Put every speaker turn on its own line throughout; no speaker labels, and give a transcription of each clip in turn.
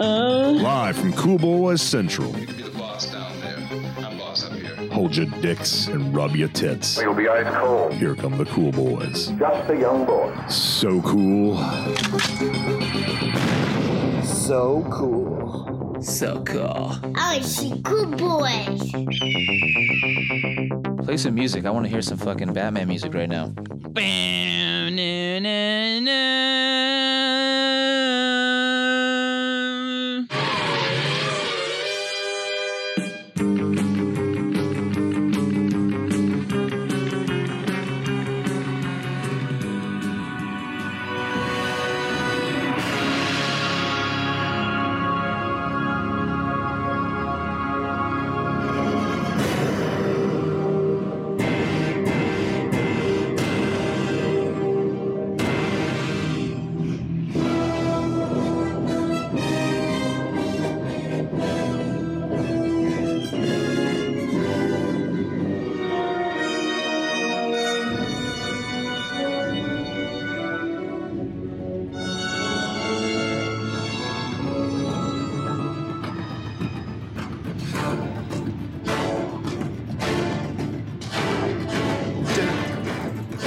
Live from Cool Boys Central.
You can be the boss down there. I'm boss up here.
Hold your dicks and rub your tits.
You'll be ice cold.
Here come the Cool Boys.
Just a young boy.
So cool.
So cool.
So cool.
Oh, she good boys.
Play some music. I want to hear some fucking Batman music right now. Bam, na, na, na.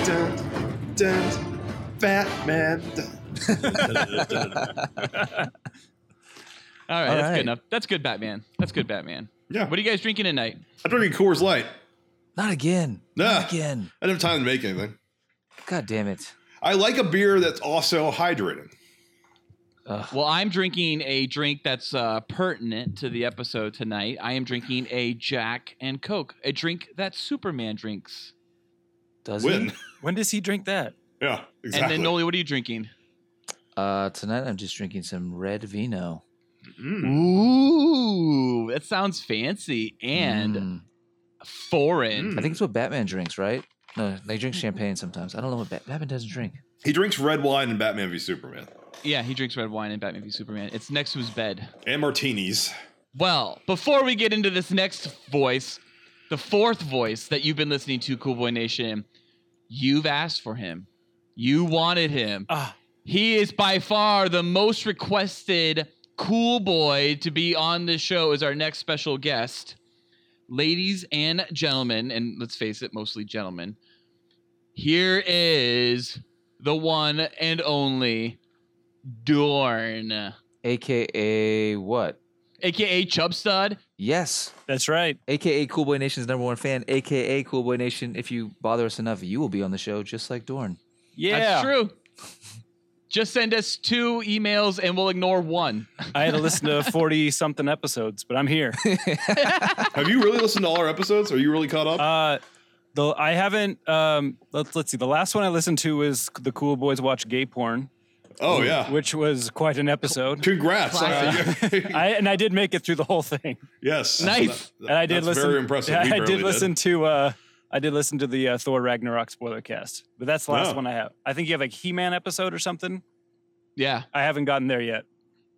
Dun, dun, Batman. Dun.
All right,
All
that's
right.
good enough. That's good, Batman. That's good, Batman.
Yeah.
What are you guys drinking tonight?
I'm drinking Coors Light.
Not again.
Nah,
Not again.
I didn't have time to make anything.
God damn it.
I like a beer that's also hydrating.
Well, I'm drinking a drink that's uh, pertinent to the episode tonight. I am drinking a Jack and Coke, a drink that Superman drinks.
Does
Win.
it?
When does he drink that?
Yeah, exactly.
And then Noli, what are you drinking?
Uh, tonight I'm just drinking some red vino.
Hmm.
Ooh, that sounds fancy and
Mm.
foreign.
Hmm.
I think it's what Batman drinks, right? No, they drink champagne sometimes. I don't know what Bat- Batman doesn't drink.
he drinks red wine in Batman v Superman
Yeah, he drinks red wine in Batman v Superman. It's next to his bed.
and martinis.
Well, before we get into this next voice, the fourth voice that you've been listening to, Cool Boy Nation, you've asked for him. You wanted him.
Ah.
He is by far the most requested cool boy to be on this show as our next special guest. Ladies and gentlemen, and let's face it, mostly gentlemen, here is the one and only Dorn,
AKA what?
aka Chubstud.
Yes.
That's right.
AKA Coolboy Nation's number one fan. AKA Coolboy Nation. If you bother us enough, you will be on the show just like Dorn.
Yeah.
That's true. Just send us two emails and we'll ignore one.
I had to listen to 40 something episodes, but I'm here.
Have you really listened to all our episodes? Are you really caught up?
Uh, the I haven't. Um, let's let's see. The last one I listened to was the Cool Boys Watch Gay Porn,
oh yeah.
which was quite an episode.
Congrats.
Classic.
Uh,
I and I did make it through the whole thing.
yes.
Nice.
That-
And I did
that's
listen.
Very impressive.
yeah,
We
I
barely
did listen to. Uh, I did listen to the uh, Thor Ragnarok spoiler cast, but that's the last
Wow.
one I have. I think you have like He-Man episode or something.
Yeah,
I haven't gotten there yet.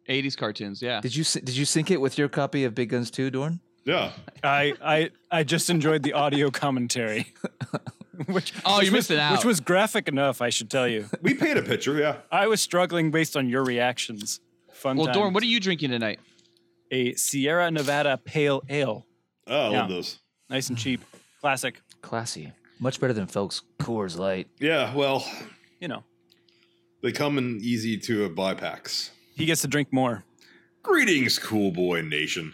80s cartoons. Yeah.
Did you sy- did you sync it with your copy of Big Guns 2, Dorn?
Yeah.
I I I just enjoyed the audio commentary. which
Oh,
which
you missed
was,
it out.
Which was graphic enough, I should tell you.
We paint a picture. Yeah.
I was struggling based on your reactions. Fun.
well,
times.
Dorn, what are you drinking tonight?
a Sierra Nevada Pale Ale,
Oh, I
Yeah.
love those.
nice and cheap, classic.
Classy. Much better than folks Coors Light.
Yeah. Well,
You know,
they come in easy to buy packs.
he gets to drink more.
Greetings, Cool Boy Nation,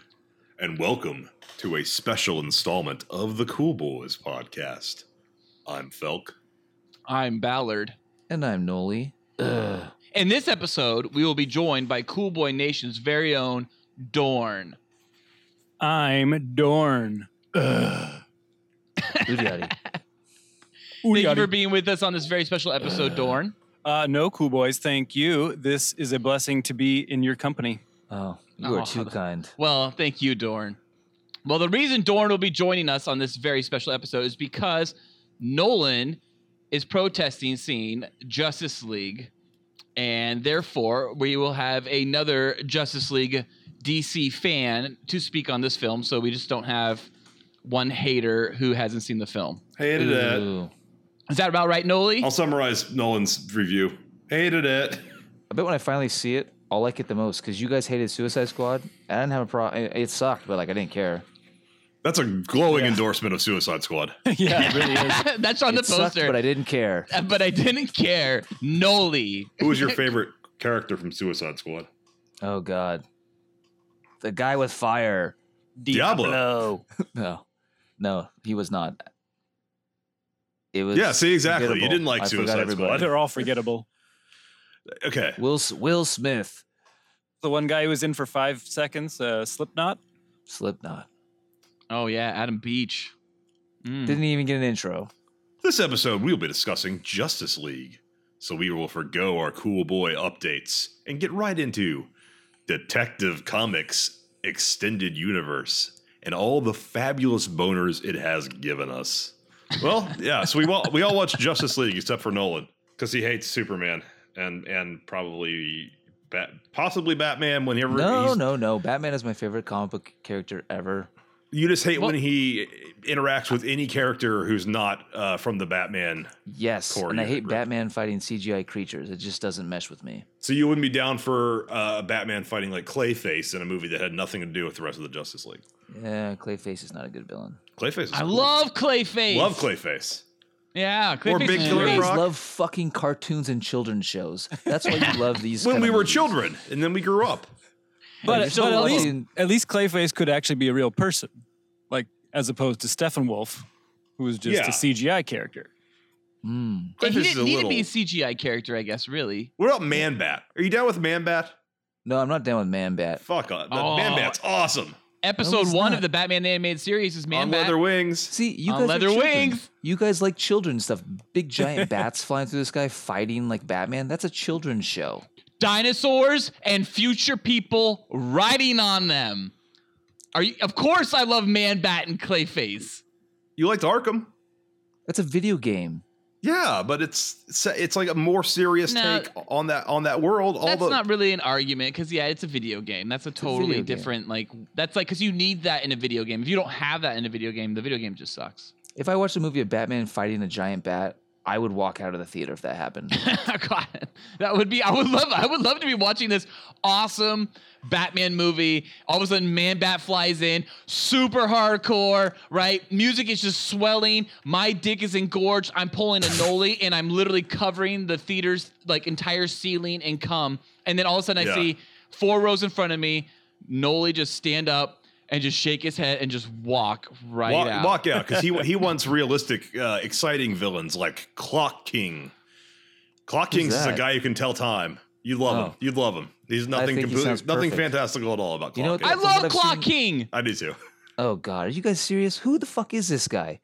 and welcome to a special installment of the Cool Boys podcast. I'm Felk.
I'm Ballard.
And I'm Noli. Ugh.
In this episode, we will be joined by Cool Boy Nation's very own Dorn.
I'm Dorn.
Booty outie.
Thank you for being with us on this very special episode, Dorn.
Uh, no, cool boys, thank you. This is a blessing to be in your company.
Oh, you are
Oh.
too kind.
Well, thank you, Dorn. Well, the reason Dorn will be joining us on this very special episode is because Nolan is protesting seeing Justice League, and therefore we will have another Justice League DC fan to speak on this film. So we just don't have one hater who hasn't seen the film.
Hated it.
Ooh.
Is that about right, Noli?
I'll summarize Nolan's review. Hated it.
I bet when I finally see it, I'll like it the most because you guys hated Suicide Squad. I didn't have a problem. It, it sucked, but like I didn't care.
That's a glowing endorsement of Suicide Squad.
yeah, it really is.
That's on
it
the
sucked,
poster.
but I didn't care.
Uh, but I didn't care. Noli.
Who was your favorite character from Suicide Squad?
Oh god, the guy with fire.
Diablo.
No, no, he was not. It was
Yeah, see, exactly. You
forgettable.
didn't like
I forgot
Suicide
everybody.
Squad.
They're all forgettable.
Okay.
Will S- Will Smith,
The one guy who was in for five seconds, uh, Slipknot.
Slipknot,
Oh yeah, Adam Beach.
Hmm.
Mm.
didn't even get an intro.
This episode, we'll be discussing Justice League. So we will forego our cool boy updates and get right into Detective Comics Extended Universe and all the fabulous boners it has given us. Well, yeah, so we all, we all watched Justice League except for Nolan because he hates Superman and and probably Bat, possibly Batman whenever
No,
he's-
no, no. Batman is my favorite comic book character ever.
you just hate
Well-
when he interacts with any character who's not uh, from the Batman
Yes,
Core
and I
unit,
hate
right.
Batman fighting CGI creatures. It just doesn't mesh with me.
So you wouldn't be down for uh, Batman fighting like Clayface in a movie that had nothing to do with the rest of the Justice League.
Yeah, Clayface is not a good villain.
Clayface, is
I
cool.
love Clayface.
love Clayface.
Yeah, Clayface.
Or Big
is
Killer
great.
You guys
Rock?
love fucking cartoons and children's shows. That's why you love these.
When
kind
we
of
were
movies.
children, and then we grew up.
But-
But,
so
but at
lucky.
least at least Clayface could actually be a real person, like as opposed to Steppenwolf, who was just
Yeah.
a CGI character.
Mm.
And
Clayface
he
is
didn't
a
need
little-
to be a CGI character, I guess. Really.
What about Man Bat? Are you down with Man Bat?
No, I'm not down with Man Bat.
Fuck, uh, the
Oh.
Man Bat's awesome.
Episode
he's
one
not.
of the Batman animated series is Man
On
Bat.
leather wings.
See, you
On
guys are
leather
children.
wings.
You guys like children stuff. Big giant bats flying through the sky, fighting like Batman. That's a children's show.
dinosaurs and future people riding on them. Are you? Of course, I love Man Bat and Clayface.
You liked Arkham?
That's a video game.
Yeah, but it's it's- it's like a more serious
No.
take on that on that world. All
that's
the
not really an argument because yeah, it's a video game. That's a
video
totally
game.
different. Like that's like because you need that in a video game. If you don't have that in a video game, the video game just sucks.
If I watched a movie of Batman fighting a giant bat, I would walk out of the theater if that happened.
God, that would be. I would love. I would love to be watching this awesome Batman movie. All of a sudden, Man Bat flies in, super hardcore. Right, music is just swelling. My dick is engorged. I'm pulling a noli, and I'm literally covering the theater's like entire ceiling and cum. And then all of a sudden, I
Yeah.
see four rows in front of me. Noli just stand up and just shake his head and just walk right
walk,
out.
walk out because he he wants realistic, uh, exciting villains like Clock King. Clock
Who's
King is a
that?
guy who can tell time. You love him.
Oh.
You'd love him. He's nothing
think he
completely,
sounds
nothing
perfect.
fantastical at all about Clock
You know what
King.
I
From what
love
I've
Clock
seen-
King.
I do too.
Oh God, are you guys serious? Who the fuck is this guy?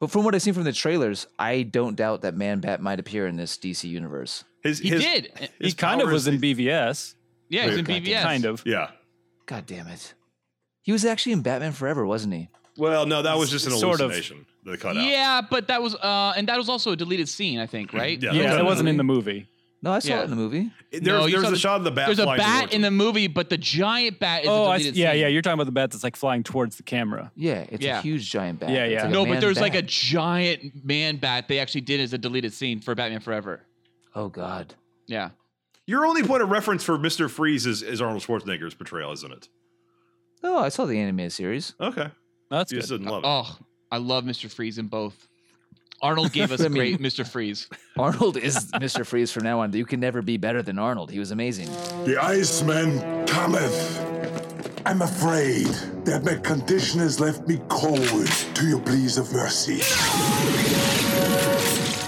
But from what I've seen from the trailers, I don't doubt that Man Bat might appear in this DC universe.
His,
He
his,
did.
his
he kind of
powers-
was in BVS,
Yeah, he's in
Goddamn.
BVS.
kind of.
Yeah.
God damn it. He was actually in Batman Forever, wasn't he?
Well, no, that was just an
Sort of.
hallucination. The cutout.
Yeah, but that was uh and that was also a deleted scene, I think, right?
Yeah.
Yeah, that wasn't in the movie.
No, I saw
Yeah.
it in the movee.
There's,
No, you
there's
saw
a
the-
shot of the bat.
There's a
flying
bat
towards
in
him.
the movie, but the giant bat is
oh,
a
I,
deleted
yeah,
scene.
yeah. You're talking about the bat that's like flying towards the camera.
Yeah, it's
Yeah.
a huge giant bat.
Yeah,
It's
yeah.
like a
No, but
man
there's like a
bat.
giant man bat they actually did as a deleted scene for Batman Forever.
Oh God.
Yeah.
Your only point of reference for Mister Freeze is, is Arnold Schwarzenegger's portrayal, isn't it?
Oh, I saw the animated series.
Okay.
That's
You just
good.
didn't love it.
Oh, I love Mr. Freeze in both. Arnold gave us
I
a
mean-
great Mr. Freeze.
Arnold is Mr. Freeze from now on. You can never be better than Arnold. He was amazing.
The Iceman cometh. I'm afraid that my condition has left me cold to your pleas of mercy.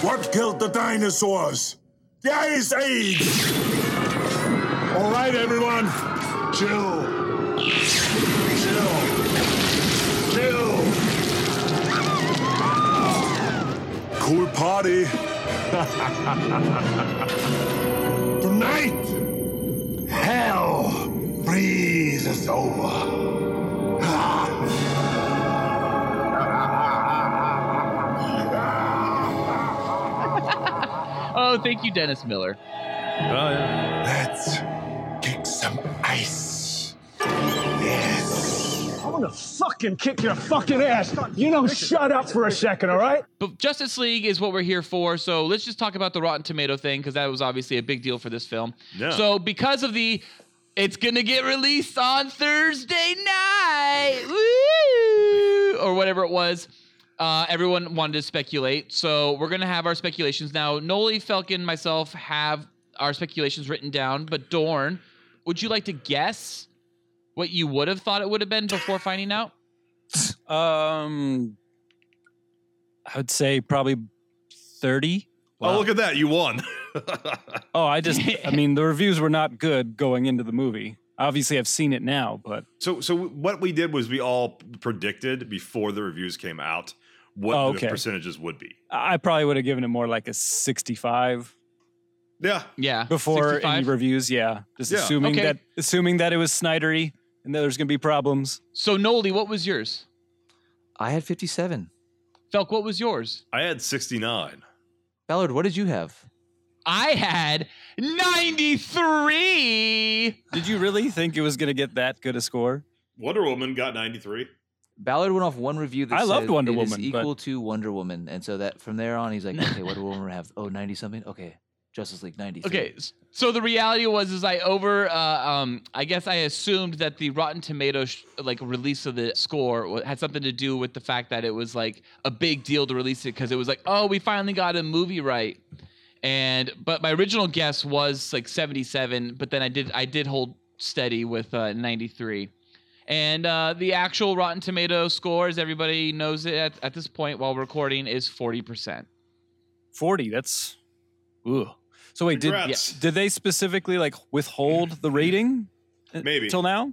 What killed the dinosaurs? The Ice Age! All right, everyone, chill. Chill. Chill. Cool party. Tonight! Hell breathes over. Ah,
Oh, thank you, Dennis Miller.
Oh,
Let's kick some ice. Yes.
gonna fucking kick your fucking ass. You know, shut up for a second, all right?
But Justice League is what we're here for. So let's just talk about the Rotten Tomato thing because that was obviously a big deal for this film.
Yeah.
So because of the, it's gonna get released on Thursday night, Woo! or whatever it was. Uh, everyone wanted to speculate, so we're gonna have our speculations now. Noli, Falcon, myself have our speculations written down, but Dorn, would you like to guess what you would have thought it would have been before finding out?
Um, I would say probably thirty.
Oh, look at that. You won.
Oh, I just, I mean, the reviews were not good going into the movie. Obviously, I've seen it now, but
So, so what we did was we all predicted before the reviews came out what
Oh,
the
okay.
percentages would be.
I I probably would have given it more like a 65
Yeah,
Yeah,
before
65?
any reviews. Yeah, just
Yeah.
assuming
Okay.
that assuming that it was Snydery and that there's gonna be problems.
So Noli, what was yours?
I had 57.
Felk, what was yours?
I had 69.
Ballard, what did you have?
I had 93.
Did you really think it was gonna get that good a score?
Wonder Woman got 93.
Ballard went off one review that
I
said
loved Wonder
it is
Woman, but-
equal to Wonder Woman, and so that from there on he's like, okay, Wonder Woman have oh 90 something, okay, Justice League ninety.
Okay, s- so the reality was is I over uh, um I guess I assumed that the Rotten Tomatoes sh- like release of the score wa- had something to do with the fact that it was like a big deal to release it cuz it was like, "Oh, we finally got a movie right." And but my original guess was like 77, but then I did I did hold steady with uh, 93. And uh, the actual Rotten Tomato score, as everybody knows it at, at this point while recording, is 40%.
40. That's ooh. So wait, did
Congrats.
did they specifically like withhold the rating? uh,
Maybe.
till now.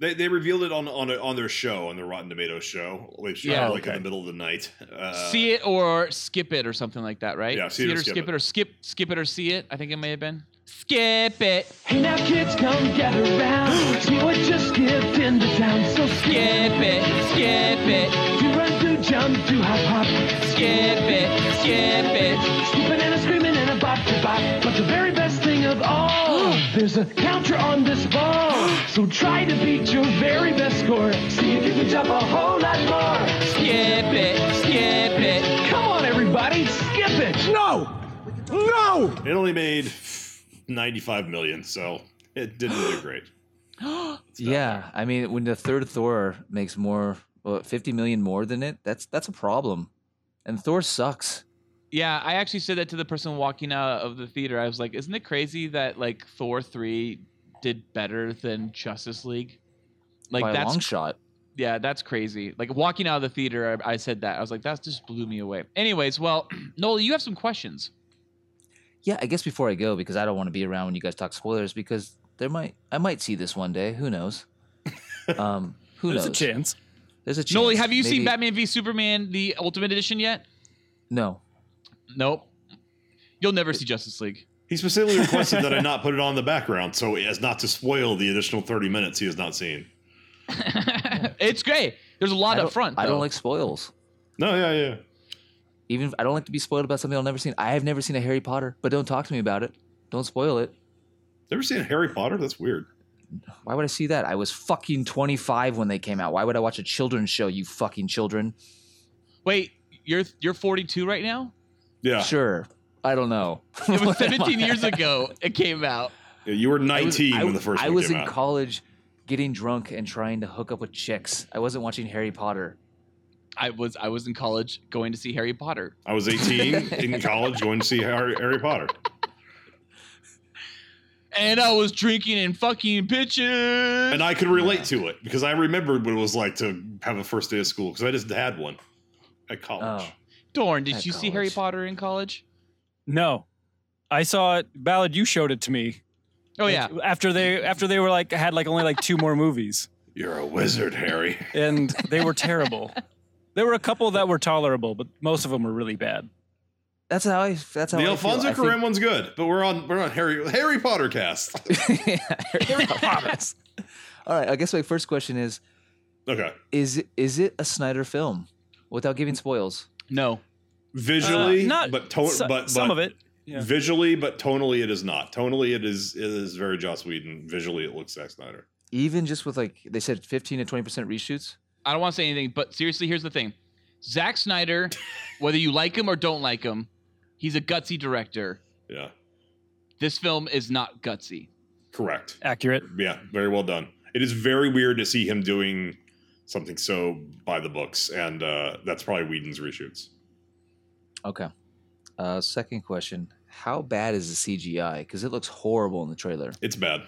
They, they revealed it on on on their show on the Rotten Tomatoes show, which
Yeah.
yeah, like
Okay.
in the middle of the night. Uh,
see it or skip it or something like that, right?
Yeah, see it or skip
skip
it.
or skip skip it or see it. I think it may have been skip it,
Hey, now kids, come gather around. See what just skipped into town. So
skip
skip,
it, skip it,
do run, do jump, do hop, hop.
skip it, skip it.
Skipping and a screaming and a bop to bop. But the very best thing of all, there's a counter on this ball. So try to beat your very best score. See if you can jump a whole lot more.
Skip it, skip it.
Come on, everybody, skip it. No! No!
It only made 95 million, so it didn't do great.
yeah. I mean, when the third Thor makes more, well, 50 million more than it, that's that's a problem, and Thor sucks.
Yeah, I actually said that to the person walking out of the theater. I was like, "Isn't it crazy that like Thor three did better than Justice League? Like
by a
that's
long shot.
yeah, that's crazy. Like walking out of the theater, I, I said that. I was like, that just blew me away. Anyways, well, Nola, you have some questions.
Yeah, I guess before I go, because I don't want to be around when you guys talk spoilers, because there might I might see this one day. Who knows? Um, who
There's a
knows?
chance.
There's a chance.
Noli, have you seen
Maybe-
Batman v Superman the Ultimate Edition yet?
No.
Nope. You'll never see Justice League.
He specifically requested that I not put it on in the background so as not to spoil the additional 30 minutes he has not seen.
it's great. There's a lot
I
up
don't-
front.
I don't
though.
like spoils.
No, yeah, yeah.
even if, I don't like to be spoiled about something I'll never seen. I have never seen a Harry Potter, but don't talk to me about it. Don't spoil it.
Never seen Harry Potter? That's weird.
Why would I see that? I was fucking 25 when they came out. Why would I watch a children's show, you fucking children?
Wait, you're you're 42 right now.
Yeah.
Sure. I don't know.
It was 17 years ago it came out.
Yeah, You were 19
I,
when the first
I
one
was
came
in
out.
college getting drunk and trying to hook up with chicks. I wasn't watching Harry Potter.
I was I was in college going to see Harry Potter.
I was 18 in college going to see Harry, Harry Potter.
And I was drinking and fucking bitches.
And I could relate to it because I remembered what it was like to have a first day of school because I just had one at college.
Oh.
Dorn, did
At
you see Harry
college.
Potter in college?
No, I saw it. Ballad, you showed it to me.
Oh yeah.
After they after they were like had like only like two more movies
You're a wizard, Harry.
and they were terrible. There were a couple that were tolerable, but most of them were really bad.
That's how I. That's how
The
I
Alfonso
feel. I
Cuarón one's good, but we're on we're on Harry Harry Potter cast.
think- Yeah, Harry Potter. All right. I guess my first question is:
okay.
Is is it a Snyder film? Without giving spoils.
No.
Visually,
Uh, not
but to-
so-
but, Oh, but
some of it. yeah.
Visually, but tonally, it is not. Tonally, it is it is very Joss Whedon. Visually, it looks Zack Snyder.
even just with like they said 15 to 20 percent reshoots.
I don't want to say anything, but seriously, here's the thing: Zack Snyder, whether you like him or don't like him, he's a gutsy director.
Yeah.
This film is not gutsy.
Correct.
Accurate.
Yeah, very well done. It is very weird to see him doing something so by the books, and uh, that's probably Whedon's reshoots.
Okay. Uh, second question: How bad is the CGI? Because it looks horrible in the trailer.
It's bad.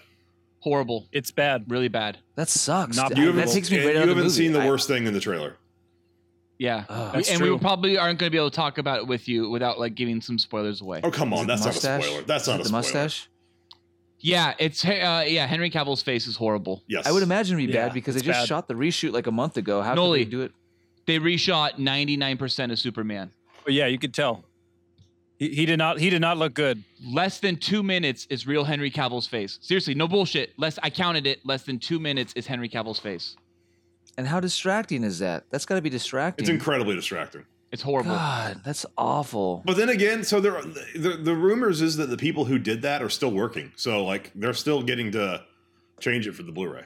Horrible,
It's bad.
really bad.
That sucks.
Not-
I-
You
that
haven't-
takes me
and
right
you
out of the
haven't
movie.
seen the
I-
worst thing in the trailer.
Yeah,
Ugh.
We-
That's
and we
true.
probably aren't going to be able to talk about it with you without like giving some spoilers away.
Oh come
Is
on,
it the
that's not a
mustache?
spoiler. That's
Is
not
it
a
the
spoiler.
mustache.
Yeah, it's uh, yeah. Henry Cavill's face is horrible.
Yes,
I would imagine it'd be
Yeah,
bad because they
it's
just
bad.
shot the reshoot like a month ago. How
Noli.
could they do it?
They reshot 99% of Superman.
But yeah, you could tell. He, he did not. He did not look good.
Less than two minutes is real Henry Cavill's face. Seriously, no bullshit. Less I counted it. Less than two minutes is Henry Cavill's face.
And how distracting is that? That's got to be distracting.
It's incredibly distracting.
It's horrible.
God, that's awful.
But then again, so there, the, the rumors is that the people who did that are still working. So like they're still getting to change it for the Blu-ray.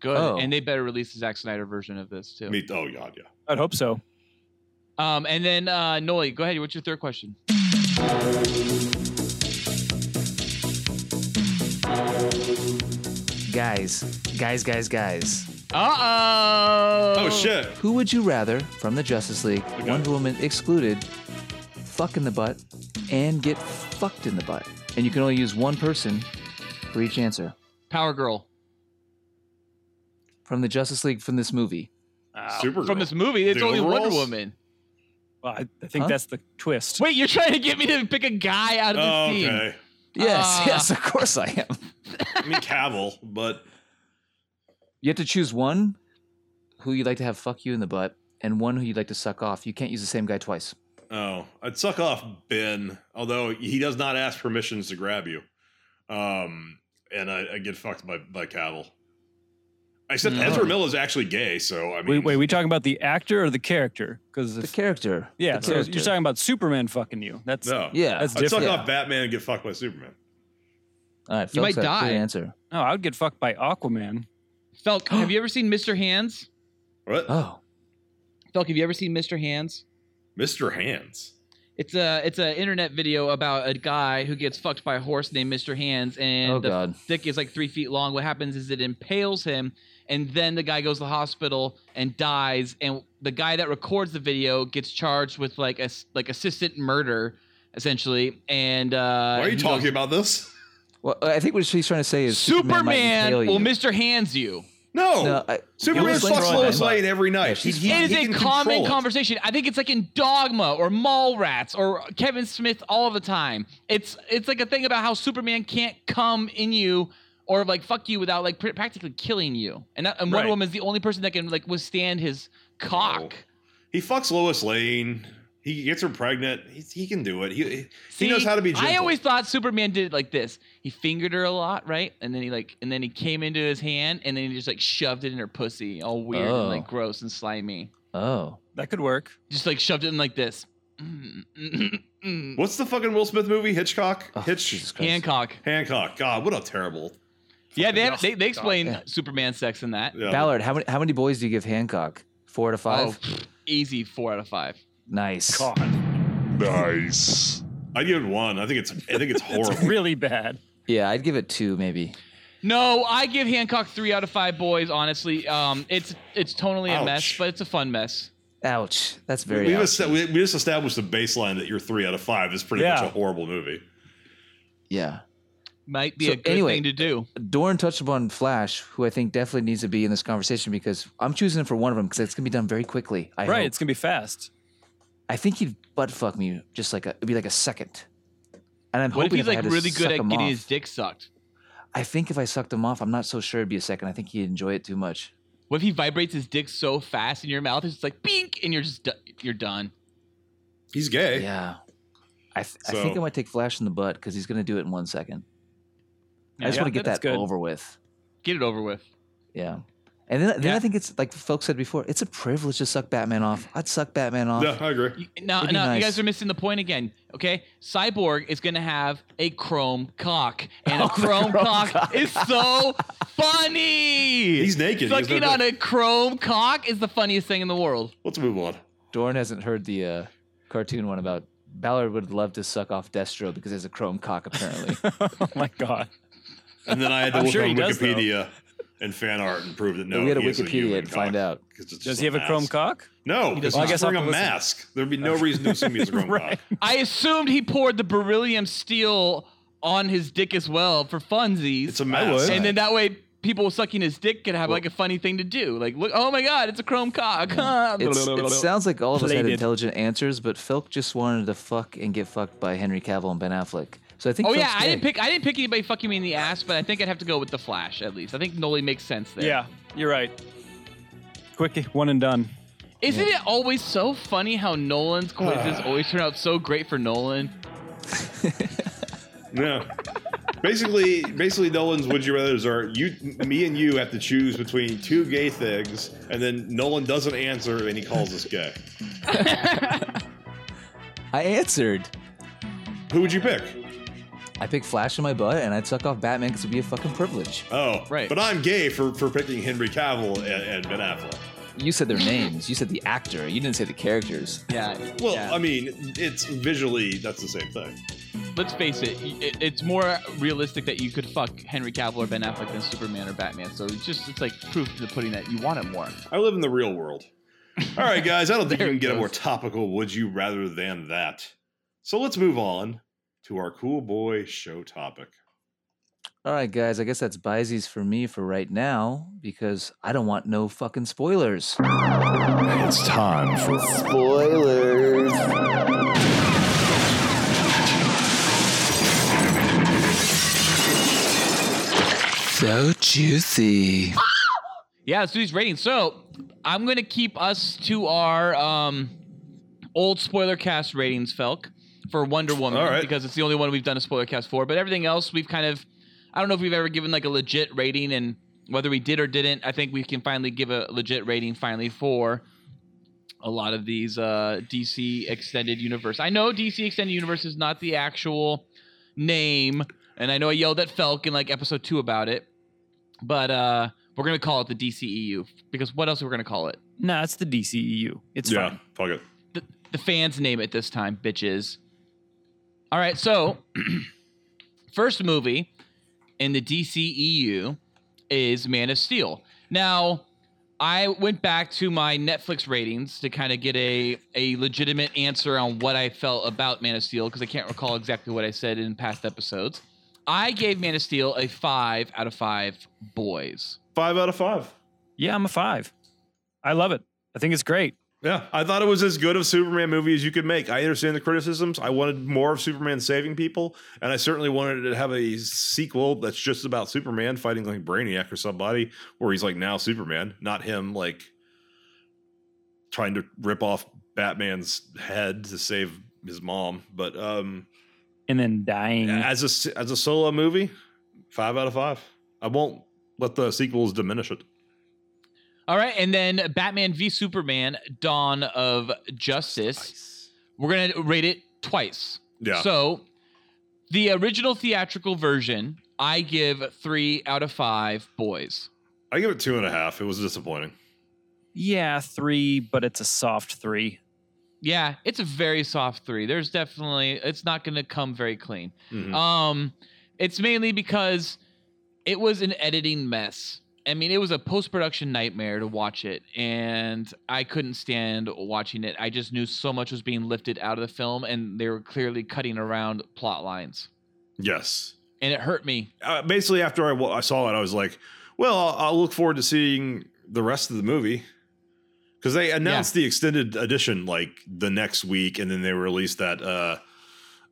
Good.
Oh.
And they better release the Zack Snyder version of this too.
Me, oh god, yeah.
I'd hope so.
Um, and then uh, Noli, go ahead. What's your third question?
Guys, guys, guys, guys.
Uh oh.
Oh shit!
Who would you rather from the Justice League, Wonder Woman excluded, fuck in the butt and get fucked in the butt? And you can only use one person for each answer
Power Girl
from the Justice League from this movie.
Supergirl.
from this movie. It's
The
only Wonder
overalls?
Woman.
Well, I, I think
Huh?
that's the twist.
Wait, you're trying to get me to pick a guy out of this
Oh,
team?
okay.
Yes,
Ah.
yes, of course I am.
I mean Cavill, but
You have to choose one who you'd like to have fuck you in the butt and one who you'd like to suck off. You can't use the same guy twice.
oh, I'd suck off Ben. Although he does not ask permissions to grab you, um, and I, I get fucked by by Cavill. Except
No.
Ezra Miller's actually gay, so I mean,
Wait, wait. We talking about the actor or the character? Because
The character.
yeah,
The
so
character.
you're talking about Superman fucking you. That's
no,
Yeah.
That's
I'd suck
different.
off Batman and get fucked by Superman.
All right,
You might
Phil's got a clear
die.
answer.
no. I would get fucked by Aquaman.
Felk, have you ever seen Mr. Hands?
What?
Oh,
Felk, have you ever seen Mr. Hands?
Mr. Hands.
It's a it's an internet video about a guy who gets fucked by a horse named Mr. Hands, and uh,
Oh,
the
God.
dick is like three feet long. What happens is it impales him, and then the guy goes to the hospital and dies. And the guy that records the video gets charged with like a s- like assistant murder, essentially. And uh,
Why are
he
you
goes,
talking about this?
well, I think what she's trying to say is Superman, might
Superman,
impale
will
you.
Mr. Hands you.
No,
No, I-
Superman
Lois Lane's
fucks
fine.
Lois Lane every
Yeah,
night.
she's
He- he-
fine.
It is
he
a
can
common
control it.
conversation. I think it's like in Dogma or Mallrats or Kevin Smith all of the time. It's it's like a thing about how Superman can't come in you or like fuck you without like pr- practically killing you. And, that, and Wonder
Right.
Woman is the only person that can like withstand his cock.
He fucks Lois Lane. He gets her pregnant. He, he can do it. He,
See,
he knows how to be. Gentle.
I always thought Superman did it like this. He fingered her a lot, right? And then he like and then he came into his hand and then he just like shoved it in her pussy, all weird
Oh.
and like gross and slimy.
Oh,
That could work.
Just like shoved it in like this. Mm, mm, mm, mm.
What's the fucking Will Smith movie? Hitchcock.
Oh,
Hitch.
Jesus Christ.
Hancock.
Hancock. God, what a terrible.
Yeah, they, have,
Ugh.
they they explain
Yeah.
Superman sex in that.
Yeah.
Ballard, how many how many boys do you give Hancock? Four out of
Oh,
five.
pfft, easy four out of five.
Nice.
God,
Nice.
I'd give it one. I think it's. I think it's horrible.
it's really bad.
Yeah, I'd give it two maybe.
No, I give Hancock three out of five boys. Honestly, um, it's it's totally a mess,
Ouch.
but it's a fun mess.
Ouch. That's very.
we,
ouch.
just, we, we just established the baseline that your three out of five is pretty
Yeah.
much a horrible movie.
yeah.
Might be
So
a good
anyway- uh,
thing to do.
Doran touched upon Flash, who I think definitely needs to be in this conversation because I'm choosing him for one of them because it's gonna be done very quickly. I
right,
hope.
it's gonna be fast.
I think he'd butt fuck me just like a, it'd be like a second. And I'm
What if
hoping
he's
I
like
had to
really good
suck
at
him
getting
off-
his dick sucked?
I think if I sucked him off, I'm not so sure it'd be a second. I think he'd enjoy it too much.
What if he vibrates his dick so fast in your mouth it's just like bink, and you're just do- you're done.
He's gay.
Yeah. I, th- I think I
Eh. So-
might take Flash in the butt because he's gonna do it in one second. I just
Yeah,
want to get
that's
that
good.
over with.
Get it over with.
Yeah. And then, then
Yeah.
I think it's like folks said before, it's a privilege to suck Batman off. I'd suck Batman off.
Yeah, I agree.
You- Now,
It'd be
now you
nice.
guys are missing the point again. Okay,
Oh,
Cyborg is gonna have a chrome cock, and a chrome, cock, is so funny.
He's naked. He has
Sucking
no-
on a chrome cock is the funniest thing in the world.
Let's move on.
Dorn hasn't heard the uh, cartoon one about Ballard would love to suck off Destro because he has a chrome cock, apparently.
oh my god.
And then I had to
I'm
look
sure
on
he does, though.
Wikipedia and fan art and prove that no,
we had a
he is
Wikipedia
human
and find
cock.
out.
'Cause it's just
Does he have a
mask.
chrome cock?
No, because
Well, I
he's
guess I'll
wearing a
have to listen.
mask. There'd be no reason to assume he has a chrome
Right.
cock.
I assumed he poured the beryllium steel on his dick as well for funsies.
It's a mask.
and then that way, people sucking his dick could have like a funny thing to do. Like, look, oh my god, it's a chrome cock.
It's, it sounds like all of us had
Plated.
intelligent answers, but Felk just wanted to fuck and get fucked by Henry Cavill and Ben Affleck. So I think.
Oh yeah,
Felk's
I didn't
gay.
pick. I didn't pick anybody fucking me in the ass, but I think I'd have to go with the Flash at least. I think Noli makes sense there.
Yeah, you're right. Quick, one and done.
Isn't it always so funny how Nolan's quizzes always turn out so great for Nolan?
No. basically, basically, Nolan's "Would You Rather's" are you, me, and you have to choose between two gay things, and then Nolan doesn't answer, and he calls us gay.
I answered.
Who would you pick?
I picked Flash in my butt, and I'd suck off Batman because it'd be a fucking privilege.
Oh,
Right.
But I'm gay for for picking Henry Cavill and, and Ben Affleck.
You said their names. You said the actor. You didn't say the characters.
Yeah.
Well, I mean, it's visually that's the same thing.
let's face it, y- it, it's more realistic that you could fuck Henry Cavill or Ben Affleck than Superman or Batman. So it's just it's like proof to the pudding that you want it more.
I live in the real world. All right, guys, I don't think you
There
can
it
get a
goes.
more topical would you rather than that. So let's move on to our cool boy show topic.
All right, guys. I guess that's Byesies for me for right now because I don't want no fucking spoilers.
It's time for
Spoilers.
So juicy.
Yeah, let's do these ratings. So I'm gonna keep us to our um, old spoiler cast ratings, Felk, for Wonder Woman
All right.
because it's the only one we've done a spoiler cast for. But everything else, we've kind of I don't know if we've ever given like a legit rating, and whether we did or didn't, I think we can finally give a legit rating finally for a lot of these uh, DC Extended Universe. I know DC Extended Universe is not the actual name, and I know I yelled at Felk in like episode two about it, but uh, we're gonna call it the DCEU because what else are we gonna call it?
Nah, it's the DCEU. It's fine.
fuck it.
The, the fans name it this time, bitches. All right, so first movie in the DCEU is Man of Steel. Now, I went back to my Netflix ratings to kind of get a, a legitimate answer on what I felt about Man of Steel because I can't recall exactly what I said in past episodes. I gave Man of Steel a five out of five boys.
Five out of five.
Yeah, I'm a five. I love it. I think it's great.
Yeah, I thought it was as good of a Superman movie as you could make. I understand the criticisms. I wanted more of Superman saving people, and I certainly wanted to have a sequel that's just about Superman fighting like Brainiac or somebody, where he's like now Superman, not him like trying to rip off Batman's head to save his mom. But um
And then dying.
as a s- as a solo movie, five out of five. I won't let the sequels diminish it.
All right, and then Batman v Superman: Dawn of Justice. We're gonna rate it twice.
Yeah.
So, the original theatrical version, I give three out of five boys.
I give it two and a half. It was disappointing.
yeah, three, but it's a soft three.
Yeah, it's a very soft three. There's definitely it's not gonna come very clean.
Mhm.
Um, it's mainly because it was an editing mess. I mean, it was a post production nightmare to watch it, and I couldn't stand watching it. I just knew so much was being lifted out of the film, and they were clearly cutting around plot lines,
yes.
and it hurt me.
uh, basically after I, wa- I saw it, I was like, well, I'll, I'll look forward to seeing the rest of the movie because they announced the extended edition like the next week, and then they released that uh,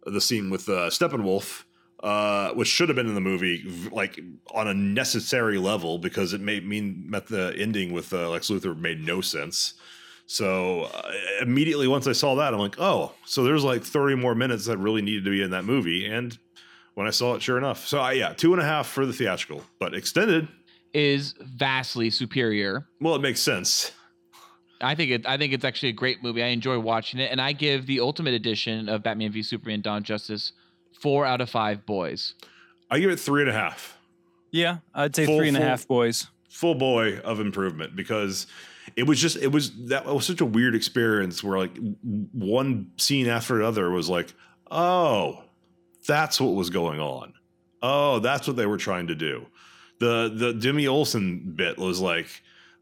the scene with uh, Steppenwolf. Uh, which should have been in the movie, v- like on a necessary level, because it may mean met the ending with uh, Lex Luthor made no sense. So uh, immediately once I saw that, I'm like, oh, so there's like 30 more minutes that really needed to be in that movie, and when I saw it, sure enough. So I, yeah, two and a half for the theatrical, but extended.
Is vastly superior.
Well, it makes sense.
I think it. I think it's actually a great movie. I enjoy watching it, and I give the Ultimate Edition of Batman v Superman: Dawn of Justice four out of five boys.
I give it three and a half.
Yeah, I'd say
Full-
three and a
full-
half boys.
full boy of improvement because it was just it was that was such a weird experience where like w- one scene after another was like oh that's what was going on oh that's what they were trying to do the the jimmy olsen bit was like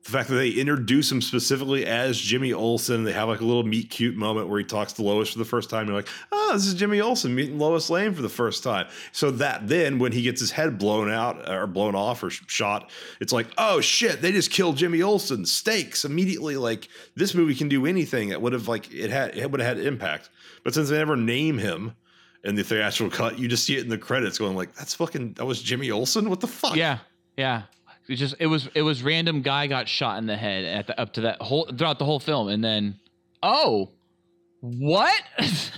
the fact that they introduce him specifically as Jimmy Olsen, they have like a little meet cute moment where he talks to Lois for the first time. You're like, oh, this is Jimmy Olsen meeting Lois Lane for the first time. So that then when he gets his head blown out uh, or blown off or sh- shot, it's like, oh shit, they just killed Jimmy Olsen. Stakes immediately. Like this movie can do anything that would have like it had it would have had impact. But since they never name him in the theatrical cut, you just see it in the credits going like, that's fucking that was Jimmy Olsen. What the fuck?
Yeah, yeah. It just it was it was random guy got shot in the head at the up to that whole throughout the whole film, and then oh, what?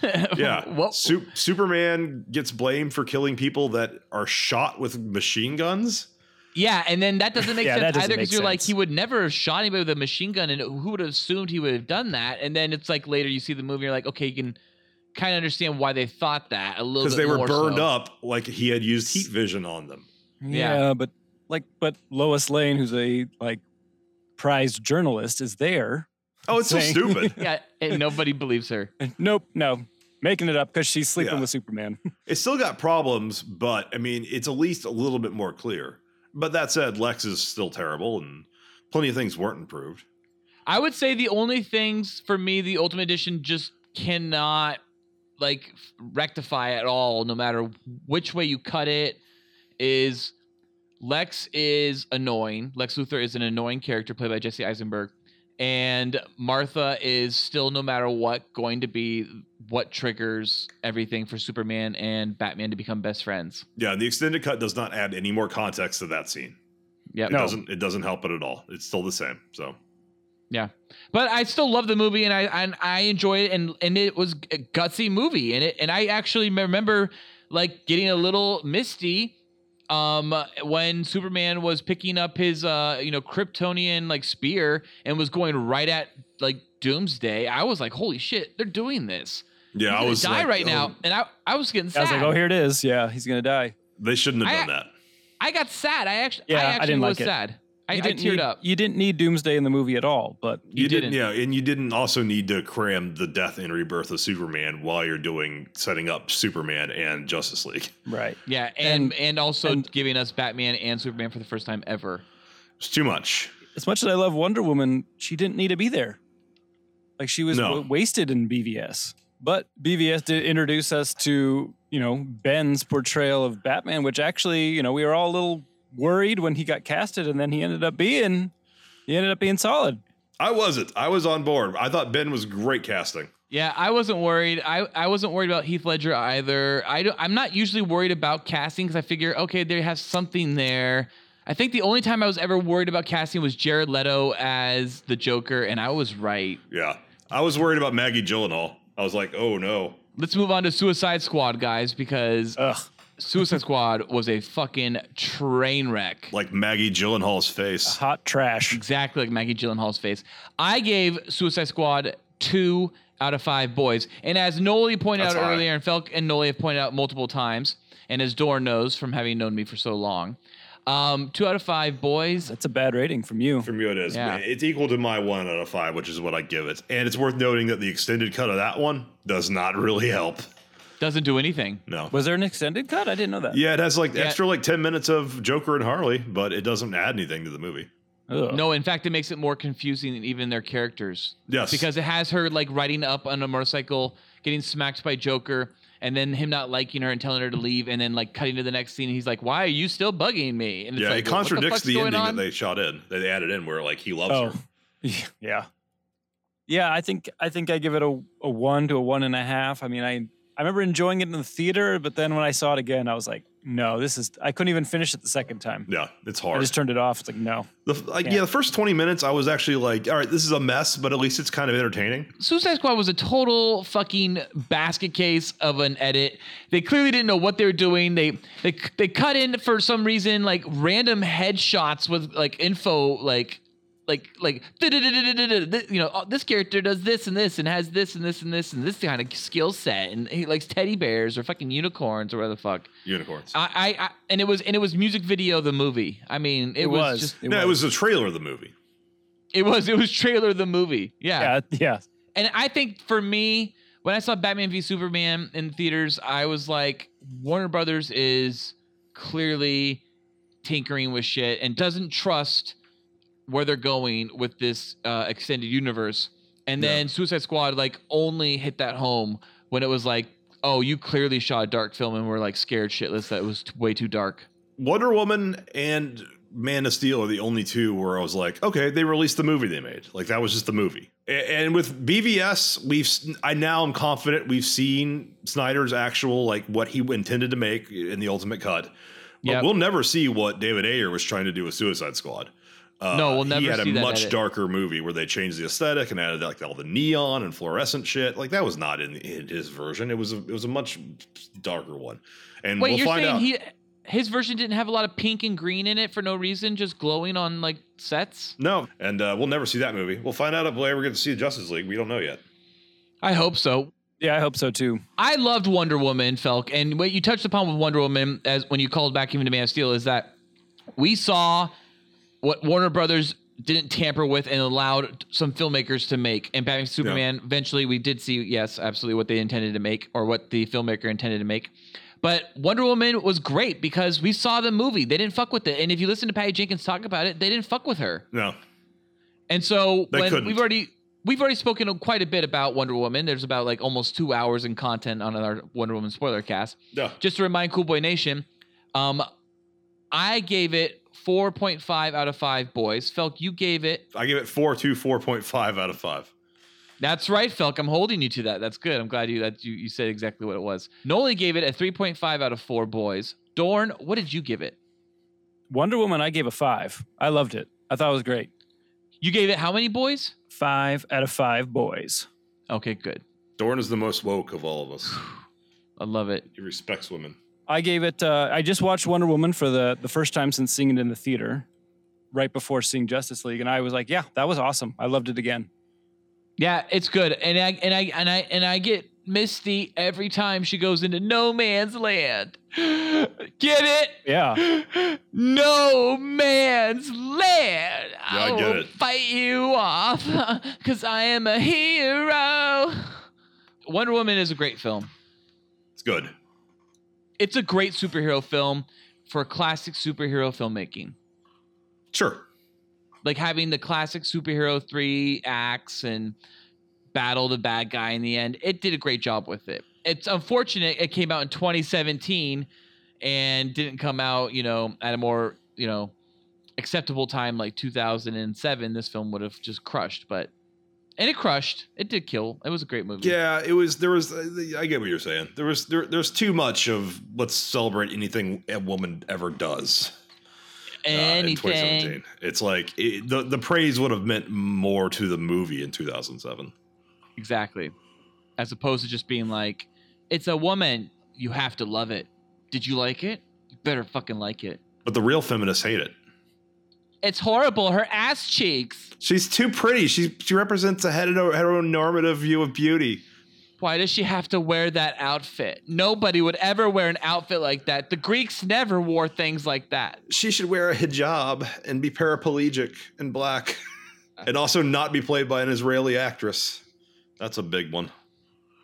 Yeah.
what?
Su- Superman gets blamed for killing people that are shot with machine guns.
Yeah, and then that doesn't make
Yeah,
sense
that doesn't
either because
make
you're like
sense.
he would never have shot anybody with a machine gun, and who would have assumed he would have done that? And then it's like later you see the movie, you're like, okay, you can kind of understand why they thought that a little because
Because they were burned up like he had used heat vision on them.
Yeah.
yeah, but like, but Lois Lane, who's a like prized journalist, is there.
Oh, it's so
Saying-
stupid.
Yeah, and nobody believes her.
Nope, no. Making it up because she's sleeping
Yeah.
with Superman.
It's still got problems, but I mean, it's at least a little bit more clear. But that said, Lex is still terrible and plenty of things weren't improved.
I would say the only things for me, the Ultimate Edition just cannot like f- rectify at all, no matter which way you cut it. Is Lex is annoying. Lex Luthor is an annoying character played by Jesse Eisenberg. And Martha is still, no matter what, going to be what triggers everything for Superman and Batman to become best friends.
Yeah, the extended cut does not add any more context to that scene.
Yep.
It doesn't it doesn't help it at all. It's still the same. So
but I still love the movie and I and I enjoy it and and it was a gutsy movie and it and I actually remember like getting a little misty um when Superman was picking up his uh you know Kryptonian like spear and was going right at like Doomsday. I was like, holy shit, they're doing this.
yeah,
He's
I
gonna
was
die
like,
right
oh,
now, and I I was getting
I
sad.
was like, oh, here it is. Yeah, he's gonna die.
They shouldn't have
I-
done that.
I got sad. I actually
Yeah,
I
I
actually
didn't
was
like it.
sad. I, I
You didn't
teared
need-
up.
You didn't need Doomsday in the movie at all, but
You, didn't,
didn't.
yeah, and you didn't also need to cram the death and rebirth of Superman while you're doing setting up Superman and Justice League.
right.
Yeah, and and,
and-
also
and-
giving us Batman and Superman for the first time ever.
It's too much.
As much as I love Wonder Woman, she didn't need to be there. Like she was
No.
w- wasted in BVS. But BVS did introduce us to, you know, Ben's portrayal of Batman, which actually, you know, we were all a little worried when he got casted and then he ended up being he ended up being solid.
I wasn't. I was on board. I thought Ben was great casting.
Yeah, I wasn't worried. I, I wasn't worried about Heath Ledger either. I don't, I'm not usually worried about casting because I figure, okay, they have something there. I think the only time I was ever worried about casting was Jared Leto as the Joker, and I was right.
Yeah, I was worried about Maggie Gyllenhaal. I was like, oh no.
Let's move on to Suicide Squad, guys, because
Ugh.
Suicide Squad was a fucking train wreck.
Like Maggie Gyllenhaal's face.
Hot trash.
exactly like Maggie Gyllenhaal's face. I gave Suicide Squad two out of five boys, and as Noli pointed
That's
out
high.
earlier, and Felk and Noli have pointed out multiple times, and as Dorn knows from having known me for so long, um, two out of five boys.
That's a bad rating from you.
From you, it is.
Yeah.
It's equal to my one out of five, which is what I give it. And it's worth noting that the extended cut of that one does not really help.
Doesn't do anything.
No.
Was there an extended cut? I didn't know that.
Yeah, it has like extra like ten minutes of Joker and Harley, but it doesn't add anything to the movie.
Ugh.
No, in fact, it makes it more confusing than even their characters.
Yes.
Because it has her like riding up on a motorcycle, getting smacked by Joker, and then him not liking her and telling her to leave, and then like cutting to the next scene. he's like, "Why are you still bugging me?" And it's
Yeah,
like,
it
"Well, what the
contradicts
fuck's
the,
going
ending
on?"
that they shot in, that they added in, where like he loves
Oh.
her.
yeah. Yeah, I think I think I give it a, a one to a one and a half. I mean, I I remember enjoying it in the theater, but then when I saw it again, I was like, no, this is I couldn't even finish it the second time.
Yeah, it's
I
hard.
just turned it off. It's like no.
the, f- like, yeah. the first twenty minutes, I was actually like, all right, this is a mess, but at least it's kind of entertaining.
Suicide Squad was a total fucking basket case of an edit. They clearly didn't know what they were doing. They they they cut in for some reason like random headshots with like info like like like "Du-du-du-du-du-du-du," you know oh, this character does this and this and has this and this and this and this kind of skill set and he likes teddy bears or fucking unicorns or whatever the fuck.
Unicorns.
I, I, I and it was and it was music video the movie. I mean, it, was, just
It
no,
was.
it was the trailer of the movie.
it was it was trailer the movie. Yeah.
Yeah, yeah.
And I think for me, when I saw Batman v Superman in theaters, I was like, Warner Brothers is clearly tinkering with shit and doesn't trust where they're going with this uh, extended universe. And then Suicide Squad like only hit that home when it was like, oh, you clearly shot a dark film and we're like scared shitless that it was t- way too dark.
Wonder Woman and Man of Steel are the only two where I was like, okay, they released the movie they made. Like that was just the movie. A- And with BVS, we've s- I now am confident we've seen Snyder's actual like what he intended to make in the ultimate cut. But
Yep.
we'll never see what David Ayer was trying to do with Suicide Squad. Uh,
No, we'll
He
never
had
see
a
that
much
edit.
darker movie where they changed the aesthetic and added like all the neon and fluorescent shit. Like that was not in, in his version. It was a, it was a much darker one. And
Wait,
Mm, we'll
you're
find
saying
out.
he his version didn't have a lot of pink and green in it for no reason, just glowing on like sets?
No, and uh, we'll never see that movie. We'll find out if we're ever going to see Justice League. We don't know yet.
I hope so.
Yeah, I hope so too.
I loved Wonder Woman, Felk, and what you touched upon with Wonder Woman as when you called back even to Man of Steel is that we saw what Warner Brothers didn't tamper with and allowed some filmmakers to make. And Batman v Superman, eventually we did see, yes, absolutely what they intended to make or what the filmmaker intended to make. But Wonder Woman was great because we saw the movie. They didn't fuck with it. And if you listen to Patty Jenkins talk about it, they didn't fuck with her.
No,
And so
They
when
couldn't.
we've already we've already spoken quite a bit about Wonder Woman. There's about like almost two hours in content on our Wonder Woman spoiler cast.
no.
Just to remind Cool Boy Nation, um, I gave it 4.5 out of five boys. Felk, you gave it.
I give it four to four point five out of five.
That's right, Felk. I'm holding you to that. That's good. I'm glad you that you, you said exactly what it was. Noli gave it a 3.5 out of four boys. Dorn, what did you give it?
Wonder Woman, I gave a five. I loved it. I thought it was great.
You gave it how many boys?
Five out of five boys.
Okay, good.
Dorn is the most woke of all of us.
I love it.
He respects women.
I gave it. Uh, I just watched Wonder Woman for the the first time since seeing it in the theater, right before seeing Justice League, and I was like, "Yeah, that was awesome. I loved it again."
Yeah, it's good, and I and I and I and I get misty every time she goes into no man's land. Get
Yeah,
it? No man's land.
I get
will
it.
Fight you off, cause I am a hero. Wonder Woman is a great film.
It's good.
It's a great superhero film for classic superhero filmmaking.
Sure.
like having the classic superhero three acts and battle the bad guy in the end. It did a great job with it. It's unfortunate it came out in 2017 and didn't come out, you know, at a more, you know, acceptable time like 2007. This film would have just crushed, but and it crushed. It did kill. It was a great movie.
Yeah, it was. There was. uh, I get what you're saying. There was. There, there's too much of let's celebrate anything a woman ever does. uh, in
Anything.
2017, it's like it, the the praise would have meant more to the movie in 2007.
exactly. As opposed to just being like, it's a woman. You have to love it. Did you like it? You better fucking like it.
But the real feminists hate it.
It's horrible. Her ass cheeks.
She's too pretty. She she represents a hetero, heteronormative view of beauty.
Why does she have to wear that outfit? Nobody would ever wear an outfit like that. The Greeks never wore things like that.
She should wear a hijab and be paraplegic and black, and also not be played by an Israeli actress. That's a big one.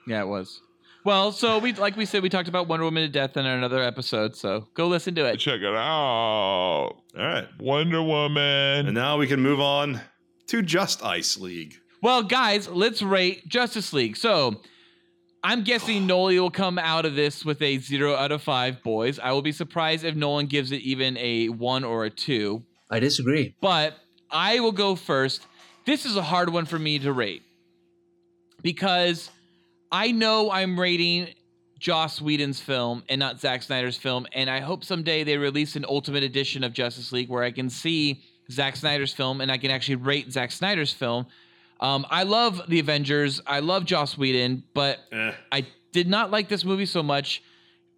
Yeah, it was. Well, so we like we said we talked about Wonder Woman to death in another episode, so go listen to it.
Check it out.
All right,
Wonder Woman.
and now we can move on to Just Ice League.
Well, guys, let's rate Justice League. So, I'm guessing Noli will come out of this with a 0 out of 5 boys. I will be surprised if Nolan gives it even a 1 or a 2.
I disagree.
but I will go first. This is a hard one for me to rate because I know I'm rating Joss Whedon's film and not Zack Snyder's film, and I hope someday they release an ultimate edition of Justice League where I can see Zack Snyder's film and I can actually rate Zack Snyder's film. Um, I love the Avengers. I love Joss Whedon, but
Eh,
I did not like this movie so much,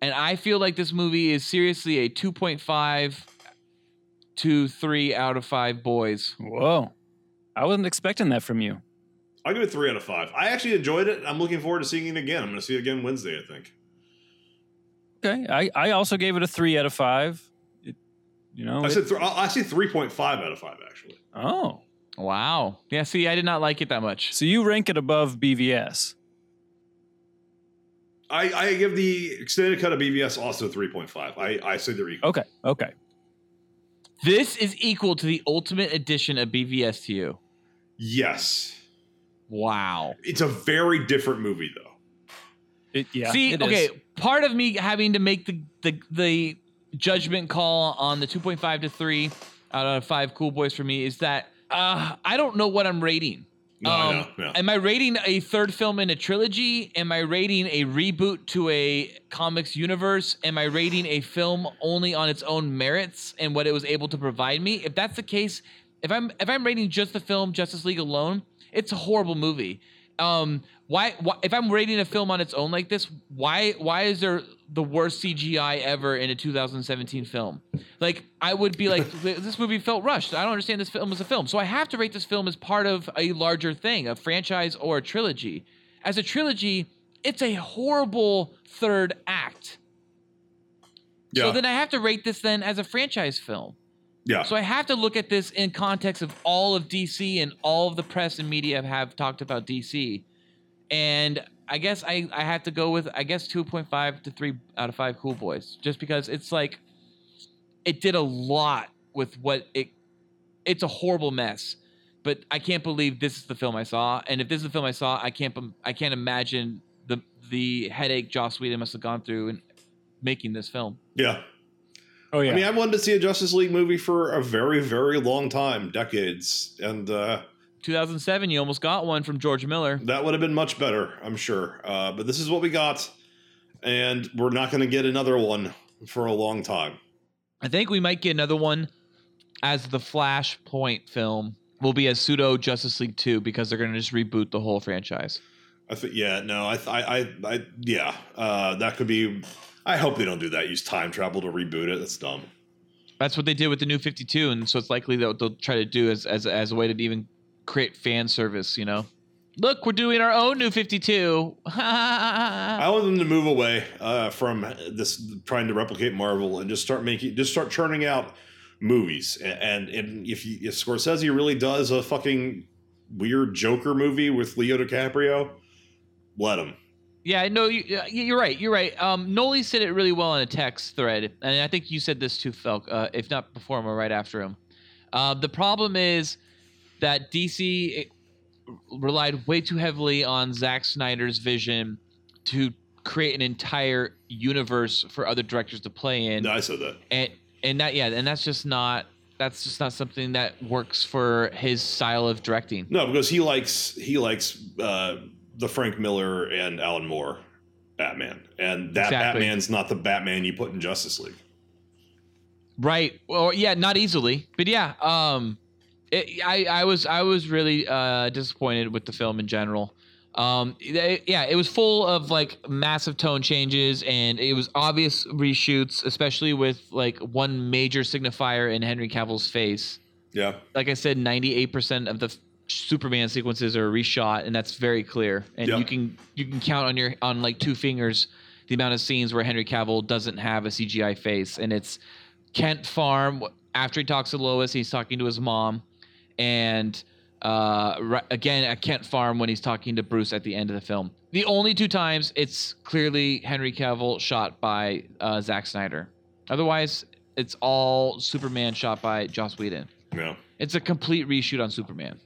and I feel like this movie is seriously a 2.5 to 3 out of 5 boys.
whoa, I wasn't expecting that from you.
I'll give it three out of five. I actually enjoyed it. I'm looking forward to seeing it again. I'm going to see it again Wednesday, I think.
Okay. I, I also gave it a three out of five. It, you know.
I
it-
said th- I see three point five out of five actually.
oh.
Wow. Yeah. See, I did not like it that much.
So you rank it above BVS.
I, I give the extended cut of BVS also three point five. I I say they're equal.
Okay. Okay.
This is equal to the ultimate edition of BVS to you.
Yes,
Wow.
it's a very different movie though.
It, yeah.
See,
it is.
okay, part of me having to make the the, the judgment call on the 2.5 to 3 out of 5 cool boys for me is that uh, I don't know what I'm rating. Um,
No, I know, yeah.
Am I rating a third film in a trilogy? Am I rating a reboot to a comics universe? Am I rating a film only on its own merits and what it was able to provide me? If that's the case, if I'm if I'm rating just the film Justice League alone, it's a horrible movie. Um, why, why if I'm rating a film on its own like this, why why is there the worst CGI ever in a 2017 film? Like I would be like, this movie felt rushed. I don't understand this film as a film, so I have to rate this film as part of a larger thing, a franchise or a trilogy. As a trilogy, it's a horrible third act. So then I have to rate this then as a franchise film.
yeah.
So I have to look at this in context of all of DC and all of the press and media have talked about DC. And I guess I, I have to go with I guess 2.5 to 3 out of 5 cool boys just because it's like it did a lot with what it it's a horrible mess. But I can't believe this is the film I saw and if this is the film I saw I can't bem- I can't imagine the the headache Joss Whedon must have gone through in making this film.
yeah.
Oh yeah.
I mean, I wanted to see a Justice League movie for a very, very long time, decades, and uh,
2007 you almost got one from George Miller.
that would have been much better, I'm sure. Uh, but this is what we got, and we're not going to get another one for a long time.
I think we might get another one as the Flashpoint film will be as pseudo Justice League 2 because they're going to just reboot the whole franchise.
I think, yeah, no, I, th- I, I, I yeah, uh, that could be. I hope they don't do that. Use time travel to reboot it. That's dumb.
That's what they did with the new 52 and so it's likely that they'll try to do as as as a way to even create fan service, you know. Look, we're doing our own new 52.
I want them to move away uh, from this trying to replicate Marvel and just start making, just start churning out movies. A- And and if you, if Scorsese really does a fucking weird Joker movie with Leo DiCaprio, let him.
Yeah, no, you, yeah, you're right. You're right. Um, Noli said it really well in a text thread, and I think you said this too, Felk, uh, if not before him or right after him. Uh, the problem is that DC it relied way too heavily on Zack Snyder's vision to create an entire universe for other directors to play in
No, I said that.
and and that yeah and that's just not that's just not something that works for his style of directing
No, because he likes he likes uh, the Frank Miller and Alan Moore Batman, and that
Exactly.
Batman's not the Batman you put in Justice League.
Right. Well, yeah, not easily, but yeah. Um, it, I I was I was really uh, disappointed with the film in general. Um, they, yeah, it was full of like massive tone changes, and it was obvious reshoots, especially with like one major signifier in Henry Cavill's face.
Yeah,
Like I said, ninety eight percent of the f- Superman sequences are reshot, and that's very clear. And
Yeah.
you can you can count on your on like two fingers the amount of scenes where Henry Cavill doesn't have a CGI face, and it's Kent Farm after he talks to Lois, he's talking to his mom, and uh, ri- again at Kent Farm when he's talking to Bruce at the end of the film. The only two times it's clearly Henry Cavill shot by uh, Zack Snyder. Otherwise, it's all Superman shot by Joss Whedon.
yeah.
It's a complete reshoot on Superman.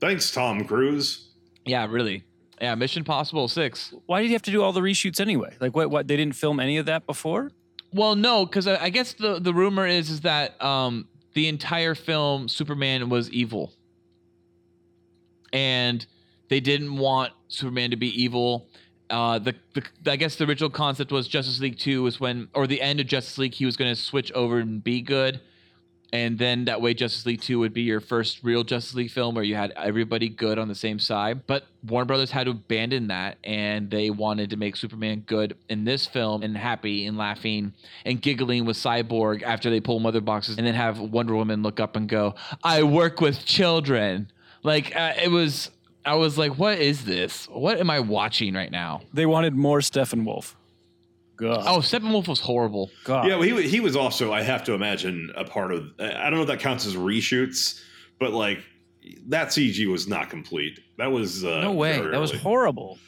Thanks, Tom Cruise.
Yeah, really. Yeah, Mission Possible six.
Why did you have to do all the reshoots anyway? Like what? What they didn't film any of that before?
Well, no, because I, I guess the the rumor is is that um, the entire film Superman was evil, and they didn't want Superman to be evil. Uh, the, the I guess the original concept was Justice League Two was when, or the end of Justice League, he was going to switch over and be good, and then that way Justice League 2 would be your first real Justice League film where you had everybody good on the same side. But Warner Brothers had to abandon that and they wanted to make Superman good in this film and happy and laughing and giggling with Cyborg after they pull mother boxes and then have Wonder Woman look up and go, "I work with children." Like uh, it was I was like, "What is this? What am I watching right now?"
They wanted more Stephen Wolf. God.
Oh, Steppenwolf was horrible.
God.
Yeah, well, he wa- he was also, I have to imagine, a part of. I don't know if that counts as reshoots, but like that CG was not complete. That was uh,
no way.
very
That was
early.
horrible.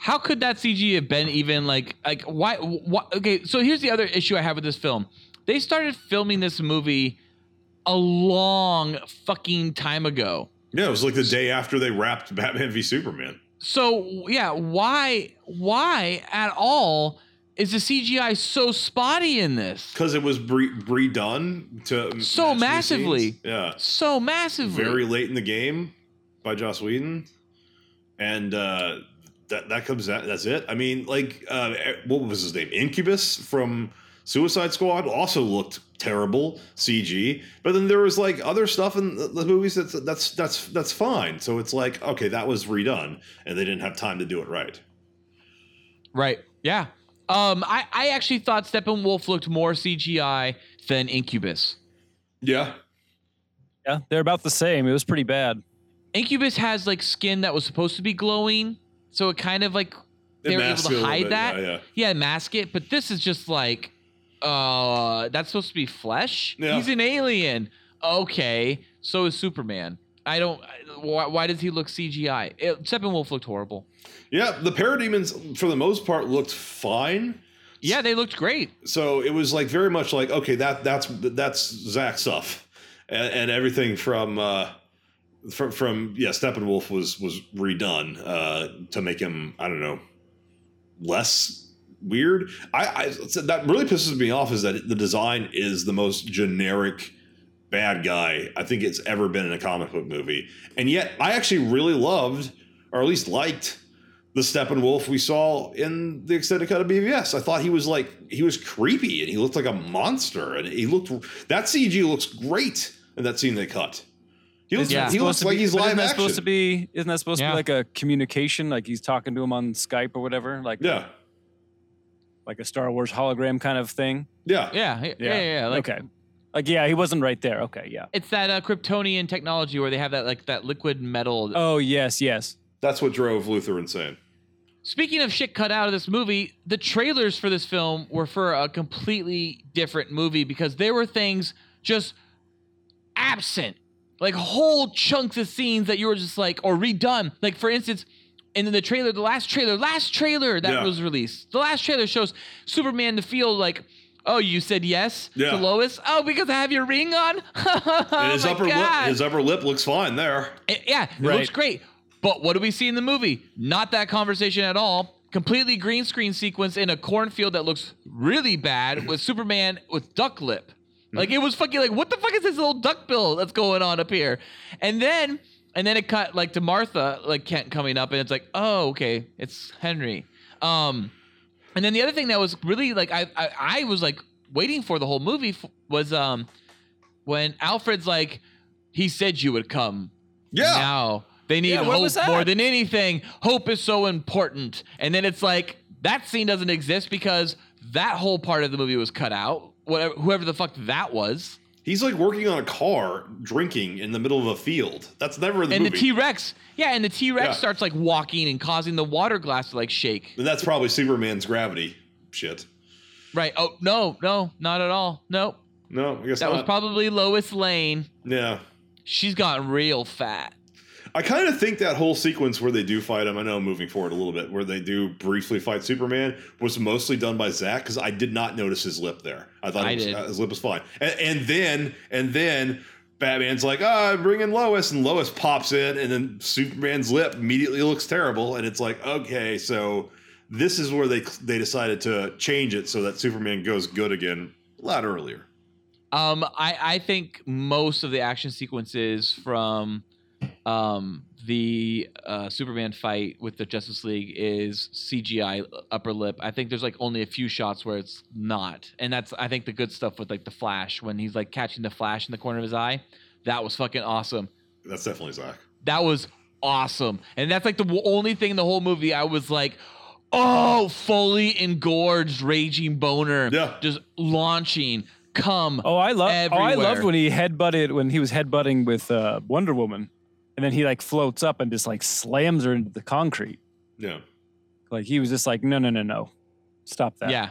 How could that CG have been even like like why, why? Okay, so here's the other issue I have with this film. They started filming this movie a long fucking time ago.
Yeah, it was like the day after they wrapped Batman v Superman.
So yeah, why why at all is the CGI so spotty in this?
because it was bre- redone to
So
match the
massively.
scenes. yeah,
So massively.
very late in the game by Joss Whedon, and uh, that that comes out, that's it. I mean, like uh, what was his name? Incubus from Suicide Squad also looked terrible CG, but then there was like other stuff in the, the movies that's that's that's that's fine. So it's like okay, that was redone, and they didn't have time to do it right.
Right. Yeah. Um, I, I actually thought Steppenwolf looked more CGI than Incubus.
Yeah,
Yeah, they're about the same. It was pretty bad.
Incubus has like skin that was supposed to be glowing, so it kind of like
It
they were able
masked it a
to
little
hide
bit,
that.
yeah, yeah.
mask it. But this is just like, uh, that's supposed to be flesh.
Yeah.
He's an alien. Okay, so is Superman. I don't. Why, why does he look CGI? It, Steppenwolf looked horrible.
yeah. The parademons, for the most part, looked fine.
Yeah, they looked great.
so it was like very much like okay that that's that's Zach stuff and, and everything from uh from from yeah Steppenwolf was was redone uh to make him I don't know less weird I, I so that really pisses me off is that the design is the most generic bad guy I think it's ever been in a comic book movie and yet I actually really loved or at least liked the Steppenwolf we saw in the extended cut of BVS. I thought he was like he was creepy and he looked like a monster and he looked that CG looks great in that scene they cut. He looks,
Yeah.
he looks
Supposed to
like
be-
he's
but
live
isn't that
action.
supposed to be? Isn't that supposed
Yeah.
to be like a communication? Like he's talking to him on Skype or whatever. Like
yeah,
like a Star Wars hologram kind of thing.
yeah,
Yeah, yeah, yeah. yeah, Like
okay. Like yeah, he wasn't right there. Okay. Yeah.
it's that uh, Kryptonian technology where they have that like that liquid metal.
Oh yes, yes.
That's what drove Luther insane.
Speaking of shit cut out of this movie, the trailers for this film were for a completely different movie because there were things just absent. Like whole chunks of scenes that you were just like, or redone. Like, for instance, and then the trailer, the last trailer, last trailer that
Yeah.
was released, the last trailer shows Superman in the field, like, oh, you said yes
Yeah.
to Lois? Oh, because I have your ring on? oh
and his
my
upper
God.
lip, his upper lip looks fine there.
It- Eh, yeah, it looks
Right.
great. But what do we see in the movie? Not that conversation at all. Completely green screen sequence in a cornfield that looks really bad with Superman with duck lip. Like it was fucking like what the fuck is this little duck bill that's going on up here? And then and then it cut like to Martha like Kent coming up and it's like oh okay it's Henry. Um, and then the other thing that was really like I I, I was like waiting for the whole movie f- was um when Alfred's like he said you would come
Yeah,
now they need
Yeah, what
hope
was
more
that?
than anything. Hope is so important. And then it's like that scene doesn't exist because that whole part of the movie was cut out. Whatever, whoever the fuck that was.
he's like working on a car, drinking in the middle of a field. That's never in the
and
movie.
the T Rex, yeah, and the T Rex
Yeah.
starts like walking and causing the water glass to like shake.
and that's probably Superman's gravity shit.
Right? Oh no, no, not at all. No,
No, I guess
that was
not.
probably Lois Lane.
yeah.
She's gotten real fat.
I kind of think that whole sequence where they do fight him, I know I'm moving forward a little bit, where they do briefly fight Superman, was mostly done by Zach because I did not notice his lip there. I thought
I
it was,
did.
uh, his lip was fine. And, and then, and then Batman's like, ah, bring in Lois, and Lois pops in, and then Superman's lip immediately looks terrible, and it's like, okay, so this is where they they decided to change it so that Superman goes good again a lot earlier.
Um, I I think most of the action sequences from um, the uh, Superman fight with the Justice League is CGI upper lip. I think there's like only a few shots where it's not, and that's I think the good stuff with like the Flash when he's like catching the Flash in the corner of his eye. That was fucking awesome.
That's definitely Zach.
That was awesome, and that's like the w- only thing in the whole movie I was like. Oh, fully engorged, raging boner,
Yeah.
just launching, come.
Oh, I love. Oh, I
Everywhere.
loved when he headbutted when he was headbutting with uh, Wonder Woman, and then he like floats up and just like slams her into the concrete.
Yeah.
Like he was just like, no, no, no, no, stop that.
Yeah,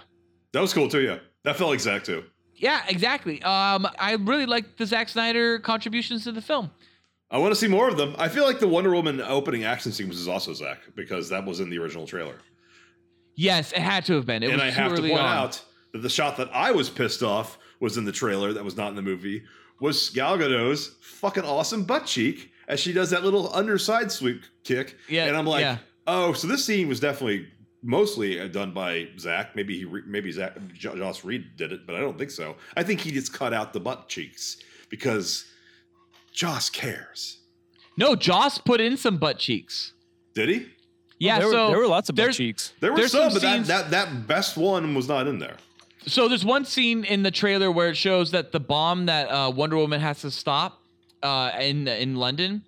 That was cool too, yeah. That felt like Zach too.
yeah, exactly. Um, I really like the Zack Snyder contributions to the film.
I want to see more of them. I feel like the Wonder Woman opening action sequence is also Zach because that was in the original trailer.
Yes, it had to have been. It
and
was
I
too
have to
early
point
on.
out that the shot that I was pissed off was in the trailer that was not in the movie was Gal Gadot's fucking awesome butt cheek as she does that little underside sweep kick.
Yeah,
and I'm like,
yeah.
oh, so this scene was definitely mostly uh, done by Zach. Maybe he, re- maybe Zach J- Joss Reed did it, but I don't think so. I think he just cut out the butt cheeks because Joss cares.
No, Joss put in some butt cheeks.
Did he?
Yeah,
there,
so
were, there were lots of butt
there's-
cheeks.
There were
There's
some,
some
but
scenes-
that, that that best one was not in there.
So there's one scene in the trailer where it shows that the bomb that uh, Wonder Woman has to stop uh, in in London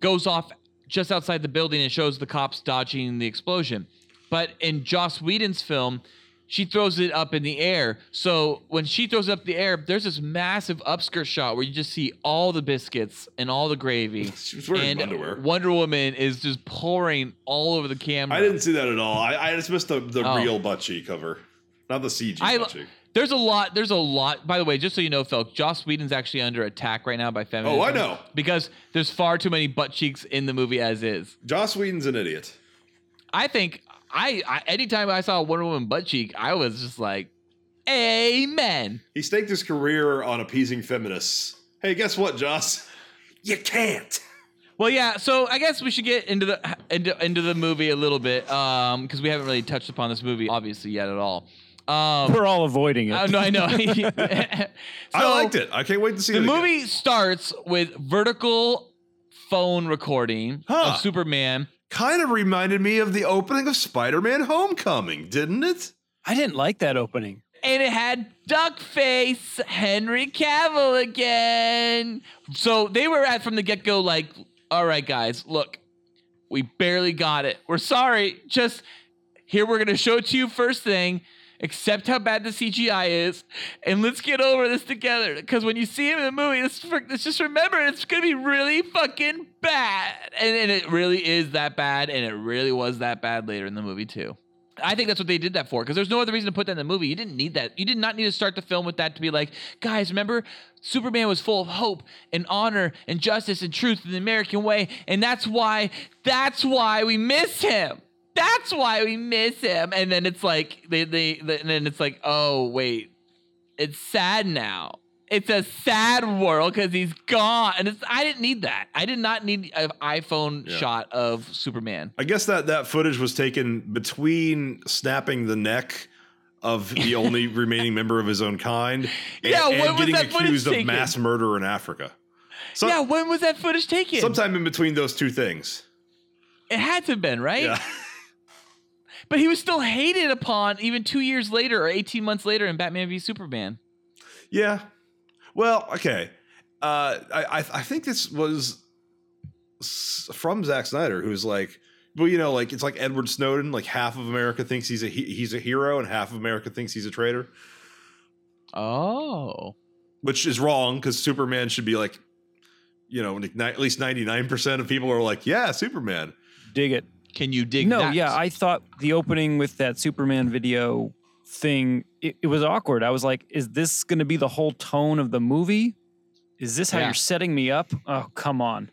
goes off just outside the building and shows the cops dodging the explosion. But in Joss Whedon's film, she throws it up in the air. So when she throws it up in the air, there's this massive upskirt shot where you just see all the biscuits and all the gravy.
She was wearing
and
underwear.
Wonder Woman is just pouring all over the camera.
I didn't see that at all. I, I just missed the, the
Oh.
real butt cheek cover, not the CG
I-
butt cheek.
There's a lot. There's a lot. By the way, just so you know, Felk, Joss Whedon's actually under attack right now by feminism.
Oh, I know.
Because there's far too many butt cheeks in the movie as is.
Joss Whedon's an idiot.
I think I, I anytime I saw a Wonder Woman butt cheek, I was just like, Amen.
He staked his career on appeasing feminists. Hey, guess what, Joss? You can't.
Well, yeah. So I guess we should get into the into into the movie a little bit, um, because we haven't really touched upon this movie obviously yet at all. Um,
We're all avoiding it.
I know, I know.
I liked it. I can't wait to see
The
it again.
movie starts with vertical phone recording
Huh.
of Superman.
Kind of reminded me of the opening of Spider-Man: Homecoming, didn't it?
I didn't like that opening.
And it had Duckface Henry Cavill again. So they were at from the get go, like, all right, guys, look, we barely got it. We're sorry. Just here, we're going to show it to you first thing, accept how bad the CGI is, and let's get over this together. Because when you see him in the movie, let's, for- let's just remember it's going to be really fucking bad. And, and it really is that bad. And it really was that bad later in the movie, too. I think that's what they did that for because there's no other reason to put that in the movie. You didn't need that. You did not need to start the film with that to be like, guys, remember, Superman was full of hope and honor and justice and truth in the American way. And that's why, that's why we miss him. That's why we miss him. And then it's like, they, they, they and then it's like, oh, wait, it's sad now. It's a sad world because he's gone. And it's, I didn't need that. I did not need an iPhone
Yeah.
shot of Superman.
I guess that that footage was taken between snapping the neck of the only remaining member of his own kind and,
Yeah, when
and
was
getting
that footage
accused of
taken?
mass murder in Africa. So,
yeah, when was that footage taken?
sometime in between those two things.
It had to have been, right?
Yeah.
But he was still hated upon even two years later or 18 months later in Batman v Superman.
Yeah. Well, okay. Uh, I I, I think this was s- from Zack Snyder, who's like, well, you know, like it's like Edward Snowden. Like half of America thinks he's a he, he's a hero, and half of America thinks he's a traitor,
Oh.
which is wrong because Superman should be like, you know, like, ni- at least ninety nine percent of people are like, yeah, Superman.
Dig it.
Can you dig
no,
that?
yeah, I thought the opening with that Superman video thing it, it was awkward. I was like, is this going to be the whole tone of the movie? Is this how
Yeah.
you're setting me up? Oh, come on.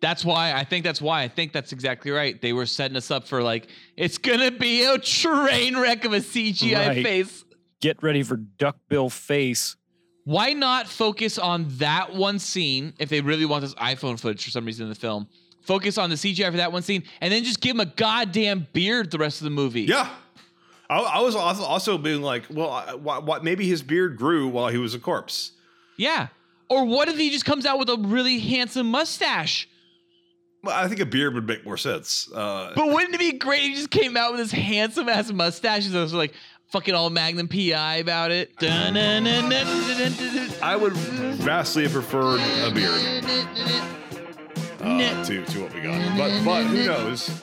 that's why I think that's why I think that's exactly right. They were setting us up for like it's gonna be a train wreck of a CGI
Right.
face.
Get ready for duckbill face.
Why not focus on that one scene if they really want this iPhone footage for some reason in the film? Focus on the CGI for that one scene and then just give him a goddamn beard the rest of the movie.
Yeah. I, I was also also being like, well, I, why, why, maybe his beard grew while he was a corpse.
Yeah. Or what if he just comes out with a really handsome mustache?
Well, I think a beard would make more sense. Uh,
But wouldn't it be great if he just came out with his handsome ass mustache and was like fucking all Magnum PI about it?
I would vastly have preferred a beard uh, to to what we got. But but who knows?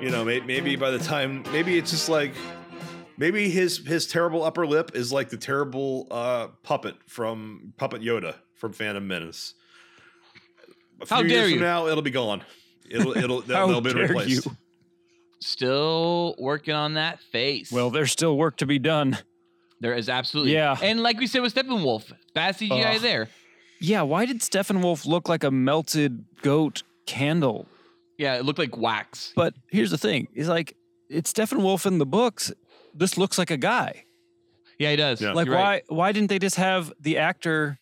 You know, may, maybe by the time, maybe it's just like, maybe his his terrible upper lip is like the terrible uh, puppet from Puppet Yoda from Phantom Menace. A few
How dare
years
you.
from now, it'll be gone. It'll it'll
How
they'll, they'll be
dare
replaced.
you.
Still working on that face.
Well, there's still work to be done.
there is absolutely.
Yeah.
And like we said with Steppenwolf, bad CGI
Ugh.
there.
Yeah, why did Steppenwolf look like a melted goat candle?
Yeah, it looked like wax.
But here's the thing: is like it's Steppenwolf in the books. This looks like a guy.
Yeah, he does.
Yeah.
Like
You're right.
why? Why didn't they just have the actor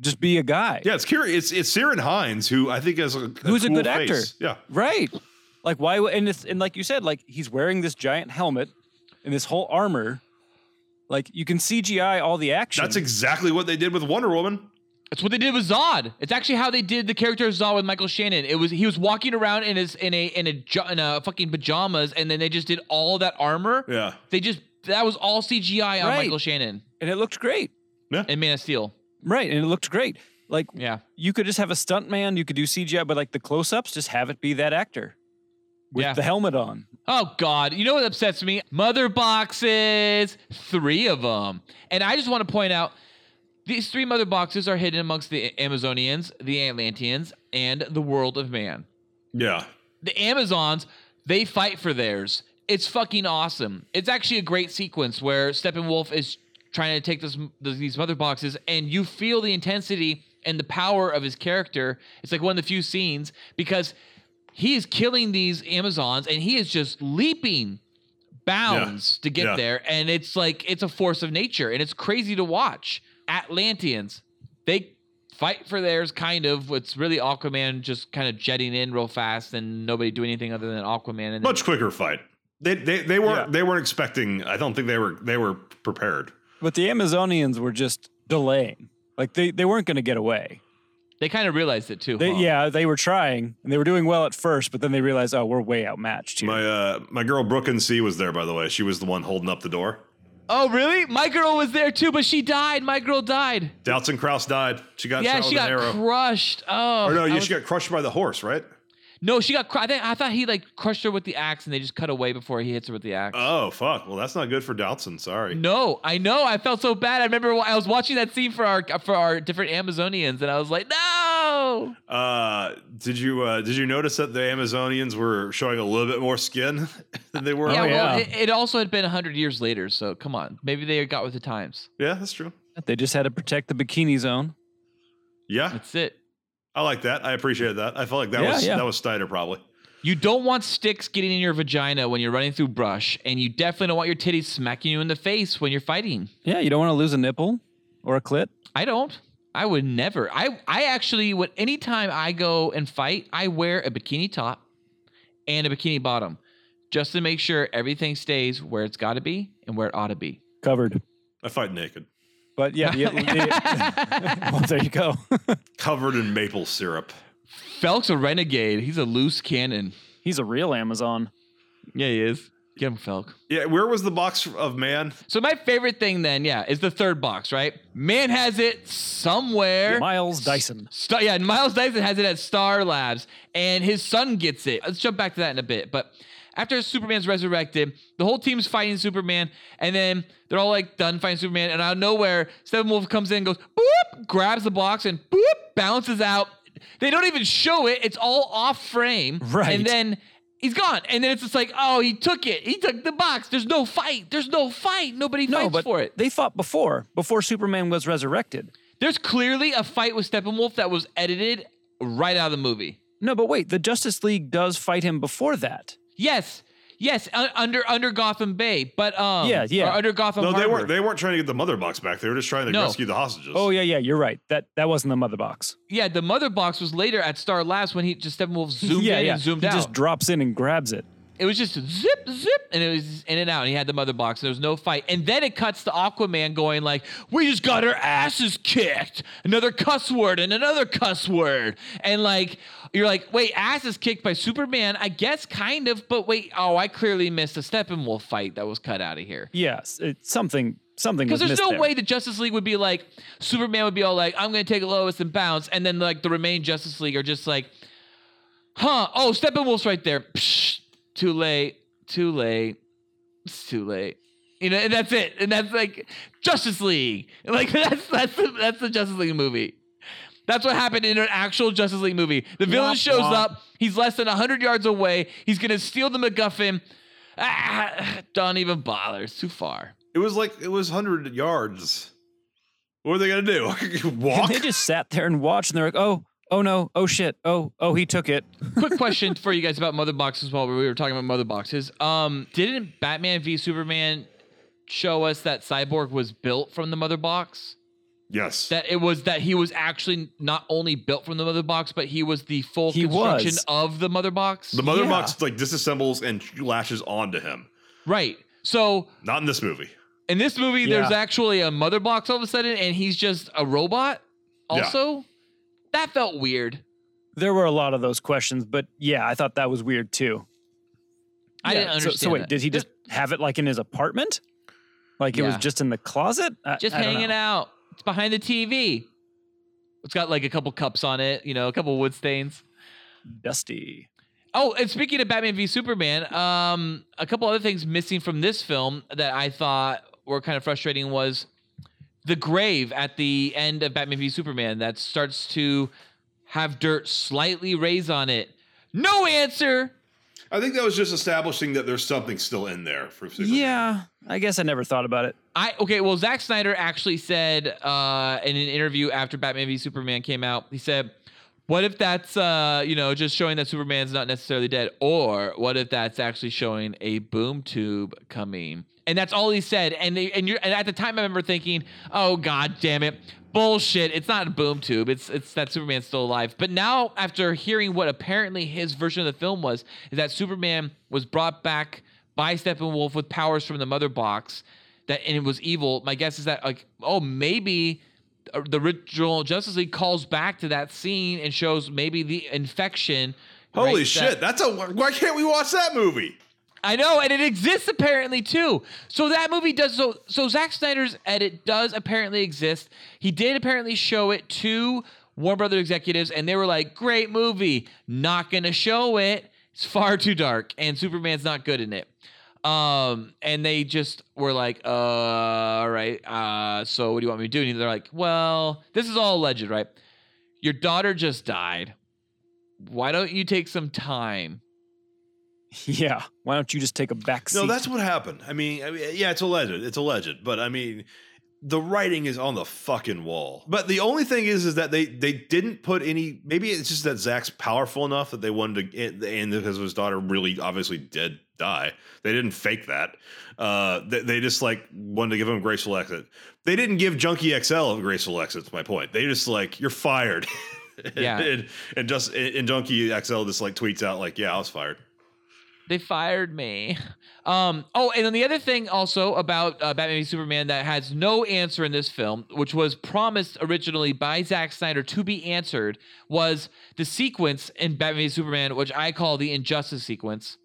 just be a guy?
Yeah, it's curious. It's it's Siren Hines who I think has a, a
Who's a
cool
good actor.
face. Yeah,
Right. Like why? w- And it's and like you said, like he's wearing this giant helmet and this whole armor. Like you can CGI all the action.
that's exactly what they did with Wonder Woman.
That's what they did with Zod. It's actually how they did the character of Zod with Michael Shannon. It was he was walking around in his in a in a jo- in a fucking pajamas, and then they just did all that armor.
Yeah,
They just that was all CGI on
Right.
Michael Shannon
and it looked great.
and Man of Steel.
Right, and it looked great. Like
Yeah,
you could just have a stunt man, you could do CGI, but like the close-ups, just have it be that actor with
yeah.
the helmet on.
Oh God! You know what upsets me? Mother boxes, three of them, and I just want to point out these three mother boxes are hidden amongst the Amazonians, the Atlanteans, and the world of man.
yeah.
The Amazons they fight for theirs. It's fucking awesome. It's actually a great sequence where Steppenwolf is trying to take this, these mother boxes, and you feel the intensity and the power of his character. It's like one of the few scenes because he is killing these Amazons and he is just leaping bounds to get
Yeah.
there. And it's like it's a force of nature and it's crazy to watch. Atlanteans, they fight for theirs kind of. It's really Aquaman just kind of jetting in real fast and nobody doing anything other than Aquaman. And
much quicker fight. They they, they weren't
Yeah.
they weren't expecting. I don't think they were they were prepared.
But the Amazonians were just delaying. Like they, they weren't going to get away.
they kind of realized it too.
They,
huh?
Yeah, they were trying and they were doing well at first, but then they realized, oh, we're way outmatched here.
My uh my girl Brooke and C was there by the way. She was the one holding up the door.
Oh, really? My girl was there too, but she died. My girl died.
Dowson Kraus died. She got
yeah,
shot
she
with
got
an arrow.
crushed. Oh,
or no,
I
yeah,
was-
she got crushed by the horse, right?
no, she got. Cr- I, think, I thought he like crushed her with the axe, and they just cut away before he hits her with the axe.
Uh.
Oh fuck. Well, that's not good for Dowson. Sorry.
No, I know. I felt so bad. I remember when I was watching that scene for our for our different Amazonians, and I was like,
Oh,
no.
Uh, did you uh did you notice that the Amazonians were showing a little bit more skin than they were?
yeah, well,
yeah.
it, it also had been hundred years later, so come on, maybe they got with the times.
Yeah, that's true.
They just had to protect the bikini zone.
Yeah,
That's it.
I like that. I appreciate that. I felt like that
Yeah,
was
yeah.
that was Snyder probably.
You don't want sticks getting in your vagina when you're running through brush, and you definitely don't want your titties smacking you in the face when you're fighting.
Yeah, you don't want to lose a nipple or a clit.
I don't. I would never. I I actually would anytime I go and fight, I wear a bikini top and a bikini bottom just to make sure everything stays where it's got to be and where it ought to be.
Covered.
I fight naked,
But yeah, the, the- well, there you go.
covered in maple syrup.
Felk's a renegade. He's a loose cannon.
He's a real Amazon.
Yeah, he is. Get him, Felk.
Yeah, where was the box of man?
So my favorite thing then, yeah, is the third box, right? Man has it somewhere.
Miles Dyson.
Star, yeah, and Miles Dyson has it at Star Labs, and his son gets it. Let's jump back to that in a bit. But after Superman's resurrected, the whole team's fighting Superman, and then they're all like done fighting Superman, and out of nowhere, Steppenwolf comes in and goes, boop, grabs the box, and boop, bounces out. They don't even show it, it's all off frame.
Right.
And then he's gone. And then it's just like, oh, he took it. He took the box. There's no fight. There's no fight. Nobody
No,
fights
but
for it.
they fought before, before Superman was resurrected.
There's clearly a fight with Steppenwolf that was edited right out of the movie.
No, but wait, the Justice League does fight him before that.
Yes, yes, un- under under Gotham Bay, but um,
Yeah, yeah.
or under Gotham.
No, they
Harbor.
weren't. They weren't trying to get the mother box back. They were just trying to
No.
rescue the hostages.
Oh yeah, yeah, you're right. That that wasn't the mother box.
yeah, the mother box was later at Star Labs when he just Steppenwolf zoomed
yeah,
in
yeah.
and zoomed
he
out.
just drops in and grabs it.
It was just zip, zip, and it was in and out. And he had the mother box. There was no fight. And then it cuts to Aquaman going like, "We just got our asses kicked." Another cuss word and another cuss word, and like you're like, "Wait, ass is kicked by Superman?" I guess kind of, but wait, oh, I clearly missed a Steppenwolf fight that was cut out of here.
Yes, it's something something
Because
was
there's
missed
no
there.
way the Justice League would be like Superman would be all like, "I'm gonna take Lois and bounce," and then like the remaining Justice League are just like, "Huh? Oh, Steppenwolf's right there. Psh, too late. Too late. It's too late." You know, and that's it. And that's like Justice League. Like that's that's the, that's the Justice League movie. That's what happened in an actual Justice League movie. The villain shows up. He's less than 100 yards away. He's going to steal the MacGuffin. Ah, don't even bother. It's too far.
It was like it was hundred yards. What are they gonna do? Walk?
They just sat there and watched, and they're like, "Oh, oh no, oh shit, oh, oh, he took it."
quick question for you guys about mother boxes while we were talking about mother boxes. Um, didn't Batman v Superman show us that Cyborg was built from the mother box?
yes.
That it was that he was actually not only built from the mother box, but he was the full
He
construction
was.
of the mother box.
the mother
yeah.
box like disassembles and lashes onto him.
right. So
Not in this movie.
in this movie, there's
Yeah.
actually a mother box all of a sudden, and he's just a robot.
Yeah.
Also, that felt weird.
There were a lot of those questions, but yeah, I thought that was weird too.
I
Yeah,
didn't
so-
understand.
So, wait,
that.
did he just have it like in his apartment? Like it was
Yeah.
just in the closet? I-
just
I don't
hanging
know.
out. It's behind the TV. It's got like a couple cups on it, you know, a couple wood stains.
dusty.
Oh, and speaking of Batman v Superman, um, a couple other things missing from this film that I thought were kind of frustrating was the grave at the end of Batman v Superman that starts to have dirt slightly raise on it. No answer.
I think that was just establishing that there's something still in there for Superman.
Yeah, I guess I never thought about it.
I okay. Well, Zack Snyder actually said uh, in an interview after Batman v Superman came out, he said, "What if that's uh, you know just showing that Superman's not necessarily dead, or what if that's actually showing a boom tube coming?" And that's all he said. And they, and you and at the time, I remember thinking, "Oh God, damn it." Bullshit! It's not a boom tube. It's it's that Superman's still alive. But now, after hearing what apparently his version of the film was, is that Superman was brought back by Steppenwolf with powers from the Mother Box, that and it was evil. My guess is that like oh maybe uh, the original Justice League calls back to that scene and shows maybe the infection.
Holy
right,
shit!
that-
That's a why can't we watch that movie?
I know, and it exists apparently too. So that movie does so. So Zack Snyder's edit does apparently exist. He did apparently show it to Warner Brother executives, and they were like, "Great movie, not gonna show it. It's far too dark, and Superman's not good in it." Um, and they just were like, uh, all right, uh, so what do you want me to do? And they're like, well, this is all alleged, right? Your daughter just died. Why don't you take some time?
Yeah, why don't you just take a back seat?
No, that's what happened. I mean, I mean, yeah, it's a legend. It's a legend, but I mean, the writing is on the fucking wall. But the only thing is, is that they they didn't put any. Maybe it's just that Zach's powerful enough that they wanted to, and- and because his daughter really obviously did die, they didn't fake that. Uh, they, they just like wanted to give him a graceful exit. They didn't give Junkie XL a graceful exit. That's my point. They just like you're fired.
Yeah.
and, and just and Junkie XL just like tweets out like, yeah, I was fired.
they fired me. Um, oh, and then the other thing also about uh, Batman v Superman that has no answer in this film, which was promised originally by Zack Snyder to be answered, was the sequence in Batman v Superman, which I call the Injustice sequence,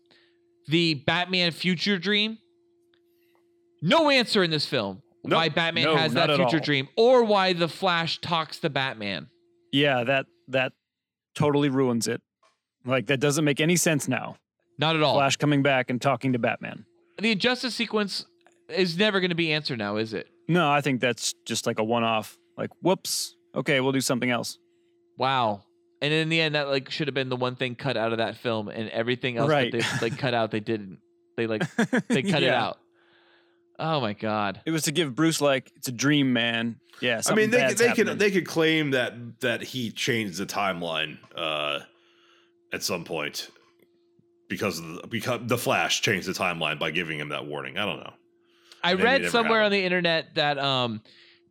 the Batman future dream. No answer in this film
No,
why Batman
no,
has
not
that
at
future
all.
dream or why the Flash talks to Batman.
yeah, that that totally ruins it. Like that doesn't make any sense now.
Not at all.
Flash coming back and talking to Batman.
The Injustice sequence is never going to be answered now, is it?
No, I think that's just like a one-off. Like, whoops. Okay, we'll do something else.
Wow. And in the end, that like should have been the one thing cut out of that film, and everything else
Right.
that they like cut out, they didn't. They like they cut it
Yeah.
out. Oh my god.
It was to give Bruce like it's a dream, man. Yeah,
I mean,
something
they could-
bad's
they could
happening.
they could claim that that he changed the timeline uh, at some point because of the, because the Flash changed the timeline by giving him that warning. I don't know.
I
Maybe it
read
never
somewhere on
happened.
the internet that um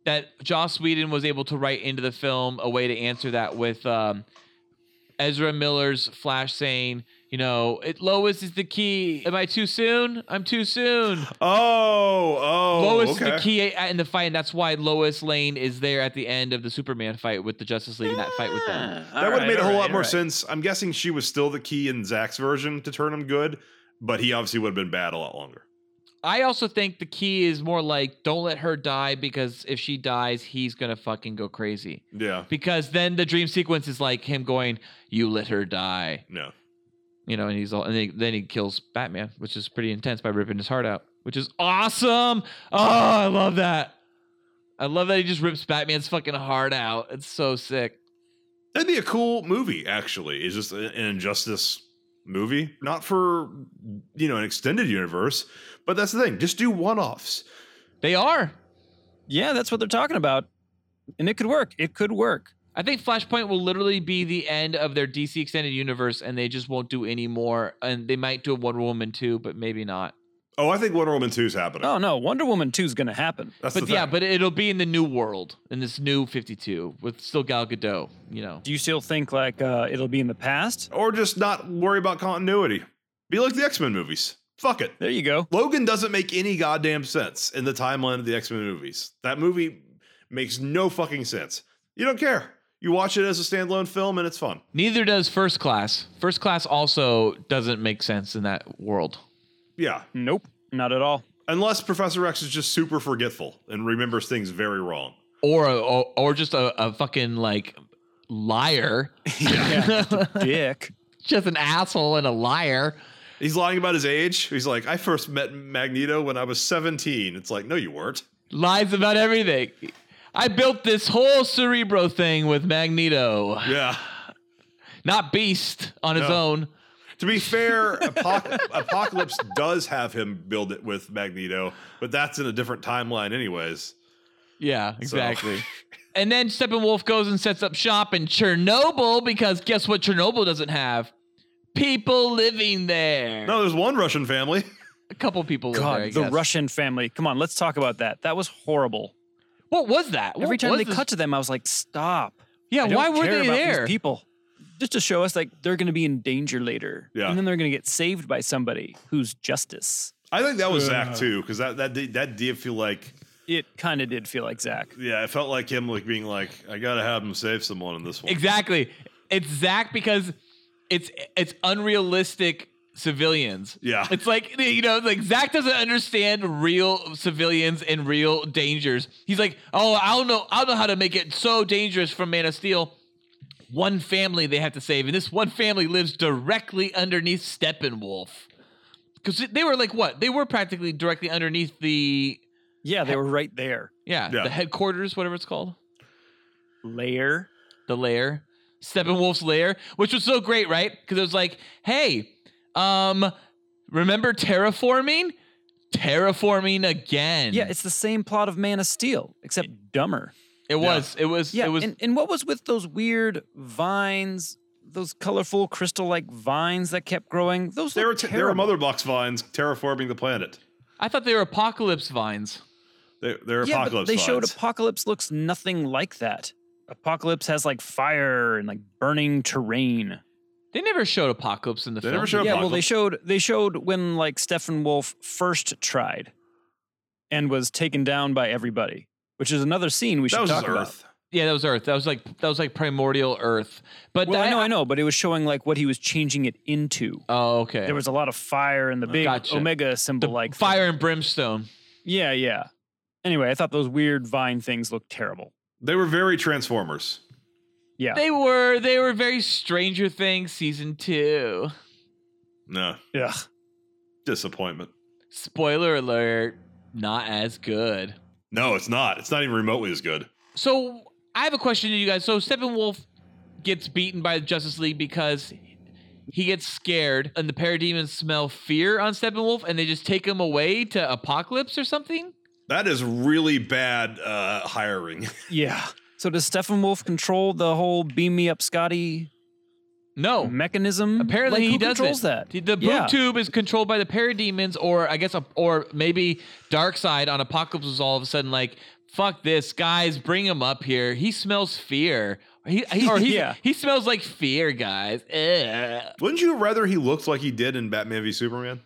that Joss Whedon was able to write into the film a way to answer that with um Ezra Miller's Flash saying, you know, it Lois is the key. Am I too soon? I'm too soon.
Oh, oh.
Lois
okay.
is the key a- in the fight, and that's why Lois Lane is there at the end of the Superman fight with the Justice League in that fight with them.
That would have made a whole lot more sense. I'm guessing she was still the key in Zach's version to turn him good, but he obviously would have been bad a lot longer.
I also think the key is more like don't let her die because if she dies, he's gonna fucking go crazy.
Yeah.
Because then the dream sequence is like him going, "You let her die,"
No.
you know, and he's all, and then he, then he kills Batman, which is pretty intense by ripping his heart out, which is awesome. Oh, I love that. I love that he just rips Batman's fucking heart out. It's so sick.
That'd be a cool movie, actually. It's just an injustice movie. Not for you know, an extended universe, but that's the thing. Just do one offs.
They are.
Yeah, that's what they're talking about. And it could work. It could work.
I think Flashpoint will literally be the end of their DC extended universe, and they just won't do any more. And they might do a Wonder Woman too, but maybe not.
Oh, I think Wonder Woman 2 is happening.
Oh no, Wonder Woman 2 is going to happen.
That's
but
the
yeah,
thing.
but it'll be in the new world, in this new Fifty Two, with still Gal Gadot. You know,
Do you still think like uh, it'll be in the past?
or just not worry about continuity. Be like the X-Men movies. Fuck it.
There you go.
Logan doesn't make any goddamn sense in the timeline of the X Men movies. That movie makes no fucking sense. You don't care. You watch it as a standalone film and it's fun.
neither does First Class. First Class also doesn't make sense in that world.
Yeah.
Nope, not at all.
Unless Professor Rex is just super forgetful and remembers things very wrong.
or a, or, or just a, a fucking like liar
Dick.
just an asshole and a liar
He's lying about his age. He's like, I first met Magneto when I was 17. It's like, no, you weren't.
lies about everything i built this whole cerebro thing with magneto
Yeah.
not beast on his
No.
own
To be fair, Apoc- Apocalypse does have him build it with Magneto, but that's in a different timeline, anyways.
yeah exactly and then steppenwolf goes and sets up shop in chernobyl because guess what chernobyl doesn't have people living there
No, there's one Russian family.
a couple people live there I
God, the
guess.
Russian family. Come on, let's talk about that. That was horrible.
what was that
Every
What
time
was
they
this-
cut to them, I was like, stop.
yeah
I don't
why were
care
they
about these
there
people. Just to show us like they're going to be in danger later.
Yeah.
And then they're going to get saved by somebody who's justice.
I think that was Zach too, because that that did, that did feel like
It kind of did feel like Zach.
yeah, it felt like him like being like I gotta have him save someone in this one.
Exactly. It's Zach because it's it's unrealistic civilians.
Yeah.
It's like you know, it's like Zach doesn't understand real civilians and real dangers. He's like, oh, I don't know, I don't know how to make it so dangerous from Man of Steel. One family they have to save, and this one family lives directly underneath Steppenwolf. Because they were like what? They were practically directly underneath the
Yeah, they were right there.
yeah,
Yeah.
the headquarters, whatever it's called.
Lair.
the lair, Steppenwolf's lair, which was so great, right? Because it was like, hey, um, remember terraforming? Terraforming again.
Yeah, it's the same plot of Man of Steel, except dumber.
it was. It was.
Yeah,
it was.
and, and what was with those weird vines, those colorful crystal-like vines that kept growing? Those
There were
looked
t- there were
terrible.
mother box vines terraforming the planet.
I thought they were apocalypse vines.
They're, they're
yeah, but
apocalypse.
they showed
vines.
Apocalypse looks nothing like that. Apocalypse has like fire and like burning terrain.
They never showed apocalypse in the
They
film.
never showed
yeah, well, they
Apocalypse.
showed they showed when like Stephen Wolf first tried, and was taken down by everybody, which is another scene we should
that was
talk
his
about.
Earth.
yeah, that was Earth. That was like that was like primordial Earth. But
Well,
that,
I know, I know, but it was showing like what he was changing it into.
Oh, okay.
There was a lot of fire and the big
Gotcha.
Omega symbol,
the
like thing.
fire and brimstone.
Yeah, yeah. Anyway, I thought those weird vine things looked terrible.
They were very Transformers.
Yeah,
They were. They were very Stranger Things season two.
No
Ugh.
disappointment.
Spoiler alert. Not as good.
No, it's not. It's not even remotely as good.
So I have a question to you guys. So Steppenwolf gets beaten by the Justice League because he gets scared, and the parademons smell fear on Steppenwolf, and they just take him away to Apocalypse or something.
That is really bad uh, hiring.
yeah. So does Stephen Wolf control the whole beam me up, Scotty
No,
mechanism?
Oh. apparently
Mm-hmm. Like,
he
who
doesn't.
controls that.
The, the blue
yeah.
tube is controlled by the parademons, or I guess, a, or maybe Darkseid on Apocalypse was all of a sudden like, fuck this, guys, bring him up here. He smells fear. He, he- or he,
Yeah.
he smells like fear, guys. Ugh.
Wouldn't you rather he looked like he did in Batman v Superman?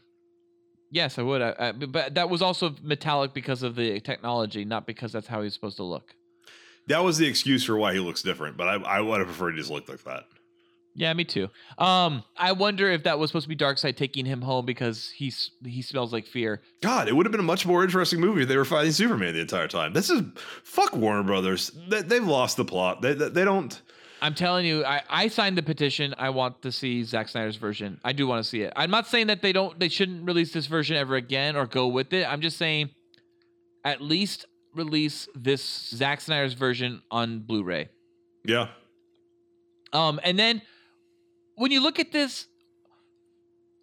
Yes, I would. I, I, but that was also metallic because of the technology, not because that's how he's supposed to look.
That was the excuse for why he looks different, but I, I would have preferred he just looked like that.
Yeah, me too. Um, I wonder if that was supposed to be Darkseid taking him home because he's he smells like fear.
God, it would have been a much more interesting movie if they were fighting Superman the entire time. This is fuck Warner Brothers. They, they've lost the plot. They, they, they don't.
I'm telling you, I, I signed the petition. I want to see Zack Snyder's version. I do want to see it. I'm not saying that they don't they shouldn't release this version ever again or go with it. I'm just saying at least release this Zack Snyder's version on Blu-ray.
Yeah,
Um, and then when you look at this,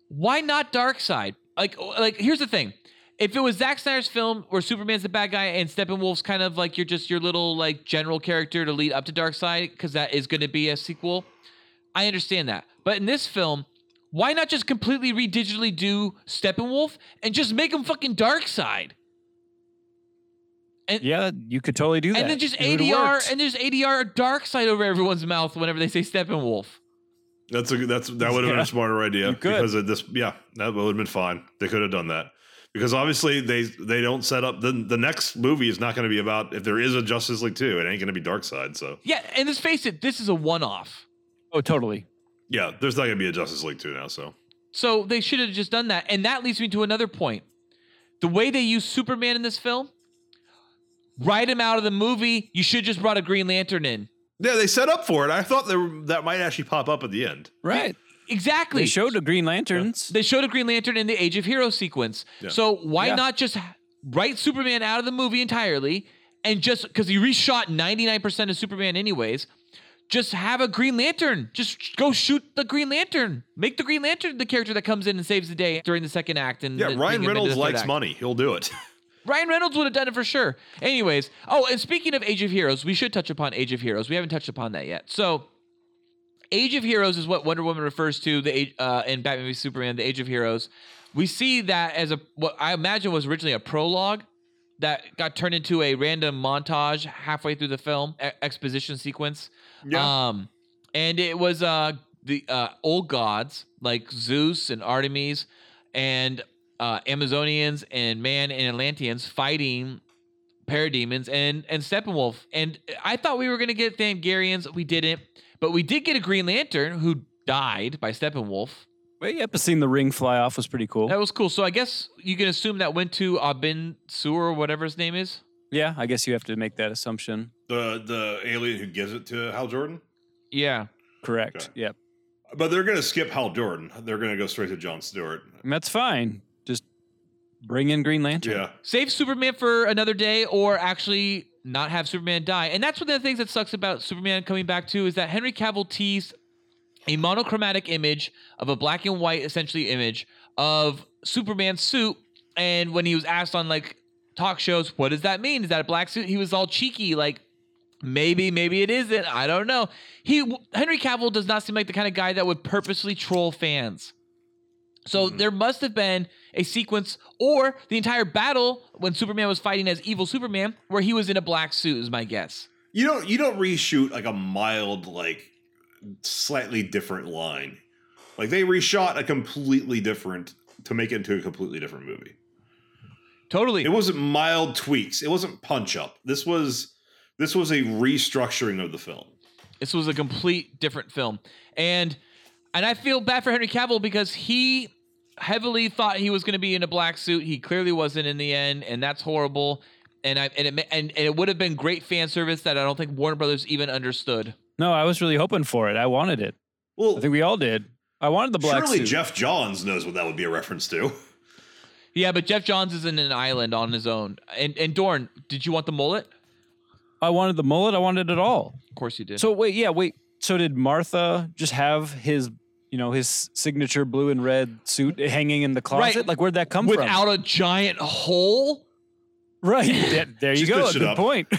why not Dark Side? Like, like here's the thing: if it was Zack Snyder's film where Superman's the bad guy and Steppenwolf's kind of like you're just your little like general character to lead up to Dark Side, because that is going to be a sequel. I understand that, but in this film. Why not just completely redigitally do Steppenwolf and just make him fucking Dark Side?
Yeah, you could totally do that.
And then just
It would've
ADR
worked.
and there's ADR Dark Side over everyone's mouth whenever they say Steppenwolf.
that's a that's that would have been
Yeah.
a smarter idea
You could.
because of this. Yeah, that would have been fine. They could have done that because obviously they they don't set up the the next movie is not going to be about if there is a Justice League two. It ain't going to be Dark Side. So
Yeah, and let's face it, this is a one-off.
oh, totally.
yeah, there's not going to be a Justice League two now. So
So they should have just done that. And that leads me to another point. The way they use Superman in this film, write him out of the movie. You should just brought a Green Lantern in.
yeah, they set up for it. I thought there, that might actually pop up at the end.
Right.
Exactly.
They showed the Green Lanterns.
They showed a Green Lantern in the Age of Heroes sequence.
Yeah.
So why
Yeah.
not just write Superman out of the movie entirely and just because he reshot 99% of Superman anyways, just have a Green Lantern. Just sh- go shoot the Green Lantern. Make the Green Lantern the character that comes in and saves the day during the second act. And
Yeah,
the- bring him
Ryan
into the
Reynolds
third
likes
act.
money. He'll do it.
Ryan Reynolds would have done it for sure. Anyways, oh, and speaking of Age of Heroes, we should touch upon Age of Heroes. We haven't touched upon that yet. So, Age of Heroes is what Wonder Woman refers to the age- uh, in Batman v Superman, the Age of Heroes. We see that as a what I imagine was originally a prologue that got turned into a random montage halfway through the film e- exposition sequence. Um, and it was uh the uh, old gods like Zeus and Artemis and uh, Amazonians and man and Atlanteans fighting parademons and and Steppenwolf. And I thought we were gonna get Thangarians, we didn't, but we did get a Green Lantern who died by Steppenwolf.
Well, yeah, but seeing the ring fly off was pretty cool.
That was cool. So I guess you can assume that went to Abin Sur or whatever his name is.
Yeah, I guess you have to make that assumption.
the the alien who gives it to Hal Jordan.
Yeah.
Correct.
Okay.
Yep.
But they're going to skip Hal Jordan. They're going to go straight to John Stewart.
And that's fine. Just bring in Green Lantern.
Yeah.
save Superman for another day or actually not have Superman die. And that's one of the things that sucks about Superman coming back too is that Henry Cavill teased a monochromatic image of a black and white essentially image of Superman's suit and when he was asked on like talk shows what does that mean is that a black suit he was all cheeky like maybe maybe it isn't I don't know. He Henry Cavill does not seem like the kind of guy that would purposely troll fans. So there must have been a sequence or the entire battle when Superman was fighting as evil Superman where he was in a black suit is my guess.
You don't you don't reshoot like a mild like slightly different line. Like they reshot a completely different to make it into a completely different movie.
Totally.
It wasn't mild tweaks. It wasn't punch up. This was this was a restructuring of the film.
This was a complete different film. And and I feel bad for Henry Cavill because he heavily thought he was going to be in a black suit. He clearly wasn't in the end, and that's horrible. And I and it ma- and, and it would have been great fan service that I don't think Warner Brothers even understood.
No, I was really hoping for it. I wanted it.
Well,
I think we all did. I wanted the black
surely
suit.
Jeff Johns knows what that would be a reference to.
Yeah, but Jeff Johns is in an island on his own. And and Dorn, did you want the mullet?
I wanted the mullet. I wanted it all.
Of course you did.
So wait, yeah, wait. So did Martha just have his, you know, his signature blue and red suit hanging in the closet?
Right.
Like where'd that come
without a giant hole.
from? Right. Yeah, there you
She
go.
stitched it
Good
up. Oh,
point.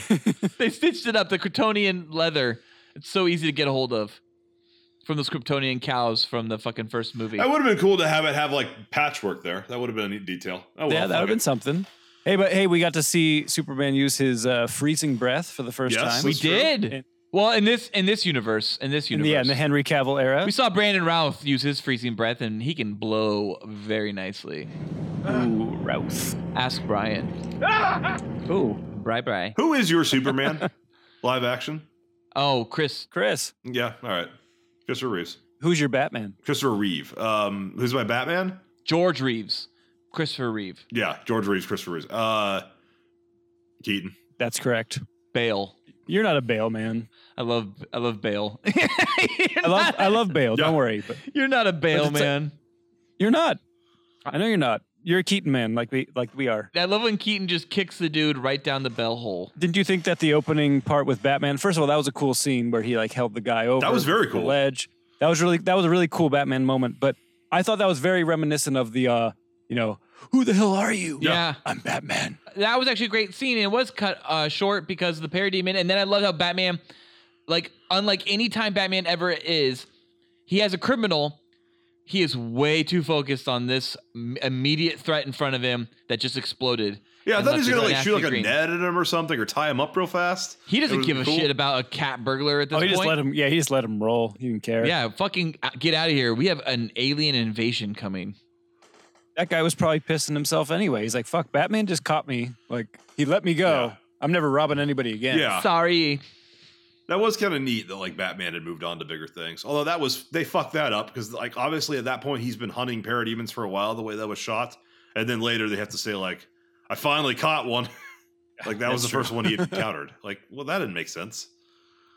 they stitched it up. The Kryptonian leather. It's so easy to get a hold of from those Kryptonian cows from the fucking first movie.
That would have been cool to have it have like patchwork there. That would have been a neat detail. Oh well,
yeah, that would
fuck
have
it.
been something. Hey, but hey, we got to see Superman use his uh, freezing breath for the first
Yes,
time.
We
That's true.
did.
In-
well, in this in this universe, in this
In
universe,
the, yeah, in the Henry Cavill era.
we saw Brandon Routh use his freezing breath, and he can blow very nicely.
Ooh, Rouse.
Ask Brian.
Ooh,
Bri Bri.
Who is your Superman? Live action?
Oh, Chris.
Chris,
Yeah, all right. Christopher Reeves.
who's your Batman?
Christopher Reeve. Um, who's my Batman?
George Reeves. Christopher Reeve.
Yeah, George Reeves, Christopher Reeves. Uh, Keaton.
That's correct.
Bale.
You're not a Bale man.
I love I love Bale.
I love uh, I love Bale. Don't
Yeah.
worry, but
You're not a Bale
it's like-
man.
you're not. I know you're not. You're a Keaton man, like we like we are.
I love when Keaton just kicks the dude right down the bell hole.
Didn't you think that the opening part with Batman? First of all, that was a cool scene where he like held the guy over.
That was very
the
cool.
ledge. That was really that was a really cool Batman moment. But I thought that was very reminiscent of the uh, you know, who the hell are you?
Yeah.
I'm Batman.
That was actually a great scene, and it was cut uh, short because of the parademon. And then I loved how Batman, like unlike any time Batman ever is, he has a criminal. He is way too focused on this m- immediate threat in front of him that just exploded.
Yeah, I
And
thought he was
left
gonna
his
like shoot like
nasty
a
green.
net at him or something, or tie him up real fast.
He
It
doesn't
would've
give a
been cool.
shit about a cat burglar at this
Oh, he
point.
just let him. Yeah, he just let him roll. He didn't care.
Yeah, fucking uh, get out of here. We have an alien invasion coming.
that guy was probably pissing himself anyway. He's like, "Fuck, Batman just caught me. Like, he let me go.
Yeah.
I'm never robbing anybody again."
Yeah,
Sorry.
that was kind of neat that like Batman had moved on to bigger things. Although that was they fucked that up because like obviously at that point he's been hunting parademons for a while the way that was shot, and then later they have to say like I finally caught one. like that was the
That's true.
first one he had encountered. Like well that didn't make sense.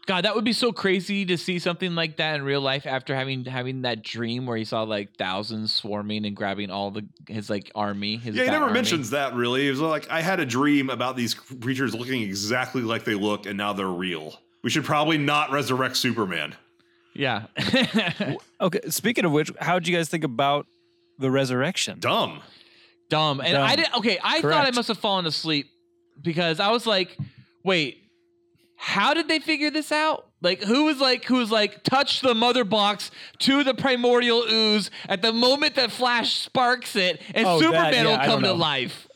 God, that would be so crazy to see something like that in real life after having having that dream where he saw like thousands swarming and grabbing all the his like army. His
yeah, he
bat
never
army.
mentions that really. He was like I had a dream about these creatures looking exactly like they look, and now they're real. We should probably not resurrect Superman.
Yeah.
Okay. Speaking of which, how would you guys think about the resurrection?
Dumb.
Dumb. And I
Dumb.
didn't okay, I thought I
Correct.
must have fallen asleep because I was like, wait, how did they figure this out? Like who was like who was like touch the mother box to the primordial ooze at the moment that Flash sparks it and
Oh, that-
Superman
yeah,
will
I don't
come to
know.
life.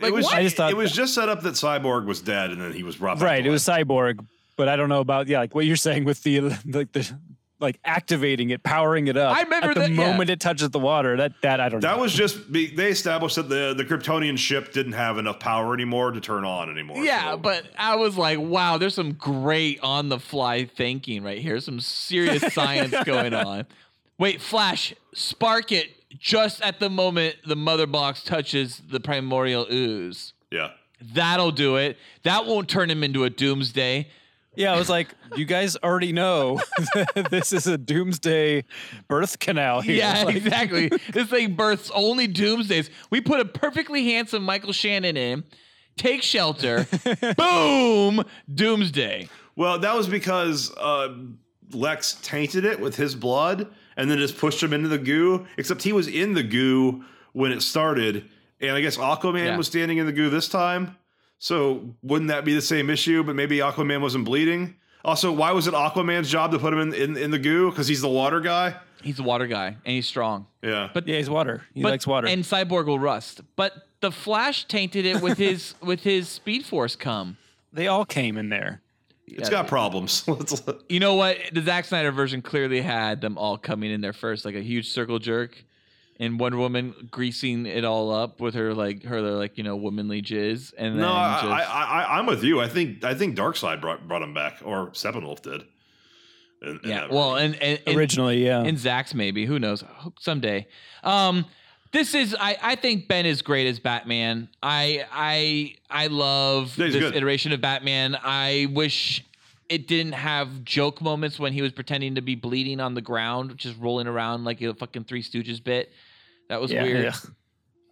it was,
what? I just thought-
it was just set up that Cyborg was dead, and then he was brought. Back
Right.
to life.
It was cyborg, but I don't know about yeah, like what you're saying with the like the like activating it, powering it up.
I remember
at the
that- yeah.
moment it touches the water. That that I don't.
That
know.
was just be- they established that the the Kryptonian ship didn't have enough power anymore to turn on anymore.
Yeah,
so-
but I was like, wow, there's some great on the fly thinking right here. Some serious science going on. Wait, Flash, spark it just at the moment the mother box touches the primordial ooze.
yeah,
That'll do it. That won't turn him into a doomsday.
yeah. I was like, you guys already know this is a doomsday birth canal here.
Yeah,
Like,
exactly. this thing births only doomsdays. We put a perfectly handsome Michael Shannon in, take shelter, boom, doomsday.
well, that was because uh, Lex tainted it with his blood, and then just pushed him into the goo. Except he was in the goo when it started, and I guess Aquaman
Yeah.
was standing in the goo this time. So wouldn't that be the same issue? But maybe Aquaman wasn't bleeding. Also, why was it Aquaman's job to put him in in, in the goo? Because he's the water guy.
He's a water guy and he's strong.
Yeah.
yeah, he's water. He
But-
likes water.
And Cyborg will rust. But the Flash tainted it with his with his Speed Force cum.
they all came in there.
It's got problems. Let's-
You know what? The Zack Snyder version clearly had them all coming in there first, like a huge circle jerk, and Wonder Woman greasing it all up with her like her like you know womanly jizz. And then
no, I, I,
just,
I, I'm with you. I think I think Darkseid brought brought him back, or Steppenwolf did. In- in
yeah.
that
Well, and and, and
Originally, yeah.
Oh.
and Zach's maybe. Who knows? Hope- Someday. Um, this is I, I think Ben is great as Batman. I I I love
Yeah, he's
this
good.
iteration of Batman. I wish it didn't have joke moments when he was pretending to be bleeding on the ground, just rolling around like a fucking Three Stooges bit. That was
Yeah,
weird.
yeah.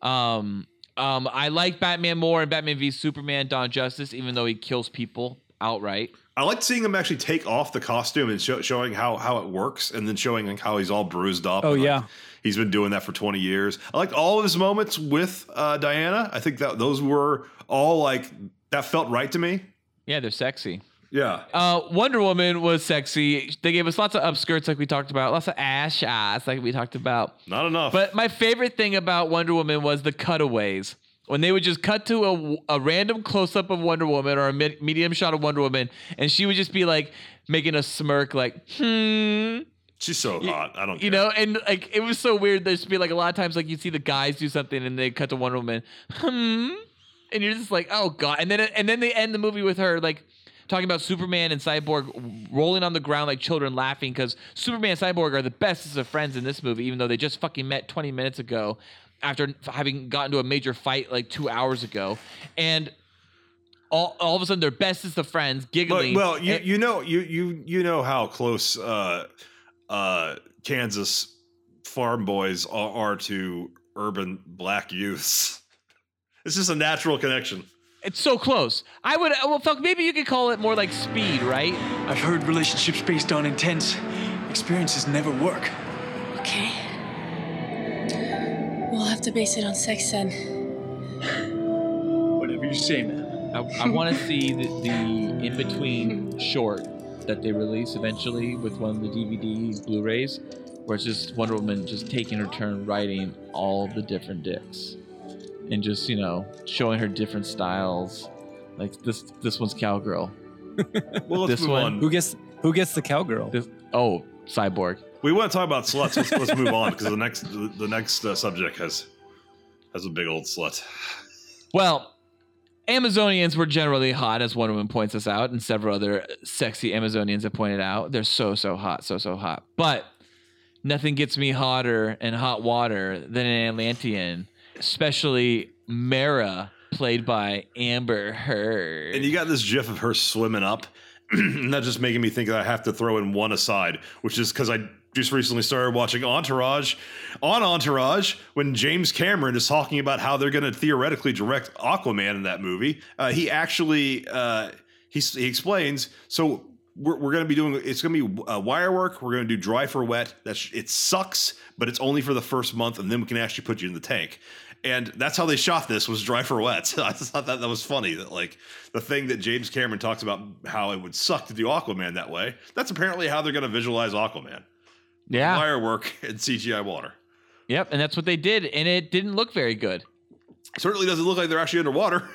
Um, um, I like Batman more in Batman v Superman: Dawn of Justice, even though he kills people outright.
I liked seeing him actually take off the costume and show, showing how how it works, and then showing like how he's all bruised up.
Oh,
and, like,
yeah.
he's been doing that for 20 years. I liked all of his moments with uh, Diana. I think that those were all like that felt right to me.
Yeah, they're sexy.
Yeah,
Uh, Wonder Woman was sexy. They gave us lots of upskirts, like we talked about, lots of ass shots, like we talked about.
not enough.
But my favorite thing about Wonder Woman was the cutaways. when they would just cut to a, a random close up of Wonder Woman or a mid, medium shot of Wonder Woman, and she would just be like making a smirk, like hmm,
She's so hot. I don't
you
care.
know, and like it was so weird. There'd just be like a lot of times, like you see the guys do something and they cut to Wonder Woman, hmm, and you're just like, oh god, and then and then they end the movie with her like. Talking about Superman and Cyborg rolling on the ground like children laughing because Superman and Cyborg are the bestest of friends in this movie, even though they just fucking met 20 minutes ago after having gotten to a major fight like two hours ago. And all, all of a sudden, they're bestest of friends giggling.
But, well, you
And-
you know you you you know how close uh, uh, Kansas farm boys are, are to urban black youths. It's just a natural connection.
It's so close. I would well fuck maybe you could call it more like speed, right?
I've heard relationships based on intense experiences never work.
Okay. We'll have to base it on sex then.
Whatever you say, man.
I, I want to see the, the in between short that they release eventually with one of the DVDs, Blu-rays, where it's just Wonder Woman just taking her turn writing all the different dicks, and just you know showing her different styles. Like this, this one's cowgirl.
Well, let's
This
move
one-
on.
Who gets who gets the cowgirl?
This, oh, cyborg.
We want to talk about sluts. Let's, let's move on because the next the, the next uh, subject has has a big old slut.
Well, Amazonians were generally hot, as one woman points us out, and several other sexy Amazonians have pointed out. They're so, so hot, so, so hot. But nothing gets me hotter and hot water than an Atlantean, especially Mara, played by Amber Heard.
And you got this gif of her swimming up. and that's just making me think that I have to throw in one aside, which is because I just recently started watching Entourage. On Entourage, when James Cameron is talking about how they're going to theoretically direct Aquaman in that movie, uh, he actually uh, he, s- he explains so. We're, we're going to be doing it's going to be uh, wire work we're going to do dry for wet that's it sucks but it's only for the first month and then we can actually put you in the tank and that's how they shot this was dry for wet. I just thought that that was funny that like the thing that James Cameron talks about how it would suck to do Aquaman that way. That's apparently how they're going to visualize Aquaman.
Yeah.
wire work and CGI water.
Yep, and that's what they did, and it didn't look very good.
Certainly doesn't look like they're actually underwater.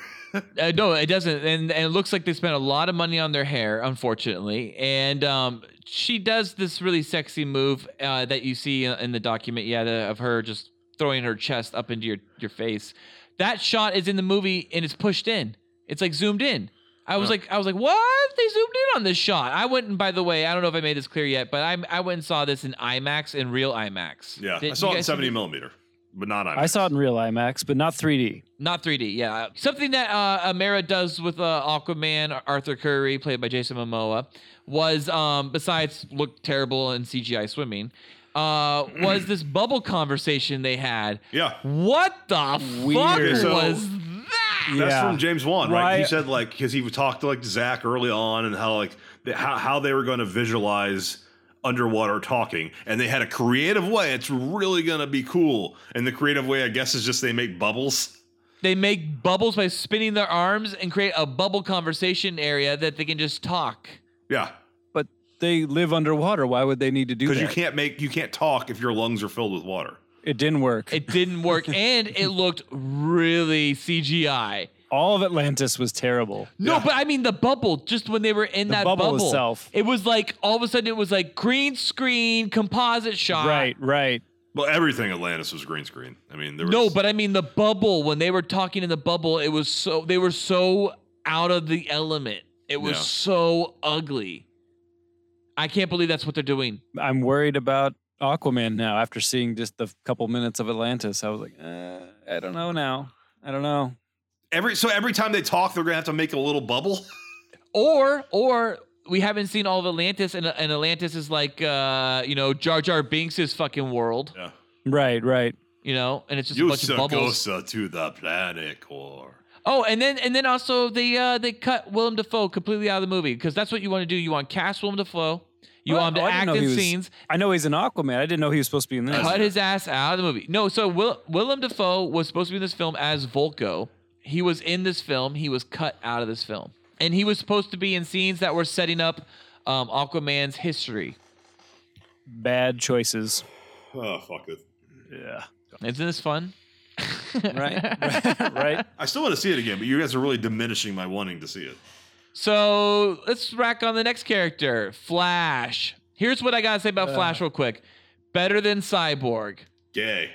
Uh, no, it doesn't, and and it looks like they spent a lot of money on their hair, unfortunately. And um, she does this really sexy move uh, that you see in the document, yeah, the, of her just throwing her chest up into your your face. That shot is in the movie, and it's pushed in. It's like zoomed in. I was
Huh.
like, I was like, what? They zoomed in on this shot. I went and, by the way, I don't know if I made this clear yet, but I I went and saw this in IMAX, in real IMAX.
Yeah,
Did
I
you
saw it in
guys see
seventy
this?
millimeter, but not on.
I saw it in real IMAX, but not 3D.
Not 3D, yeah. Something that uh, Amara does with uh, Aquaman, Arthur Curry, played by Jason Momoa, was um, besides look terrible in CGI swimming, uh, was this bubble conversation they had.
Yeah.
What the
Okay,
fuck
so-
was that?
That's from James Wan, right? He
Why-
said like because he talked to like Zach early on and how like the, how how they were going to visualize underwater talking, and they had a creative way. It's really going to be cool, and the creative way, I guess, is just they make bubbles.
They make bubbles by spinning their arms and create a bubble conversation area that they can just talk.
Yeah,
But they live underwater. Why would they need to do that?
because you can't make you can't talk if your lungs are filled with water.
It didn't work.
It didn't work, and it looked really CGI.
All of Atlantis was terrible.
No, but I mean the bubble. Just when they were in
The
that
bubble itself.
it was like all of a sudden it was like green screen composite shot.
Right, right.
Well, everything Atlantis was green screen. I mean, there was
No, but I mean the bubble. When they were talking in the bubble, it was so they were so out of the element. It was
Yeah.
so ugly. I can't believe that's what they're doing.
I'm worried about Aquaman now after seeing just the couple minutes of Atlantis. I was like, uh, I don't know now. I don't know.
every so every time they talk, they're going to have to make a little bubble.
Or or we haven't seen all of Atlantis, and, and Atlantis is like uh, you know Jar Jar Binks' fucking world.
Yeah.
Right, right.
You know, and it's just a
You
bunch of
should
bubbles.
go to the planet core.
Oh, and then and then also they uh they cut Willem Dafoe completely out of the movie because that's what you want to do. You want to cast Willem Dafoe. You want him to
Oh, I didn't
act
know
in
he was-
scenes.
I know he's an Aquaman. I didn't know he was supposed to be in this.
Cut his ass out of the movie. No, so Will, Willem Dafoe was supposed to be in this film as Volko. He was in this film. He was cut out of this film, and he was supposed to be in scenes that were setting up um, Aquaman's history.
Bad choices.
Oh fuck it.
Yeah.
Isn't this fun?
right? right?
I still want to see it again, but you guys are really diminishing my wanting to see it.
So let's rack on the next character, Flash. Here's what I gotta say about
Uh.
Flash, real quick. Better than Cyborg.
Gay.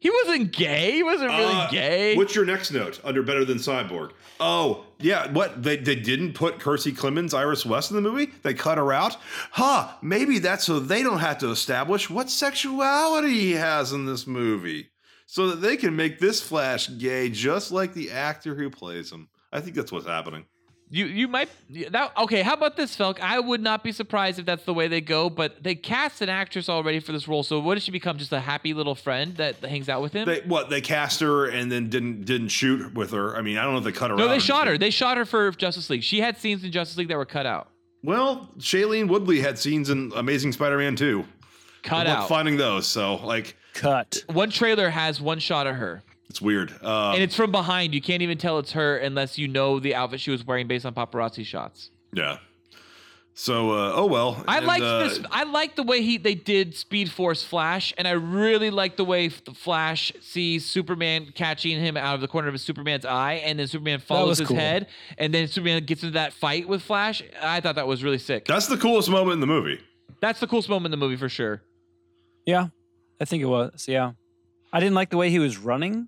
He wasn't gay. He wasn't really
Uh,
gay.
What's your next note under Better Than Cyborg? Oh, yeah. What? They, they didn't put Kersey Clemens, Iris West in the movie? They cut her out? Huh. Maybe that's so they don't have to establish what sexuality he has in this movie so that they can make this Flash gay just like the actor who plays him. I think that's what's happening.
You you might that okay? How about this, Felk? I would not be surprised if that's the way they go. But they cast an actress already for this role, so what does she become? Just a happy little friend that hangs out with him?
They what they cast her and then didn't didn't shoot with her. I mean, I don't know if they cut her.
no,
out
they
or
shot
anything.
her. They shot her for Justice League. She had scenes in Justice League that were cut out.
Well, Shailene Woodley had scenes in Amazing Spider-Man 2.
Cut
Good luck
out.
finding those. So like
Cut.
One trailer has one shot of her.
it's weird. Uh,
and it's from behind. You can't even tell it's her unless you know the outfit she was wearing based on paparazzi shots.
yeah. So uh, oh well.
I
And,
liked
uh,
this. I liked the way he they did Speed Force Flash, and I really liked the way F- Flash sees Superman catching him out of the corner of his Superman's eye, and then Superman follows
was
his
cool.
head, and then Superman gets into that fight with Flash. I thought that was really sick.
That's the coolest moment in the movie.
That's the coolest moment in the movie for sure.
Yeah, I think it was. Yeah, I didn't like the way he was running,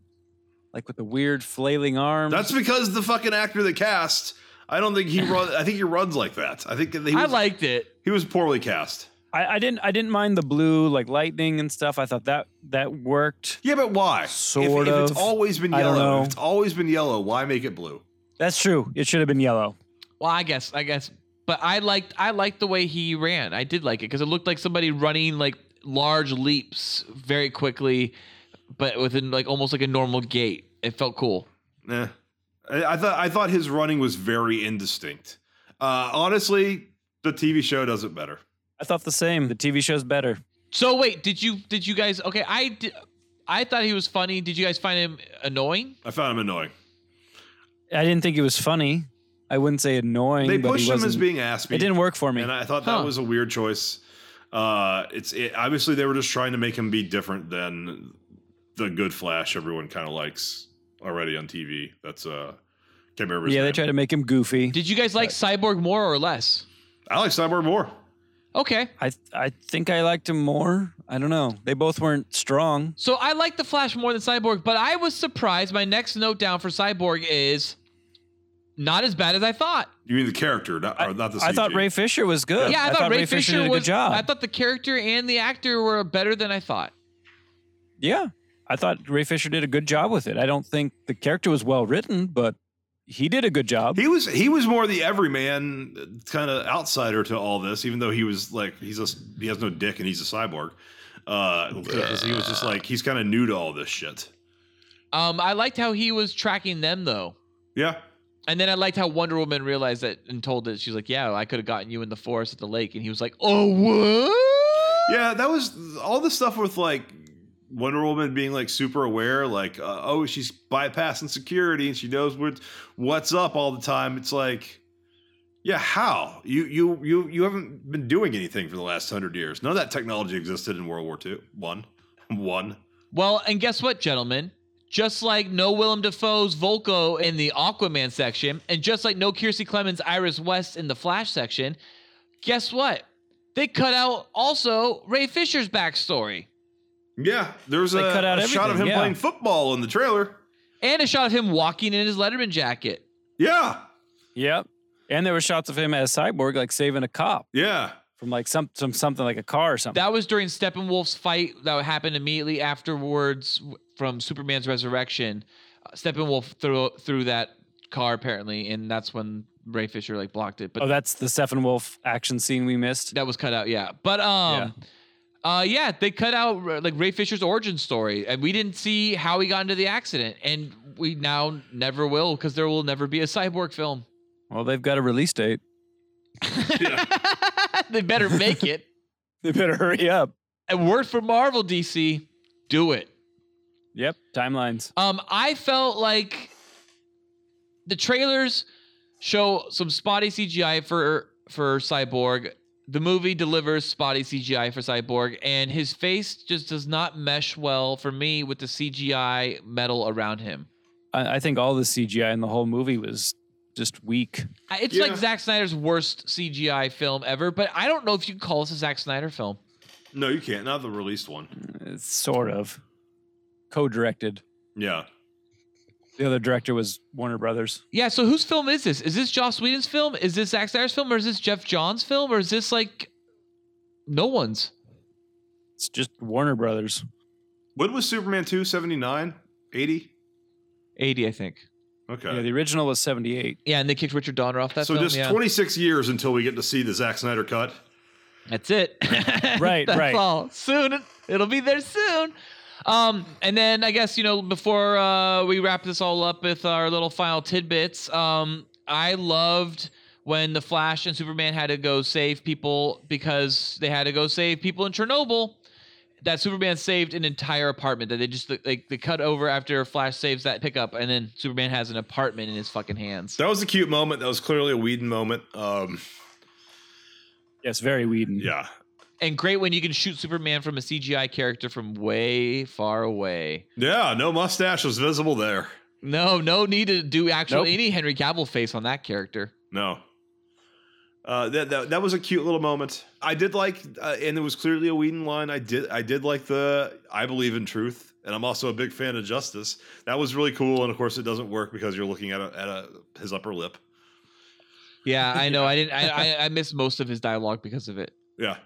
like with the weird flailing arms.
That's because the fucking actor that cast. I don't think he runs. I think he runs like that. I think that he was,
I liked it.
he was poorly cast.
I, I didn't. I didn't mind the blue, like lightning and stuff. I thought that that worked.
Yeah, but why? If-
Sort
if,
of.
it's always been
I
yellow,
don't know.
if it's always been yellow, why make it blue?
That's true. It should have been yellow.
Well, I guess, I guess, but I liked, I liked the way he ran. I did like it because it looked like somebody running like large leaps very quickly, but within like almost like a normal gait. It felt cool.
Eh. I, I thought I thought his running was very indistinct. Uh, honestly, the TV show does it better.
I thought the same. The TV show's better.
So wait, did you, did you guys? Okay, I did. I thought he was funny. Did you guys find him annoying?
I found him annoying.
I didn't think it was funny. I wouldn't say annoying.
They
but he
pushed him as
wasn't-
being aspie.
It didn't work for me.
and I thought that
Huh.
was a weird choice. Uh, it's it, obviously they were just trying to make him be different than the good Flash everyone kind of likes already on TV. That's uh, can't remember. His
yeah,
name.
they tried to make him goofy.
Did you guys like Cyborg more or less?
I like Cyborg more.
Okay,
I I think I liked him more. I don't know. They both weren't strong.
so I like the Flash more than Cyborg, but I was surprised. My next note down for Cyborg is not as bad as I thought.
You mean the character, not, or not the?
I thought
CG.
Ray Fisher was good.
Yeah, I, thought, Ray Fisher,
did a
was.
good job.
I thought the character and the actor were better than I thought.
Yeah. I thought Ray Fisher did a good job with it. I don't think the character was well written, but he did a good job.
He was he was more the everyman kind of outsider to all this, even though he was like he's a he has no dick and he's a cyborg. Uh, because he was just like he's kind of new to all this shit.
Um, I liked how he was tracking them though,
Yeah,
and then I liked how Wonder Woman realized that and told it. She's like, "Yeah, I could have gotten you in the forest at the lake," and he was like, "Oh, what?"
yeah, that was all the stuff with like Wonder Woman being like super aware, like uh, oh she's bypassing security and she knows what what's up all the time. It's like. Yeah, how you you you you haven't been doing anything for the last hundred years? None of that technology existed in World War Two. One, one.
Well, and guess what, gentlemen? Just like no Willem Dafoe's Volko in the Aquaman section, and just like no Kiersey Clemens' Iris West in the Flash section, guess what? They cut out also Ray Fisher's backstory.
Yeah, there's
They
a,
cut out
a shot of
everything,
him
yeah.
playing football in the trailer.
and a shot of him walking in his Letterman jacket.
Yeah,
Yep. And there were shots of him as cyborg, like saving a cop
yeah.
from like some, some something like a car or something.
That was during Steppenwolf's fight that happened immediately afterwards from Superman's resurrection. Uh, Steppenwolf threw threw that car apparently, and that's when Ray Fisher like blocked it. But
oh, that's the Steppenwolf action scene we missed.
that was cut out. Yeah, but um. Uh, yeah, they cut out uh, like Ray Fisher's origin story, and we didn't see how he got into the accident, and we now never will because there will never be a cyborg film.
Well, they've got a release date.
they better make it.
They better hurry up.
A word for Marvel, DC, do it.
Yep. Timelines.
Um, I felt like the trailers show some spotty CGI for for Cyborg. the movie delivers spotty CGI for Cyborg, and his face just does not mesh well for me with the CGI metal around him.
I, I think all the CGI in the whole movie was just weak.
I- It's like Zack Snyder's worst CGI film ever, but I don't know if you can call this a Zack Snyder film.
No, you can't. Not the released one.
It's uh, sort of co-directed.
Yeah.
The other director was Warner Brothers.
Yeah, so whose film is this? Is this Joss Whedon's film? Is this Zack Snyder's film? Or is this Jeff John's film? Or is this like no one's?
It's just Warner Brothers.
When was Superman 2? 79? 80?
80, I think.
Okay.
Yeah, the original was 78.
Yeah, and they kicked Richard Donner off that
so
film.
just
yeah.
26 years until we get to see the Zack Snyder cut.
That's it.
Right,
That's
right.
all. Soon it'll be there soon. Um, and then I guess you know before uh, we wrap this all up with our little final tidbits. Um, I loved when the Flash and Superman had to go save people because they had to go save people in Chernobyl. That Superman saved an entire apartment. That they just like they cut over after Flash saves that pickup, and then Superman has an apartment in his fucking hands.
That was a cute moment. That was clearly a Whedon moment. Um,
Yes, very Whedon.
yeah.
And great when you can shoot Superman from a CGI character from way far away.
Yeah, no mustache was visible there.
No, no need to do actual
Nope.
any Henry Cavill face on that character.
No. Uh, that, that that was a cute little moment. I did like, uh, and it was clearly a Whedon line. I did I did like the I believe in truth, and I'm also a big fan of justice. That was really cool, and of course it doesn't work because you're looking at a, at a, his upper lip.
Yeah, I know. I didn't. I, I I missed most of his dialogue because of it.
Yeah,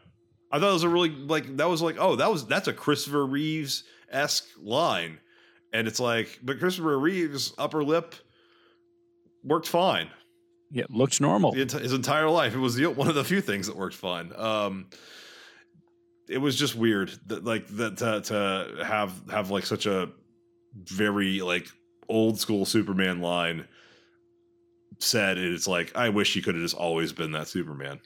I thought it was a really like that was like oh that was that's a Christopher Reeves esque line, and it's like but Christopher Reeves upper lip worked fine.
Yeah, looked normal.
the enti- his entire life. It was the, one of the few things that worked fine. Um, it was just weird that like that to, to have have like such a very like old school Superman line said, and it's like I wish he could have just always been that Superman.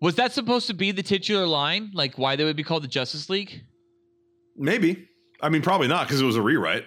Was that supposed to be the titular line? Like why they would be called the Justice League?
Maybe. I mean, probably not because it was a rewrite.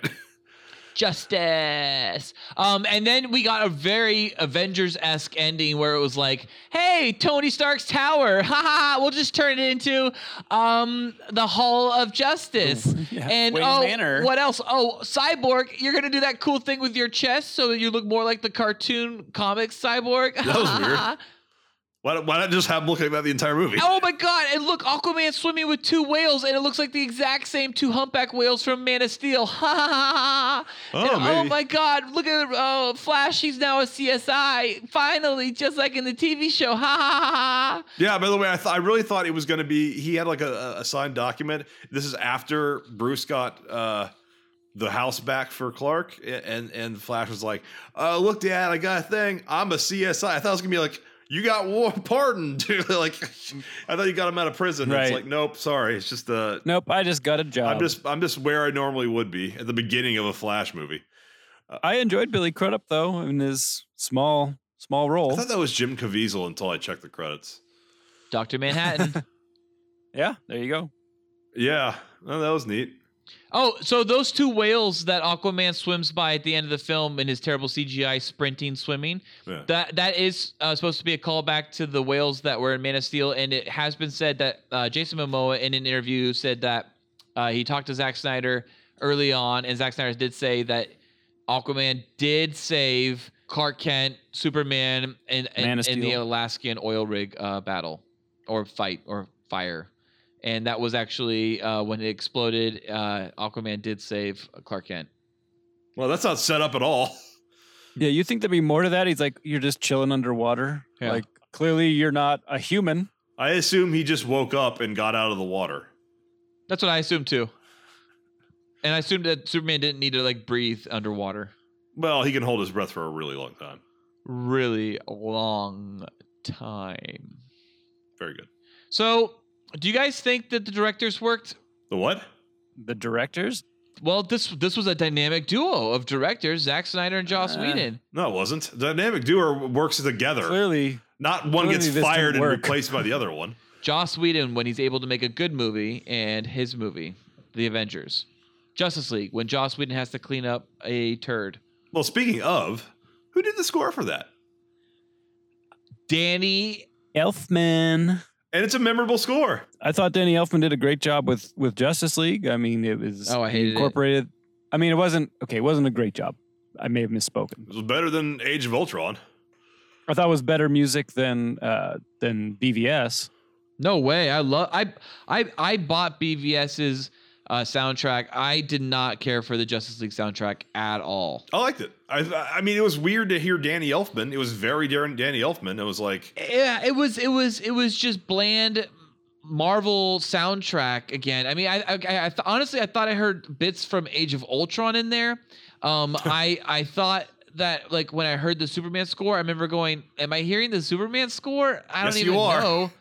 Justice. Um, and then we got a very Avengers esque ending where it was like, "Hey, Tony Stark's tower, ha ha! ha, We'll just turn it into um the Hall of Justice."
Yeah,
And
Wayne
oh,
Manor.
what else? Oh, Cyborg, you're gonna do that cool thing with your chest so you look more like the cartoon comics Cyborg.
That was weird. why, not- why not just have him look like that the entire movie?
Oh my god! And look, Aquaman's swimming with two whales, and it looks like the exact same two humpback whales from Man of Steel. Ha ha ha! ha, ha.
Oh,
And,
maybe.
my god! Look at uh, Flash. He's now a CSI. Finally, just like in the TV show. Ha ha ha! ha.
Yeah, by the way, I, th- I really thought it was going to be. He had like a, a signed document. This is after Bruce got uh, the house back for Clark, a- and and Flash was like, uh, "Look, Dad, I got a thing. I'm a CSI." I thought it was gonna be like, "You got war- pardoned," like I thought you got him out of prison. It's
Right.
like, nope, sorry, it's just uh,
Nope, I just got a job.
I'm just I'm just where I normally would be at the beginning of a Flash movie.
I enjoyed Billy Crudup though in his small small
I
role.
thought that was Jim Caviezel until I checked the credits.
Doctor Manhattan.
Yeah, there you go.
Yeah, no, that was neat.
oh, so those two whales that Aquaman swims by at the end of the film in his terrible CGI sprinting swimming.
Yeah.
That that is uh, supposed to be a callback to the whales that were in Man of Steel, and it has been said that uh, Jason Momoa in an interview said that uh, he talked to Zack Snyder early on, and Zack Snyder did say that Aquaman did save Clark Kent, Superman, and
Man
and,
of
in the
Steel.
Alaskan oil rig uh, battle or fight or fire. And that was actually uh, when it exploded. Uh, Aquaman did save Clark Kent.
Well, that's not set up at all.
Yeah, you think there'd be more to that? He's like, you're just chilling underwater.
Yeah.
Like clearly you're not a human.
I assume he just woke up and got out of the water.
That's what I assumed too. And I assumed that Superman didn't need to like breathe underwater
Well, he can hold his breath for a really long time.
really long time.
Very good.
So, do you guys think that the directors worked?
The what?
The directors?
Well, this this was a dynamic duo of directors, Zack Snyder and Joss
Uh,
Whedon.
No, it wasn't. Dynamic duo works together.
Clearly.
Not one gets
Clearly this didn't
fired and
work.
replaced by the other one.
Joss Whedon when he's able to make a good movie and his movie, The Avengers. Justice League when Joss Whedon has to clean up a turd.
Well, speaking of, who did the score for that?
Danny
Elfman.
and it's a memorable score.
I thought Danny Elfman did a great job with with Justice League. I mean, it was
Oh, I
he
hated it.
incorporated. I mean, it wasn't okay. It wasn't a great job. I may have misspoken.
It was better than Age of Ultron.
I thought it was better music than uh, than BVS.
No way. I love I I I bought BVS's uh, soundtrack. I did not care for the Justice League soundtrack at all.
I liked it. I, I mean, it was weird to hear Danny Elfman. It was very Dan- Danny Elfman. It was like,
Yeah, it was it was it was just bland Marvel soundtrack again. I mean, I I, I th- honestly I thought I heard bits from Age of Ultron in there. Um, I I thought that like when I heard the Superman score, I remember going, "Am I hearing the Superman score? I don't
Yes, you
even
are.
know."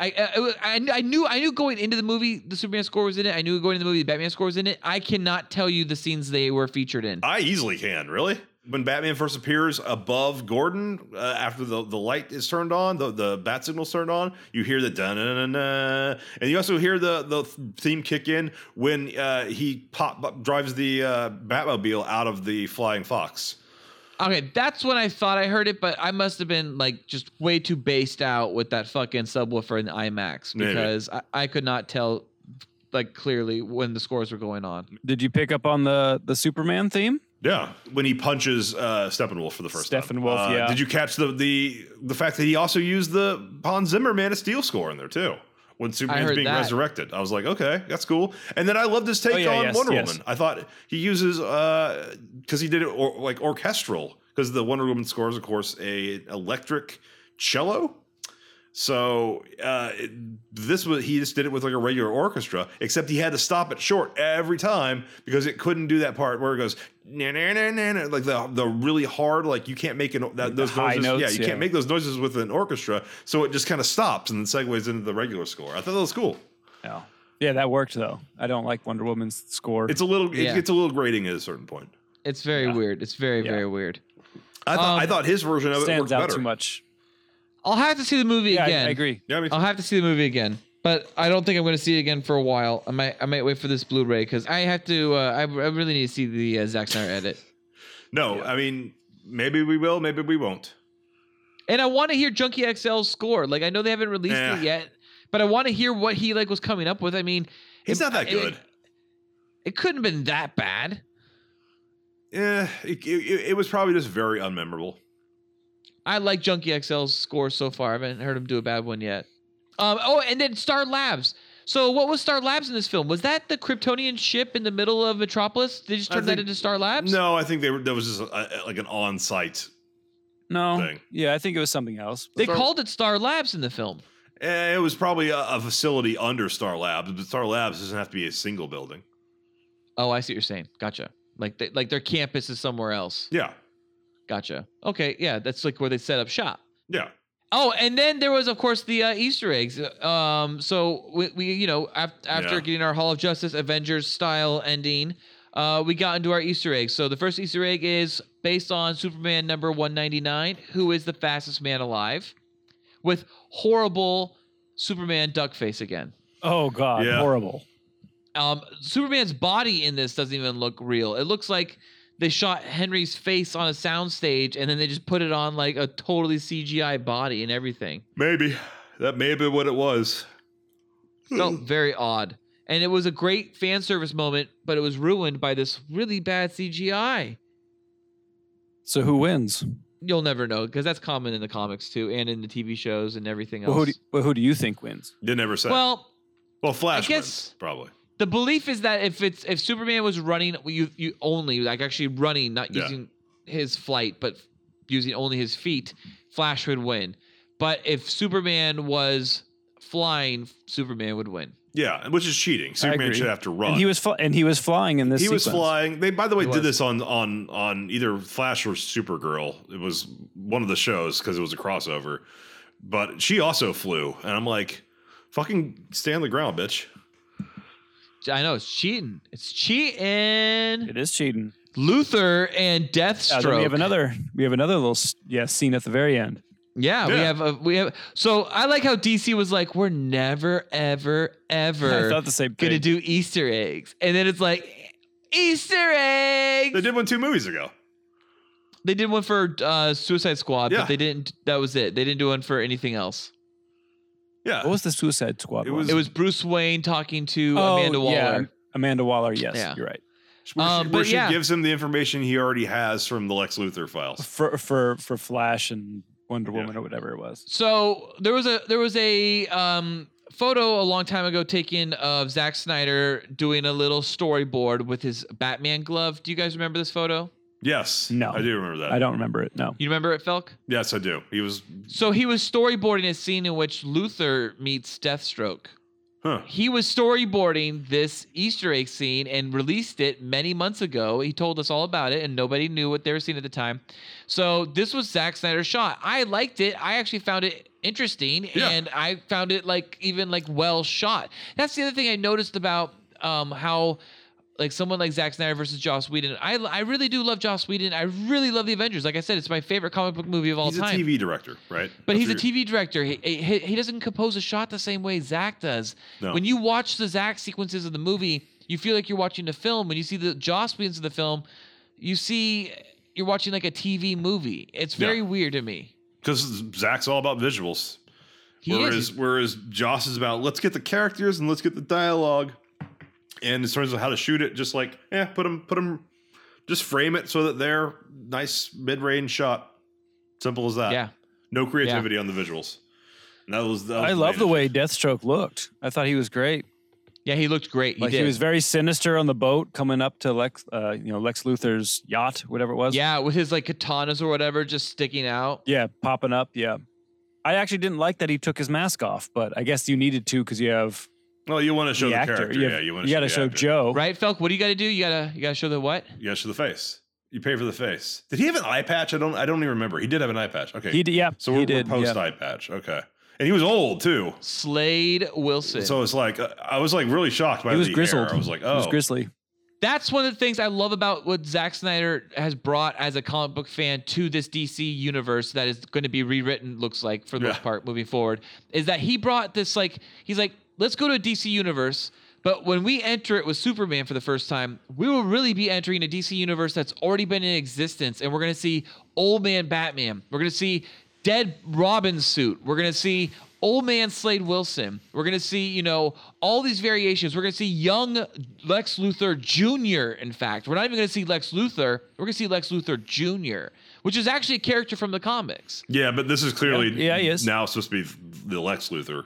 I, I- I, wa- I, kn- I knew I knew going into the movie the Superman score was in it. I knew going into the movie the Batman score was in it. I cannot tell you the scenes they were featured in.
I easily can, really. When Batman first appears above Gordon, uh, after the, the light is turned on, the, the bat signal's turned on, you hear the da na na na, and you also hear the the theme kick in when uh, he pop drives the uh, Batmobile out of the flying fox.
Okay, that's when I thought I heard it, but I must have been like just way too based out with that fucking subwoofer and the IMAX
Maybe.
because I, I could not tell like clearly when the scores were going on.
Did you pick up on the the Superman theme?
Yeah, when he punches uh, Steppenwolf for the first time.
Steppenwolf,
Uh,
yeah.
Did you catch the the the fact that he also used the Hans Zimmer Man of Steel score in there too? When Superman's
heard
being
that.
resurrected, I was like, okay, that's cool. And then I loved his take
Oh, yeah,
on
yes,
Wonder
yes.
Woman. I thought he uses because he did it or, like orchestral because the Wonder Woman score is of course a electric cello. So uh, it- this was he just did it with like a regular orchestra, except he had to stop it short every time because it couldn't do that part where it goes na na na na na," like the the really hard like you can't make an that, those
high
noises yeah
notes,
you
yeah.
can't make those noises with an orchestra, so it just kind of stops and then segues into the regular score. I thought that was cool.
No. Yeah, that worked though. I don't like Wonder Woman's score.
It's a little
Yeah.
it gets a little grating at a certain point.
It's very weird. It's very very weird.
I thought
Um,
I thought his version of it
stands
worked
out
better.
too much.
I'll have to see the movie
Yeah, I-
again.
I agree.
Yeah, I mean,
I'll have to see the movie again, but I don't think I'm going to see it again for a while. I might I might wait for this Blu-ray because I have to. Uh, I, I really need to see the uh, Zack Snyder edit.
no, I mean maybe we will, maybe we won't.
And I want to hear Junkie XL's score. Like I know they haven't released
Yeah.
it yet, but I want to hear what he like was coming up with. I mean,
It's
it-
not that
it-
good.
It, couldn't have been that bad.
Eh, it, it, it was probably just very unmemorable.
I like Junkie XL's score so far. I haven't heard him do a bad one yet. Um, oh, and then Star Labs. So what was Star Labs in this film? Was that the Kryptonian ship in the middle of Metropolis? They just
I
turned that
think-
into Star Labs?
No, I think they were. That was just a, a- like an on-site.
No.
Thing.
Yeah, I think it was something else.
They
But-
called it Star Labs in the film.
Eh, It was probably a, a facility under Star Labs, but Star Labs doesn't have to be a single building.
Oh, I see what you're saying. Gotcha. Like they, like their campus is somewhere else.
Yeah,
Gotcha. Okay, yeah, that's like where they set up shop.
yeah.
Oh, and then there was, of course, the uh, Easter eggs. Um, so we, we you know, af- after
Yeah.
getting our Hall of Justice Avengers style ending, uh, we got into our Easter eggs. So the first Easter egg is based on Superman number one ninety nine, who is the fastest man alive, with horrible Superman duck face again.
Oh God,
Yeah.
horrible.
Um, Superman's body in this doesn't even look real. It looks like they shot Henry's face on a soundstage and then they just put it on like a totally CGI body and everything.
Maybe that may have been what it was.
felt very odd. And it was a great fan service moment, but it was ruined by this really bad CGI.
So who wins?
You'll never know because that's common in the comics too, and in the TV shows and everything
Well,
else.
who do, well, who do you think wins?
They never said. Well,
well,
Flash
I guess-
wins, probably.
the belief is that if it's if Superman was running, you you only like actually running, not
Yeah.
using his flight, but using only his feet, Flash would win. But if Superman was flying, Superman would win.
Yeah, which is cheating. Superman
agree.
should have to run.
And he was fl- and he was flying in this.
He was
sequence.
flying. They, by the way,
He
did
was.
this on on on either Flash or Supergirl. It was one of the shows because it was a crossover. But she also flew, and I'm like, "Fucking stay on the ground, bitch."
I know it's cheating. It's cheating.
It is cheating.
Luther and
Yeah,
Deathstroke.
then we have another. We have another little s- yeah scene at the very end.
Yeah, we
Yeah.
have a, we have. So I like how DC was like, we're never, ever,
I
ever
thought the same thing.
gonna do Easter eggs, and then it's like Easter eggs.
They did one two movies ago.
They did one for uh, Suicide Squad,
Yeah.
but they didn't. That was it. They didn't do one for anything else.
Yeah.
What was the Suicide Squad?
It
one?
was, Bruce Wayne talking to
Oh,
Amanda Waller.
yeah. Amanda Waller. Yes,
Yeah.
you're right.
Where,
Um,
she, where
but
she
yeah,
gives him the information he already has from the Lex Luthor files.
For for for Flash and Wonder Woman or whatever it was.
so there was a there was a um, photo a long time ago taken of Zack Snyder doing a little storyboard with his Batman glove. Do you guys remember this photo?
Yes.
No.
I do remember that.
I don't remember it. No.
You remember it, Felk?
Yes, I do. He was,
So he was storyboarding a scene in which Luthor meets Deathstroke.
huh.
He was storyboarding this Easter egg scene and released it many months ago. He told us all about it, and nobody knew what they were seeing at the time. So this was Zack Snyder's shot. I liked it. I actually found it interesting,
Yeah.
and I found it like even like well shot. That's the other thing I noticed about um, how like someone like Zack Snyder versus Joss Whedon. I I really do love Joss Whedon. I really love the Avengers. Like I said, it's my favorite comic book movie of all
He's a
time.
TV director, right?
But he's a
That's
TV director. He, he, he doesn't compose a shot the same way Zach does.
No.
When you watch the Zach sequences of the movie, you feel like you're watching the film. When you see the Joss scenes of the film, you see you're watching like a TV movie. It's very
Yeah.
weird to me.
Because Zach's all about visuals.
He
whereas,
is.
whereas Joss is about let's get the characters and let's get the dialogue. And in terms of how to shoot it, just like, eh, put them, put them, just frame it so that they're nice mid range shot. Simple as that.
Yeah.
No creativity on the visuals. And that was, that was
I love
main
the
issue.
way Deathstroke looked. I thought he was great.
Yeah, he looked great. He
like
did.
he was very sinister on the boat coming up to Lex, uh, you know, Lex Luthor's yacht, whatever it was.
yeah, with his like katanas or whatever just sticking out.
Yeah, popping up. Yeah. I actually didn't like that he took his mask off, but I guess you needed to because you have
Well, you want to show
the
the,
actor.
character.
You,
yeah, you want to
got to
the
show
actor.
Joe.
Right, Felk? What do you got to do? You gotta you gotta show the what?
You got to show the face. You pay for the face. Did he have an eye patch? I don't. I don't even remember. He did have an eye patch. Okay.
He did. Yeah.
So we're,
he did.
we're post
yeah.
eye patch. Okay. And he was old too.
Slade Wilson.
So it's like uh, I was like really shocked by
He was
the
grizzled.
hair. I was like,
He
oh,
was grizzly.
that's one of the things I love about what Zack Snyder has brought as a comic book fan to this DC universe that is going to be rewritten, looks like, for the most
Yeah.
part, moving forward, is that he brought this, like, he's like, let's go to a DC universe. But when we enter it with Superman for the first time, we will really be entering a DC universe that's already been in existence. And we're going to see old man Batman. We're going to see dead Robin suit. We're gonna see old man Slade Wilson. We're gonna see, you know, all these variations. We're gonna see young Lex Luthor Jr. In fact, we're not even gonna see Lex Luthor. We're gonna see Lex Luthor Jr., which is actually a character from the comics.
yeah. But this is clearly
Yeah, he is.
now supposed to be the Lex Luthor.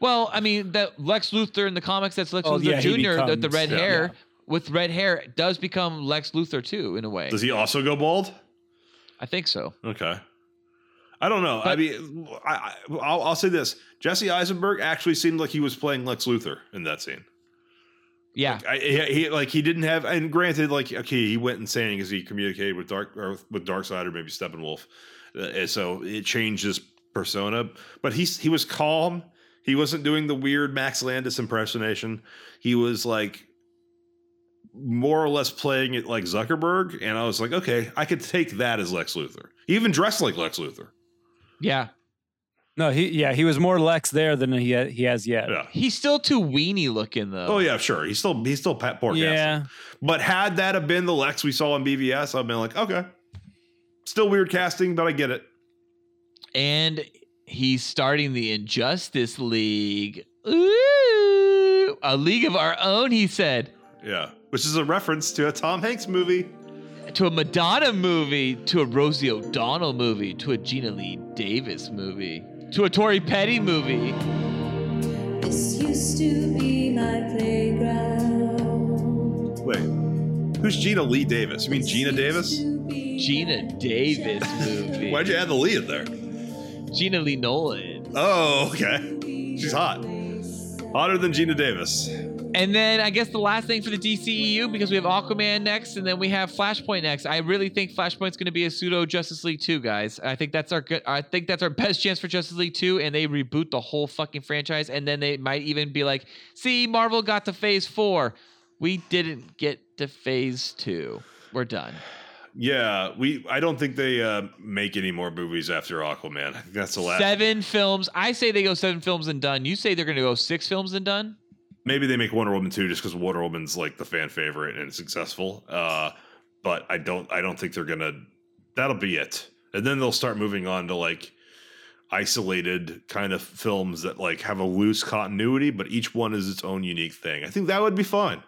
Well, I mean, that Lex Luthor in the comics, that's Lex
Oh,
Luthor
yeah,
Jr.
he
with the
becomes-
red
yeah.
hair.
Yeah.
With red hair does become Lex Luthor too, in a way.
Does he also go bald?
I think so.
Okay. I don't know. I
But-
mean, I, I, I'll, I'll say this: Jesse Eisenberg actually seemed like he was playing Lex Luthor in that scene.
Yeah.
I, he, he like he didn't have, and granted, like okay, he went insane because he communicated with Dark or with- with Dark Side or maybe Steppenwolf, uh, and so it changed his persona. But he's he was calm. He wasn't doing the weird Max Landis impersonation. He was like more or less playing it like Zuckerberg, and I was like, okay, I could take that as Lex Luthor. He even dressed like Lex Luthor.
Yeah.
No, he yeah he was more Lex there than he ha- he has yet.
Yeah.
He's still too weenie looking though.
Oh yeah, sure. He's still he's still Pat Pork.
Yeah.
But had that have been the Lex we saw in BVS, I've been like, okay, still weird casting, but I get it.
and he's starting the Injustice League. Ooh, a league of our own, he said,
Yeah, which is a reference to a Tom Hanks movie.
to a Madonna movie, to a Rosie O'Donnell movie, to a Gina Lee Davis movie, to a Tori Petty movie.
This used to be my playground.
Wait, who's Gina Lee Davis? You mean Gina Davis?
Gina Davis movie.
Why'd you add the Lee in there?
Gina Lee Nolan.
Oh, okay. She's hot, hotter than Gina Davis.
And then I guess the last thing for the DCEU, because we have Aquaman next and then we have Flashpoint next. I really think Flashpoint's gonna be a pseudo Justice League 2, guys. I think that's our good I think that's our best chance for Justice League 2, and they reboot the whole fucking franchise, and then they might even be like, see, Marvel got to phase four. We didn't get to phase two. We're done.
Yeah, we. I don't think they uh, make any more movies after Aquaman. I think that's the last.
Seven films. I say they go seven films and done. You say they're gonna go six films and done?
maybe they make Wonder Woman two just because Wonder Woman's like the fan favorite and it's successful. Uh, but I don't I don't think they're gonna. That'll be it, and then they'll start moving on to like isolated kind of films that like have a loose continuity, but each one is its own unique thing. I think that would be fun.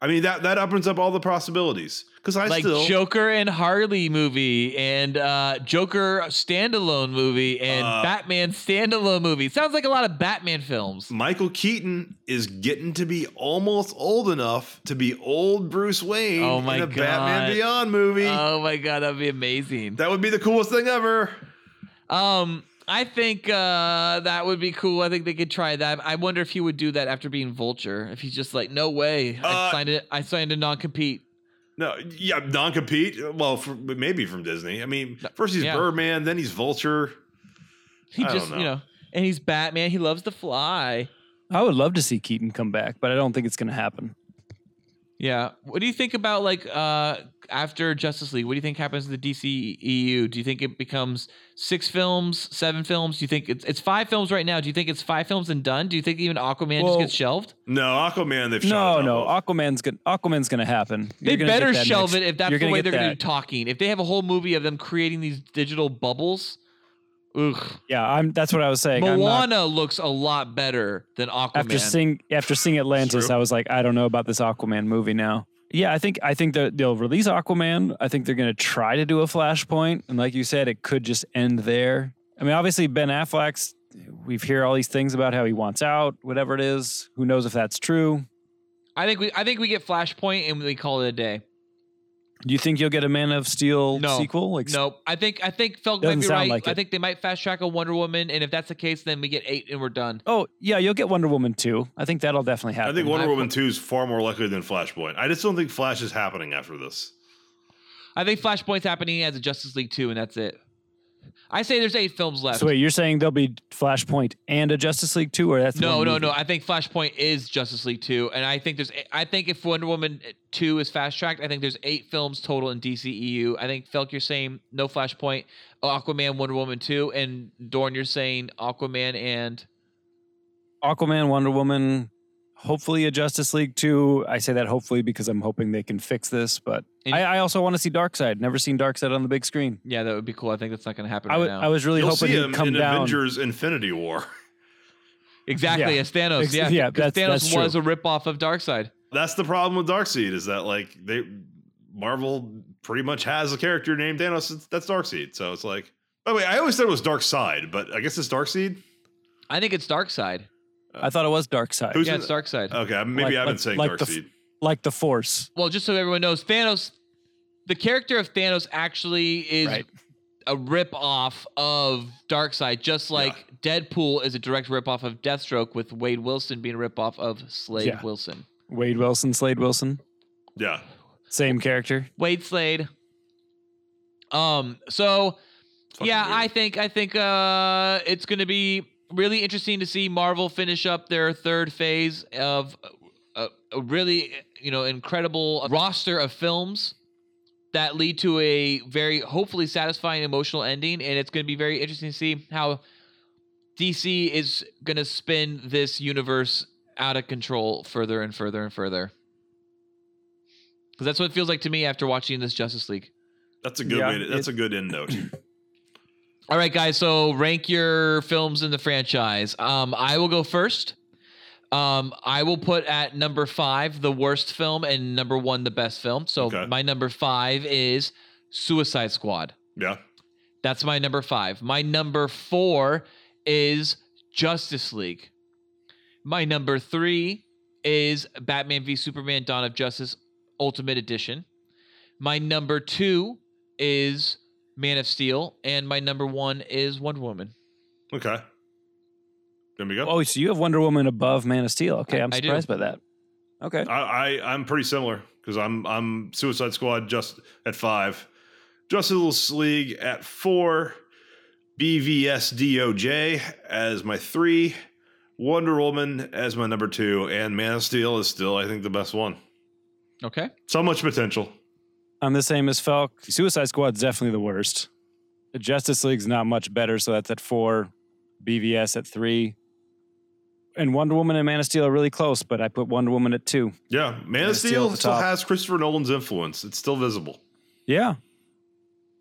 I mean that that opens up all the possibilities because I
like
still
Joker and Harley movie and uh, Joker standalone movie and
Uh,
Batman standalone movie. Sounds like a lot of Batman films.
Michael Keaton is getting to be almost old enough to be old Bruce Wayne
Oh my
in a
god,
Batman Beyond movie.
Oh my god, that'd be amazing.
that would be the coolest thing ever.
Um, I think uh, that would be cool. I think they could try that. I wonder if he would do that after being Vulture. If he's just like, no way, I
Uh,
signed it. I signed a non compete.
No, yeah, non compete. Well, for, maybe from Disney. I mean, first he's
yeah.
Birdman, then he's Vulture.
He
I don't
just,
know.
you know, and he's Batman. He loves to fly.
I would love to see Keaton come back, but I don't think it's going to happen.
Yeah. What do you think about like uh after Justice League? What do you think happens to the DCEU? Do you think it becomes six films, seven films? Do you think it's it's five films right now? Do you think it's five films and done? Do you think even Aquaman
Well,
just gets shelved?
No, Aquaman. They've
No,
shot
no, Aquaman's gonna Aquaman's gonna happen.
They
You're gonna get
better
that
shelve
next-
it if that's
you're
the way
get
they're going to
that.
be talking. If they have a whole movie of them creating these digital bubbles, ugh.
Yeah, I'm. That's what I was saying. I'm not-
Moana looks a lot better than Aquaman.
after seeing after seeing Atlantis,
Oh, True.
I was like, I don't know about this Aquaman movie now. Yeah, I think I think that they'll release Aquaman. I think they're going to try to do a Flashpoint, and like you said, it could just end there. I mean, obviously Ben Affleck's. We've hear all these things about how he wants out, whatever it is. Who knows if that's true?
I think we I think we get Flashpoint and we call it a day.
Do you think you'll get a Man of Steel
No.
sequel? Like,
Nope. I think I think Felk might
Doesn't
be
sound
right.
like
I
it.
think they might fast track a Wonder Woman, and if that's the case, then we get eight and we're done.
Oh yeah, you'll get Wonder Woman too. I think that'll definitely
I
happen.
think Wonder Woman two is far more likely than Flashpoint. I just don't think Flash is happening after this.
I think Flashpoint's happening as a Justice League two, and that's it. I say there's eight films left.
So wait, you're saying there'll be Flashpoint and a Justice League two, or that's
no,
one
no,
movie?
no. I think Flashpoint is Justice League two, and I think there's. I think if Wonder Woman two is fast tracked, I think there's eight films total in DCEU. I think Felk, you're saying no Flashpoint, Aquaman, Wonder Woman two, and Dorn, you're saying Aquaman and
Aquaman, Wonder Woman, hopefully a Justice League 2. I say that hopefully because I'm hoping they can fix this, but
And-
I, I also want to see Darkseid. Never seen Darkseid on the big screen.
yeah, that would be cool. I think that's not going to happen
I
right
wa-
now.
I was really
You'll
hoping
see
he'd
him
come
in
down.
Avengers: Infinity War.
Exactly,
Yeah.
as Thanos.
Ex-
yeah,
yeah,
'cause
that's- that's
Thanos
true.
was a ripoff of Darkseid.
That's the problem with Darkseid is that like they Marvel pretty much has a character named Thanos. it's- That's Darkseid. So it's like, by the way, I always said it was Dark Side, but I guess it's Darkseid.
I think it's Darkseid.
I thought it was Darkseid.
Who's
yeah,
in
it's Darkseid.
Okay, maybe
Like-
I've been
like-
saying
like the f-
Darkseid.
like the Force.
uh, Well, just so everyone knows, Thanos, the character of Thanos actually is
Right.
a ripoff of Darkseid, just like Deadpool is a direct ripoff of Deathstroke, with Wade Wilson being a ripoff of Slade
Yeah.
Wilson.
Wade Wilson, Slade Wilson.
yeah,
Same character.
Wade Slade. Um, so
Fucking
yeah,
weird.
I think I think uh it's gonna be really interesting to see Marvel finish up their third phase of a, a really you know incredible roster of films that lead to a very hopefully satisfying emotional ending, and it's gonna be very interesting to see how DC is gonna spin this universe out of control further and further and further. Because that's what it feels like to me after watching this Justice League.
that's a good
Yeah,
way. To, that's
it-
a good end note.
All right, guys. So rank your films in the franchise. Um, I will go first. Um, I will put at number five the worst film and number one the best film. So
Okay.
my number five is Suicide Squad.
yeah,
That's my number five. My number four is Justice League. My number three is Batman v Superman Dawn of Justice Ultimate Edition. My number two is Man of Steel. And my number one is Wonder Woman.
okay. There we go.
Oh, so you have Wonder Woman above Man of Steel. Okay, I'm
I do.
surprised by that. Okay.
I, I I'm pretty similar because I'm I'm Suicide Squad just at five, Justice League at four, BVS DOJ as my three, Wonder Woman as my number two, and Man of Steel is still I think the best one.
Okay.
So much potential.
I'm the same as Falk. Suicide Squad's definitely the worst. The Justice League's not much better, so that's at four. BVS at three. And Wonder Woman and Man of Steel are really close, but I put Wonder Woman at two.
Yeah, Man, of
of Steel
Steel,
at the
still
top.
has Christopher Nolan's influence. It's still visible.
Yeah.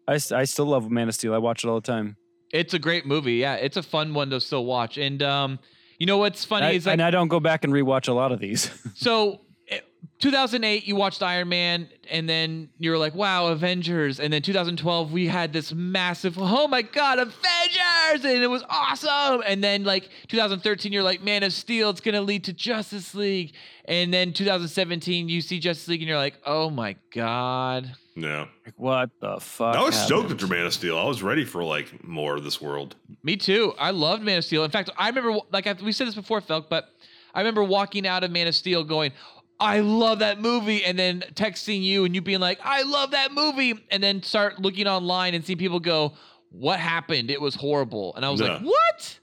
I, s- I still love Man of Steel. I watch it all the time.
It's a great movie. Yeah, it's a fun one to still watch. And um, you know what's funny
I-
is like,
and I don't go back and rewatch a lot of these.
so eh, 2008 you watched iron man and then you were like wow avengers and then 2012 we had this massive oh my god avengers and it was awesome and then like 2013 you're like man of steel it's gonna lead to justice league and then 2017 you see justice league and you're like oh my god
No.
Like, what the fuck?
I was
happened?
stoked for Man of Steel. I was ready for like more of this world.
Me too. I loved Man of Steel. In fact, I remember like I, we said this before, Felk, but I remember walking out of Man of Steel going, "I love that movie," and then texting you and you being like, "I love that movie," and then start looking online and seeing people go, "What happened? It was horrible," and I was
No.
like, "What?"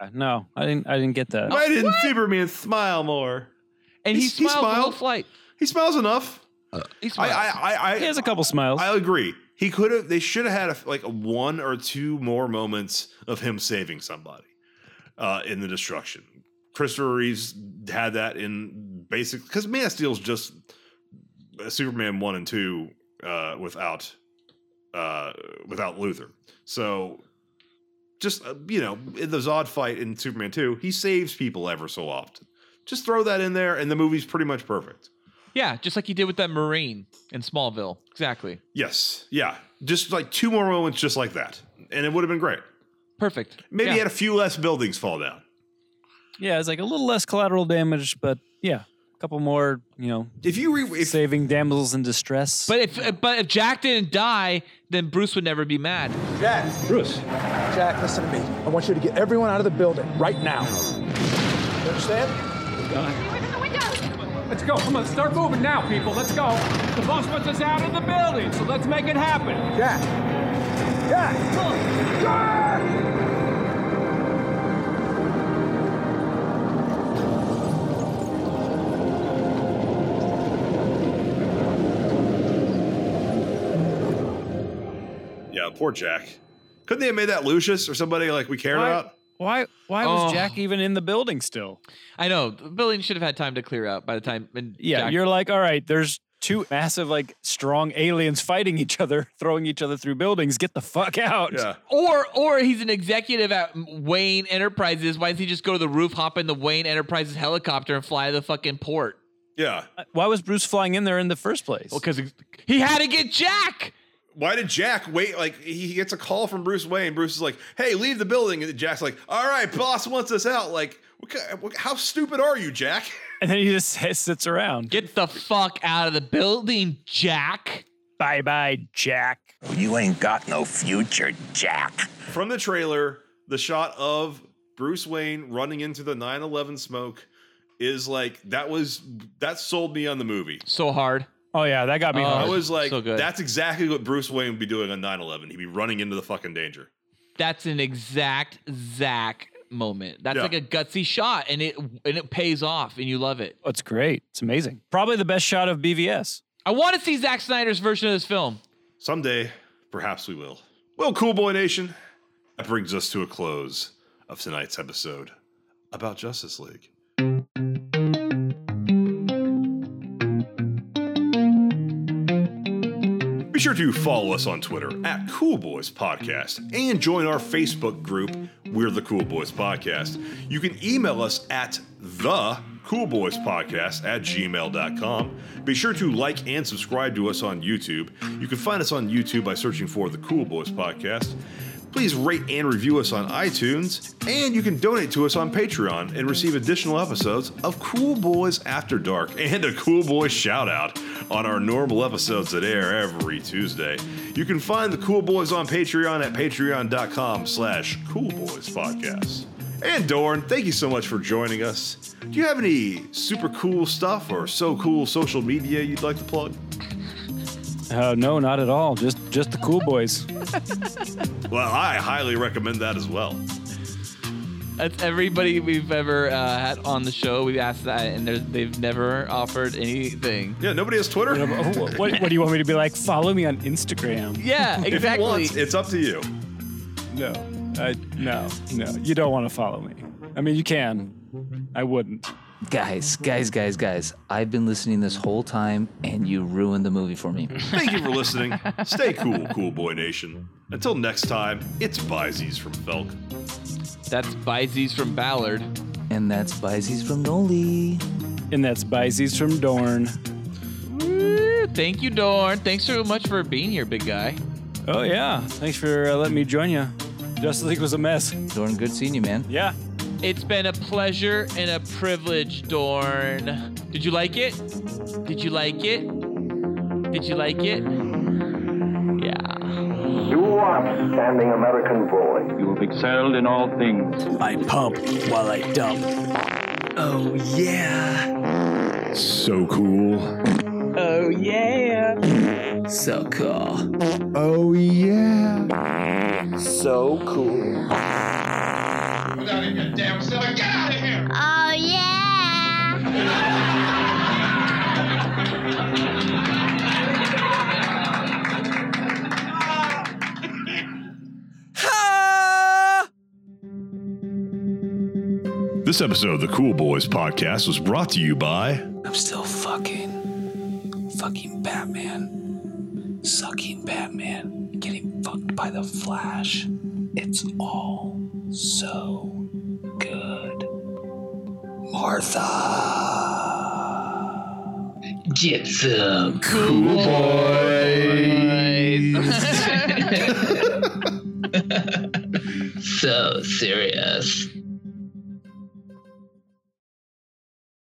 Uh, No, I didn't. I didn't get that.
Why didn't Superman smile more?
And he,
He- he
smiled, the whole
smiled.
flight.
He smiles enough.
He
I,
smiled.
I, I, I,
He has a couple smiles.
I agree. He could have. They should have had a, like one or two more moments of him saving somebody uh, in the destruction. Christopher Reeves had that in basic because Man of Steel's just uh, Superman one and two uh, without uh, without Luther. So just uh, you know, in the Zod fight in Superman two, he saves people ever so often. Just throw that in there, and the movie's pretty much perfect.
yeah, just like he did with that Marine in Smallville. Exactly.
Yes. Yeah. Just like two more moments just like that. And it would have been great.
Perfect.
Maybe
Yeah.
had a few less buildings fall down.
Yeah, it's like a little less collateral damage, but yeah, a couple more. You know,
If you re- if,
saving damsels in distress.
But if but if Jack didn't die, then Bruce would never be mad.
Jack.
Bruce.
Jack, listen to me. I want you to get everyone out of the building right now. You understand?
Let's go. Come on, start moving now, people. Let's go. The boss wants us out of the building, so let's make it happen.
Jack. Jack. Jack!
Yeah, poor Jack. Couldn't they have made that Lucius or somebody like we cared
Why-
about?
Why? Why was
Oh.
Jack even in the building still?
I know the building should have had time to clear out by the time. And
Yeah,
Jack-
you're like, all right, there's two massive, like, strong aliens fighting each other, throwing each other through buildings. Get the fuck out.
Yeah.
Or or he's an executive at Wayne Enterprises. Why doesn't he just go to the roof, hop in the Wayne Enterprises helicopter, and fly to the fucking port?
Yeah.
Why was Bruce flying in there in the first place?
Well, because he had to get Jack.
Why did Jack wait? Like he gets a call from Bruce Wayne. Bruce is like, "Hey, leave the building." And Jack's like, "All right, boss wants us out." Like, what, ki- what, how stupid are you, Jack?
and then he just sits sits around.
Get the fuck out of the building, Jack.
Bye bye, Jack.
You ain't got no future, Jack.
From the trailer, the shot of Bruce Wayne running into the 9/11 smoke is like that was that sold me on the movie.
So hard.
Oh, yeah, that got me.
Oh,
hard.
I was like,
so good.
that's exactly what Bruce Wayne would be doing on 9 11. He'd be running into the fucking danger.
That's an exact Zach moment. That's
Yeah.
like a gutsy shot, and it and it pays off, and you love it.
Oh, it's great. It's amazing. Probably the best shot of BVS.
I want to see Zack Snyder's version of this film.
Someday, perhaps we will. Well, Cool Boy Nation, that brings us to a close of tonight's episode about Justice League. Be sure to follow us on Twitter at Cool Boys Podcast and join our Facebook group, We're the Cool Boys Podcast. You can email us at the Cool Boys Podcast at gmail.com. Be sure to like and subscribe to us on YouTube. You can find us on YouTube by searching for the Cool Boys Podcast. Please rate and review us on iTunes, and you can donate to us on Patreon and receive additional episodes of Cool Boys After Dark and a Cool Boy shout out on our normal episodes that air every Tuesday. You can find the Cool Boys on Patreon at patreon.com slash Cool Boys Podcast. And Dorn, thank you so much for joining us. Do you have any super cool stuff or so cool social media you'd like to plug?
Uh, no, not at all. Just just the cool boys.
Well, I highly recommend that as well.
That's everybody we've ever uh, had on the show. We've asked that, and they're- they've never offered anything.
Yeah, nobody has Twitter.
what, Oh, what do you want me to be like? Follow me on Instagram.
Yeah,
If he
exactly.
wants, it's up to you.
No, I, no, no. You don't want to follow me. I mean, you can. I wouldn't.
Guys, guys, guys, guys, I've been listening this whole time and you ruined the movie for me.
Thank you for listening. Stay cool, cool boy nation. Until next time, it's Byzies from Felk.
That's Byzies from Ballard.
And that's Byzies from Noli.
And that's Byzies from Dorn.
Woo, thank you, Dorn. Thanks so much for being here, big guy.
Oh, yeah. Thanks for uh, letting me join you. Justice League was a mess.
Dorn, good seeing you, man.
Yeah.
It's been a pleasure and a privilege, Dorn. Did you like it? Did you like it? Did you like it? Yeah.
You are standing American boy.
You have excelled in all things.
I pump while I dump. Oh, yeah.
So cool.
Oh, yeah.
So cool.
Oh, yeah.
So cool.
Without even a damn self, get out of here!
Oh, yeah.
This episode of the Cool Boys podcast was brought to you by
I'm still fucking, fucking Batman, sucking Batman, getting fucked by the Flash. It's all so good. Martha, get some cool boys. so serious.